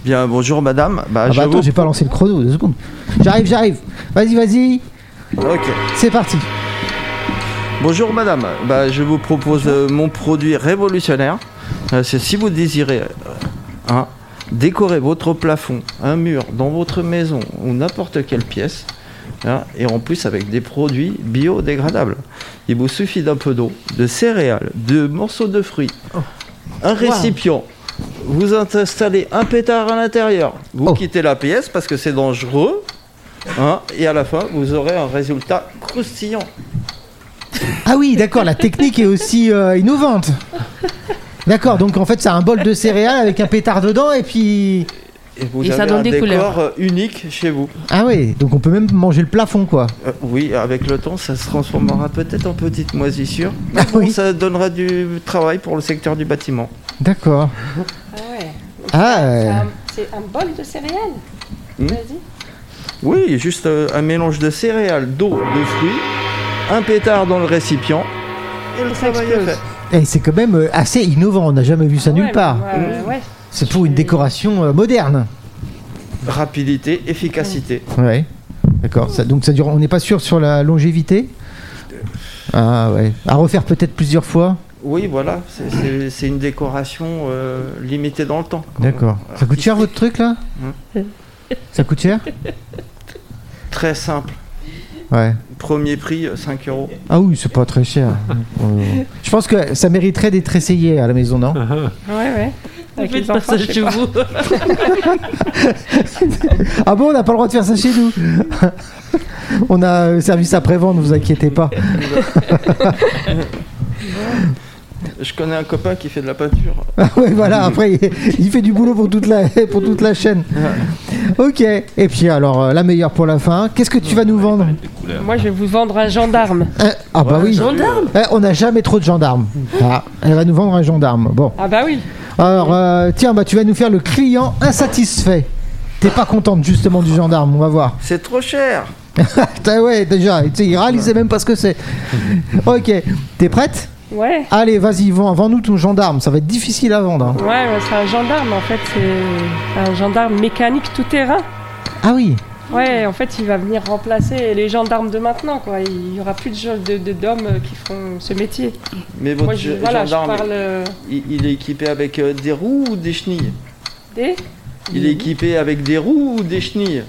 Speaker 6: Bien bonjour madame. Bah,
Speaker 2: Ah
Speaker 6: je
Speaker 2: bah attends,
Speaker 6: vous-
Speaker 2: j'ai pas lancé le chrono, deux secondes. J'arrive, j'arrive. Vas-y, vas-y.
Speaker 6: Ok.
Speaker 2: C'est parti.
Speaker 6: Bonjour madame, Bah, je vous propose euh, mon produit révolutionnaire. Euh, c'est si vous désirez euh, hein, décorer votre plafond, un mur dans votre maison ou n'importe quelle pièce, hein, et en plus avec des produits biodégradables. Il vous suffit d'un peu d'eau, de céréales, de morceaux de fruits, un récipient. Vous installez un pétard à l'intérieur. Vous
Speaker 2: Oh.
Speaker 6: quittez la pièce parce que c'est dangereux. hein, et à la fin, vous aurez un résultat croustillant.
Speaker 2: Ah oui, d'accord, la technique est aussi euh, innovante. D'accord, donc en fait, c'est un bol de céréales avec un pétard dedans et puis.
Speaker 6: Et vous
Speaker 3: Et
Speaker 6: avez
Speaker 3: ça donne
Speaker 6: un
Speaker 3: des
Speaker 6: décor
Speaker 3: couleurs.
Speaker 6: euh, unique chez vous.
Speaker 2: Ah oui, donc on peut même manger le plafond, quoi.
Speaker 6: Euh, oui, avec le temps, ça se transformera peut-être en petite moisissure. Mais
Speaker 2: Ah
Speaker 6: bon,
Speaker 2: oui.
Speaker 6: ça donnera du travail pour le secteur du bâtiment.
Speaker 2: D'accord.
Speaker 4: Ah ouais. Donc
Speaker 2: Ah,
Speaker 4: ça,
Speaker 2: euh.
Speaker 4: c'est un- C'est un, bol de céréales.
Speaker 6: Hmm.
Speaker 4: Vas-y.
Speaker 6: Oui, juste euh, un mélange de céréales, d'eau, de fruits, un pétard dans le récipient. Et le
Speaker 4: Ça
Speaker 6: travail est
Speaker 4: explose.
Speaker 6: fait.
Speaker 2: Et c'est quand même euh, assez innovant, on n'a jamais vu ça
Speaker 4: Ah
Speaker 2: nulle
Speaker 4: ouais,
Speaker 2: part.
Speaker 4: mais moi, euh, ouais.
Speaker 2: C'est pour une décoration euh, moderne.
Speaker 6: Rapidité, efficacité.
Speaker 2: Ouais. D'accord. Ça- donc ça dure. On n'est pas sûr sur la longévité. Ah ouais. À refaire peut-être plusieurs fois.
Speaker 6: Oui, voilà, c'est- c'est c'est une décoration euh, limitée dans le temps.
Speaker 2: D'accord. Ça coûte cher votre truc là Ça coûte cher
Speaker 6: Très simple.
Speaker 2: Ouais.
Speaker 6: Premier prix, euh, 5 euros.
Speaker 2: Ah oui, c'est pas très cher. Euh, Je pense que ça mériterait d'être essayé à la maison, non
Speaker 4: Ouais, ouais.
Speaker 3: Vous
Speaker 4: Avec
Speaker 3: faites
Speaker 4: les
Speaker 3: pas
Speaker 4: enfants,
Speaker 3: ça
Speaker 4: je sais
Speaker 3: chez
Speaker 4: pas.
Speaker 3: vous.
Speaker 2: Ah bon, on n'a pas le droit de faire ça chez nous. *laughs* on a euh, service après-vente, ne vous inquiétez pas.
Speaker 6: Je connais un copain qui fait de la peinture.
Speaker 2: Ah ouais, voilà, après, il- il fait du boulot pour toute la, *laughs* pour toute la chaîne. Ok, et puis alors, euh, la meilleure pour la fin, qu'est-ce que tu vas nous vendre
Speaker 4: Moi, je vais vous vendre un gendarme.
Speaker 2: Euh, Ah bah
Speaker 6: Ouais,
Speaker 2: oui,
Speaker 3: Gendarme
Speaker 2: Eh, on n'a jamais trop de gendarmes. Ah, elle va nous vendre un gendarme. Bon,
Speaker 4: Ah bah oui.
Speaker 2: alors, euh, tiens, bah, tu vas nous faire le client insatisfait. T'es pas contente justement du gendarme, on va voir.
Speaker 6: C'est trop cher
Speaker 2: Ah ouais, déjà, tu sais, il râle, il sait même pas ce que *laughs* c'est. Ok, t'es prête
Speaker 4: Ouais.
Speaker 2: Allez, vas-y, vends, vends-nous ton gendarme, ça va être difficile à vendre. hein.
Speaker 4: Ouais, ouais, c'est un gendarme en fait, c'est un gendarme mécanique tout terrain.
Speaker 2: Ah oui,
Speaker 4: Ouais, en fait, il va venir remplacer les gendarmes de maintenant, quoi. Il y aura plus de gens- de de- d'hommes euh, qui feront ce métier.
Speaker 6: Mais votre
Speaker 4: Moi, je,
Speaker 6: ge-
Speaker 4: voilà, je
Speaker 6: gendarme,
Speaker 4: parle euh,
Speaker 6: il, il est équipé avec euh, des roues ou des chenilles
Speaker 4: des
Speaker 6: Il est équipé avec des roues ou des chenilles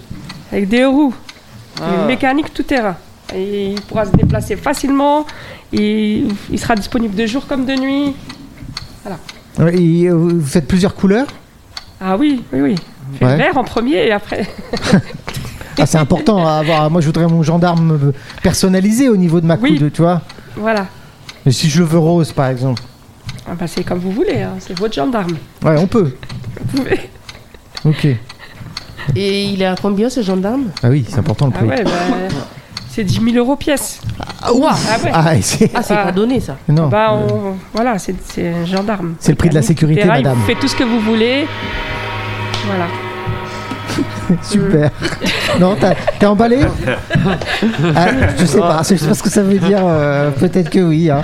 Speaker 4: avec des roues,
Speaker 6: Ah,
Speaker 4: une mécanique tout terrain. Et il pourra se déplacer facilement. Il, il sera disponible de jour comme de nuit.
Speaker 2: Et, euh, vous faites plusieurs couleurs
Speaker 4: Ah oui, oui, oui. Fait
Speaker 2: Ouais.
Speaker 4: vert en premier et après. *laughs*
Speaker 2: Ah, c'est important à avoir. Moi, je voudrais mon gendarme euh, personnalisé au niveau de ma
Speaker 4: Oui.
Speaker 2: coude, tu vois.
Speaker 4: voilà.
Speaker 2: Mais si je le veux rose, par exemple.
Speaker 4: Ah bah, c'est comme vous voulez, hein, c'est votre gendarme.
Speaker 2: Ouais, on
Speaker 4: *laughs*
Speaker 2: peut.
Speaker 4: Vous pouvez.
Speaker 2: Ok.
Speaker 3: Et il est à combien ce gendarme
Speaker 2: Ah oui, c'est important le
Speaker 4: Ah
Speaker 2: prix.
Speaker 4: ouais, bah, c'est 10 000 euros pièce.
Speaker 2: Ah, ouf.
Speaker 4: Ah ouais.
Speaker 2: Ah, et c'est...
Speaker 3: Ah, c'est
Speaker 4: Ah.
Speaker 3: pas donné ça.
Speaker 2: Non.
Speaker 4: Bah, on- voilà, c'est c'est un gendarme.
Speaker 2: C'est le euh. prix de la
Speaker 4: Mécanique,
Speaker 2: sécurité,
Speaker 4: etc. Il
Speaker 2: madame.
Speaker 4: vous fait tout ce que vous voulez. Voilà.
Speaker 2: Super. non, t'as- t'es emballé Ah, Je sais pas. Je sais pas ce que ça veut dire. euh, peut-être que oui. hein.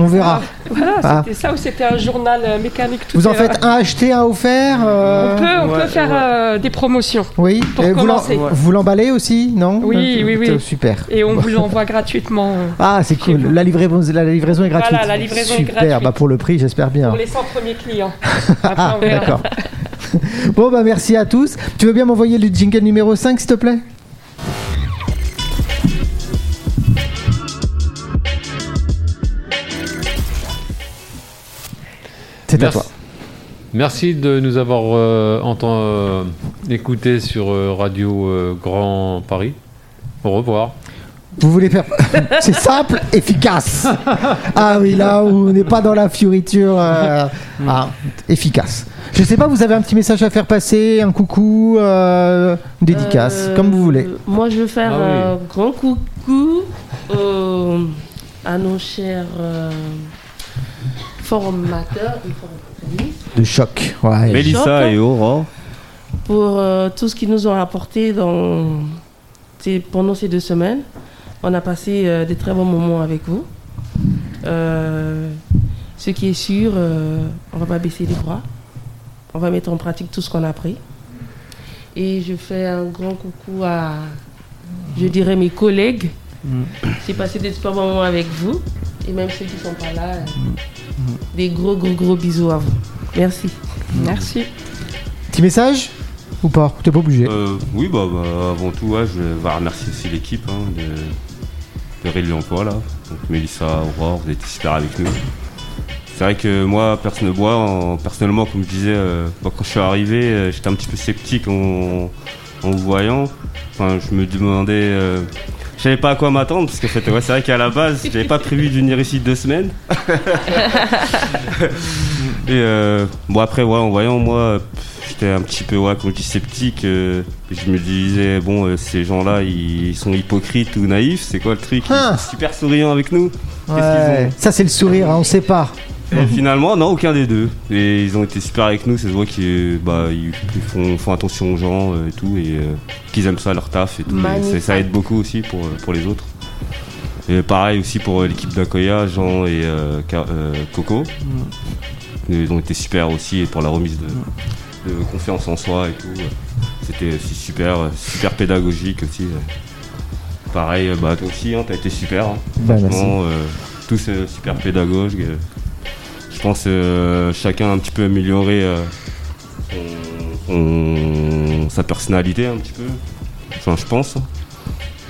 Speaker 2: On verra.
Speaker 4: Voilà,
Speaker 2: Ah.
Speaker 4: c'était ça ou c'était un journal euh, mécanique tout
Speaker 2: Vous en
Speaker 4: terrain.
Speaker 2: faites un acheté, un offert euh,
Speaker 4: On peut, on
Speaker 6: Ouais,
Speaker 4: peut faire
Speaker 6: ouais.
Speaker 4: euh, des promotions.
Speaker 2: Oui.
Speaker 4: pour
Speaker 2: Et vous, l'en-
Speaker 4: commencer. Ouais.
Speaker 2: vous l'emballez aussi, non
Speaker 4: Oui, oui, oui.
Speaker 2: Super.
Speaker 4: Et on vous l'envoie *laughs* gratuitement euh,
Speaker 2: Ah, c'est cool. La livraison, la livraison est
Speaker 4: Voilà,
Speaker 2: gratuite.
Speaker 4: la livraison est
Speaker 2: Super.
Speaker 4: gratuite.
Speaker 2: Bah pour le prix, j'espère bien.
Speaker 4: pour les 100 premiers clients. Après,
Speaker 2: *laughs* Ah,
Speaker 4: on verra.
Speaker 2: d'accord. *laughs* Bon, bah merci à tous. Tu veux bien m'envoyer le jingle numéro 5, s'il te plaît C'est à
Speaker 1: Merci.
Speaker 2: toi.
Speaker 1: Merci de nous avoir euh, enten- euh, écoutés sur euh, Radio euh, Grand Paris. Au revoir.
Speaker 2: Vous voulez faire. *laughs* C'est simple, efficace. Ah oui, là où on n'est pas dans la fioriture. euh, ah, efficace. Je sais pas, vous avez un petit message à faire passer, un coucou, euh, une dédicace,
Speaker 3: Euh,
Speaker 2: comme vous voulez.
Speaker 3: Moi, je veux faire
Speaker 1: Ah oui.
Speaker 3: un grand coucou euh, à nos chers euh, formateurs et formatrices
Speaker 2: De choc. Ouais.
Speaker 3: Mais-
Speaker 5: Mélissa
Speaker 3: Choc.
Speaker 5: et Aurore.
Speaker 3: pour euh, tout ce qu'ils nous ont apporté dans, ces- pendant ces deux semaines. On a passé euh, des très bons moments avec vous. Euh, ce qui est sûr, euh, on va pas baisser les bras. On va mettre en pratique tout ce qu'on a appris. Et je fais un grand coucou à, je dirais, mes collègues. J'ai passé des super bons moments avec vous. Et même ceux qui sont pas là, euh, des gros, gros, gros bisous à vous. Merci.
Speaker 8: Merci.
Speaker 2: Petit message Ou pas T'es pas obligé.
Speaker 5: Euh, oui, bah, bah, avant tout, ouais, je vais remercier aussi l'équipe hein, de, de Ré de l'Emploi, là. Donc Mélissa, Aurore, vous êtes super avec nous. C'est vrai que moi, personne bois, en- personnellement, comme je disais, euh, moi, quand je suis arrivé, euh, j'étais un petit peu sceptique en, en vous voyant. Enfin, je me demandais, euh, je savais pas à quoi m'attendre, parce que en fait, ouais, c'est vrai qu'à la base, j'avais pas prévu de venir ici deux semaines. Et euh, bon après ouais, en voyant moi pff, j'étais un petit peu ouais quand je dis sceptique euh, je me disais bon euh, ces gens là ils, ils sont hypocrites ou naïfs c'est quoi le truc ils
Speaker 2: Ah.
Speaker 5: sont super souriants avec nous qu'est-ce qu'ils
Speaker 2: Ouais.
Speaker 5: ont
Speaker 2: Ça, c'est le sourire, hein, on sépare.
Speaker 5: et finalement non aucun des deux et ils ont été super avec nous ça se voit qu'ils bah, ils ils font, font attention aux gens euh, et tout et euh, qu'ils aiment ça leur taf et tout Et
Speaker 3: Magnifique.
Speaker 5: ça, ça aide beaucoup aussi pour, euh, pour les autres et pareil aussi pour euh, l'équipe d'Akoya Jean et euh, Ka- euh, Coco ils ont été super aussi et pour la remise de, de confiance en soi et tout. euh, C'était aussi super, euh, super pédagogique aussi. euh. Pareil, euh, bah toi aussi, hein, t'as été super. hein.
Speaker 2: Bah, merci.
Speaker 5: Vraiment, euh, tous euh, super pédagogues. euh. Je pense euh, chacun un petit peu amélioré euh, son- son- sa personnalité un petit peu. Enfin, je pense.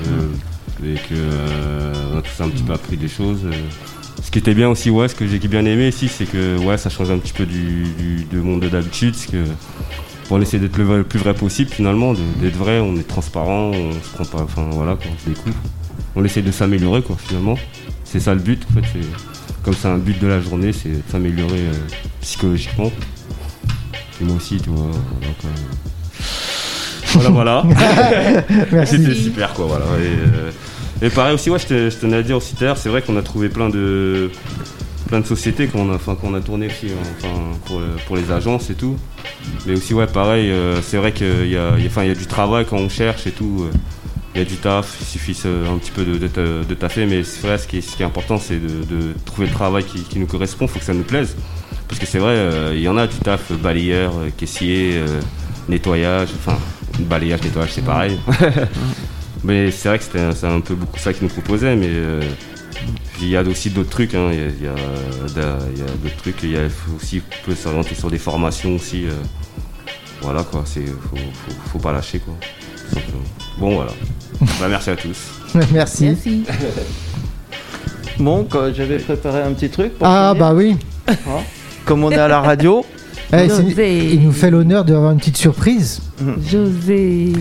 Speaker 5: Euh, et que euh, on a tous un petit peu appris des choses. euh. Ce qui était bien aussi, ouais, ce que j'ai bien aimé ici, c'est que ouais, ça change un petit peu du, du- du monde de d'habitude. c'est que pour essayer d'être le, vrai- le plus vrai possible, finalement, de- d'être vrai, on est transparent, on se prend pas, enfin voilà, quoi, on se découvre. On essaie de s'améliorer, quoi, finalement. C'est ça le but, en fait. c'est- Comme c'est un but de la journée, c'est de s'améliorer euh, psychologiquement. Et moi aussi, tu vois. Voilà, quoi. voilà. voilà. C'était
Speaker 2: Merci.
Speaker 5: super quoi voilà. Et, euh, et pareil aussi ouais je, te- je tenais à dire aussi tout à l'heure, c'est vrai qu'on a trouvé plein de plein de sociétés qu'on a enfin qu'on a tourné aussi hein, enfin pour, le- pour les agences et tout. Mais aussi ouais pareil euh, c'est vrai qu'il y a, il y a- enfin, il y a du travail quand on cherche et tout. euh, Il y a du taf, il suffit euh, un petit peu de, de, ta- de taffer, mais c'est vrai, ce qui est, ce qui est important, c'est de, de trouver le travail qui, qui nous correspond, il faut que ça nous plaise. Parce que c'est vrai, euh, il y en a du taf, euh, balayeur, euh, caissier, euh, nettoyage, enfin, balayage, nettoyage, c'est pareil. mais c'est vrai que c'était un- c'est un peu beaucoup ça qu'ils nous proposaient, mais euh, puis il y a aussi d'autres trucs, hein, il y a, il y a d'a- il y a d'autres trucs, il y a faut aussi on peut s'orienter sur des formations aussi. euh, voilà quoi, c'est faut, faut, faut pas lâcher quoi. tout simplement. Bon voilà. Bah, merci à tous.
Speaker 2: *laughs* Merci.
Speaker 3: Merci.
Speaker 6: Bon, quand j'avais préparé un petit truc. Pour
Speaker 2: Ah
Speaker 6: finir.
Speaker 2: bah oui.
Speaker 6: Comme on est à la radio, *laughs*
Speaker 2: Eh, c'est-
Speaker 3: José.
Speaker 2: il nous fait l'honneur d'avoir une petite surprise.
Speaker 3: José.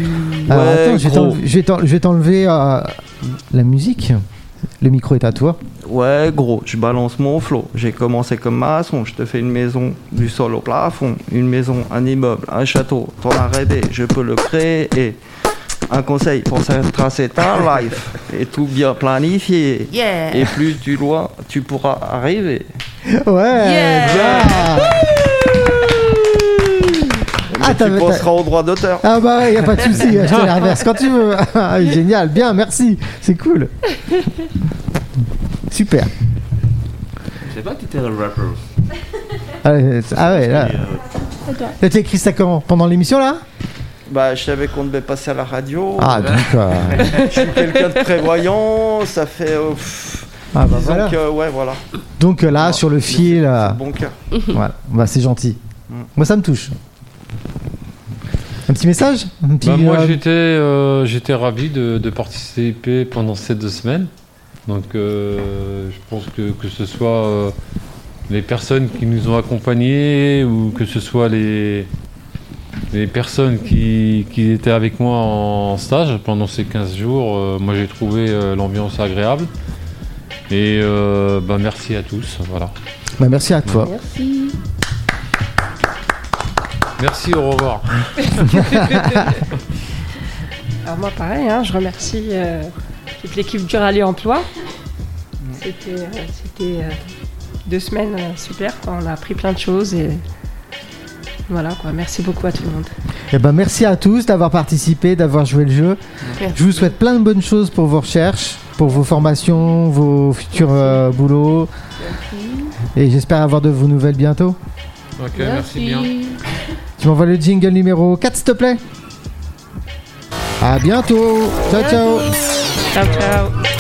Speaker 2: Alors,
Speaker 6: Ouais,
Speaker 2: attends, je vais
Speaker 6: gros.
Speaker 2: t'en- je vais t'en- je vais t'enlever euh, la musique. Le micro est à toi.
Speaker 6: ouais, gros, je balance mon flot. J'ai commencé comme maçon, je te fais une maison du sol au plafond, une maison, un immeuble, un château. T'en as rêvé, je peux le créer. Un conseil pour
Speaker 2: *laughs*
Speaker 6: tracer ta life et tout bien planifier.
Speaker 3: Yeah.
Speaker 6: Et plus tu loin, tu pourras arriver.
Speaker 2: Ouais.
Speaker 3: Yeah.
Speaker 2: bien.
Speaker 6: Mais
Speaker 2: Ah, t'as-
Speaker 6: tu penseras au droit d'auteur.
Speaker 2: Ah bah il y a pas de souci, je te la reverse quand tu veux. *laughs* Ah, Génial, bien, merci, c'est cool. Super.
Speaker 5: Je sais pas que t'étais le euh, rapper.
Speaker 2: Ah ouais, ah ouais, là. Là, T'as écrit ça comment Pendant l'émission là
Speaker 6: Bah, je savais qu'on devait passer à la radio.
Speaker 2: Ah donc. euh,
Speaker 6: Je suis quelqu'un de prévoyant. Ça fait. euh, pff,
Speaker 2: Ah bah
Speaker 6: disons
Speaker 2: voilà.
Speaker 6: que, ouais, voilà.
Speaker 2: Donc euh, là sur le fil, euh,
Speaker 6: Bon cœur.
Speaker 2: voilà. Bah c'est gentil. Moi ça me touche. Un petit message Un petit,
Speaker 1: Bah, moi,
Speaker 2: euh,
Speaker 1: j'étais, euh, j'étais ravi de, de participer pendant ces deux semaines. Donc, euh, je pense que, que ce soit euh, les personnes qui nous ont accompagnés ou que ce soit les, les personnes qui, qui étaient avec moi en stage pendant ces 15 jours, euh, moi, j'ai trouvé euh, l'ambiance agréable. Et euh, bah, merci à tous. Voilà.
Speaker 2: bah, merci à toi.
Speaker 3: Merci.
Speaker 1: Merci, au revoir.
Speaker 4: Alors moi pareil, hein, je remercie euh, toute l'équipe du Rallye Emploi.
Speaker 2: Mm.
Speaker 4: C'était euh, c'était, euh, deux semaines euh, super, quoi. on a appris plein de choses et voilà quoi, merci beaucoup à tout le monde.
Speaker 2: Eh ben, merci à tous d'avoir participé, d'avoir joué le jeu.
Speaker 4: Merci.
Speaker 2: Je vous souhaite plein de bonnes choses pour vos recherches, pour vos formations, vos futurs euh, boulots. Et j'espère avoir de vos nouvelles bientôt.
Speaker 1: Ok, merci bien.
Speaker 2: Tu m'envoies le jingle numéro 4, s'il te plaît À bientôt Ciao, ciao
Speaker 4: Ciao ciao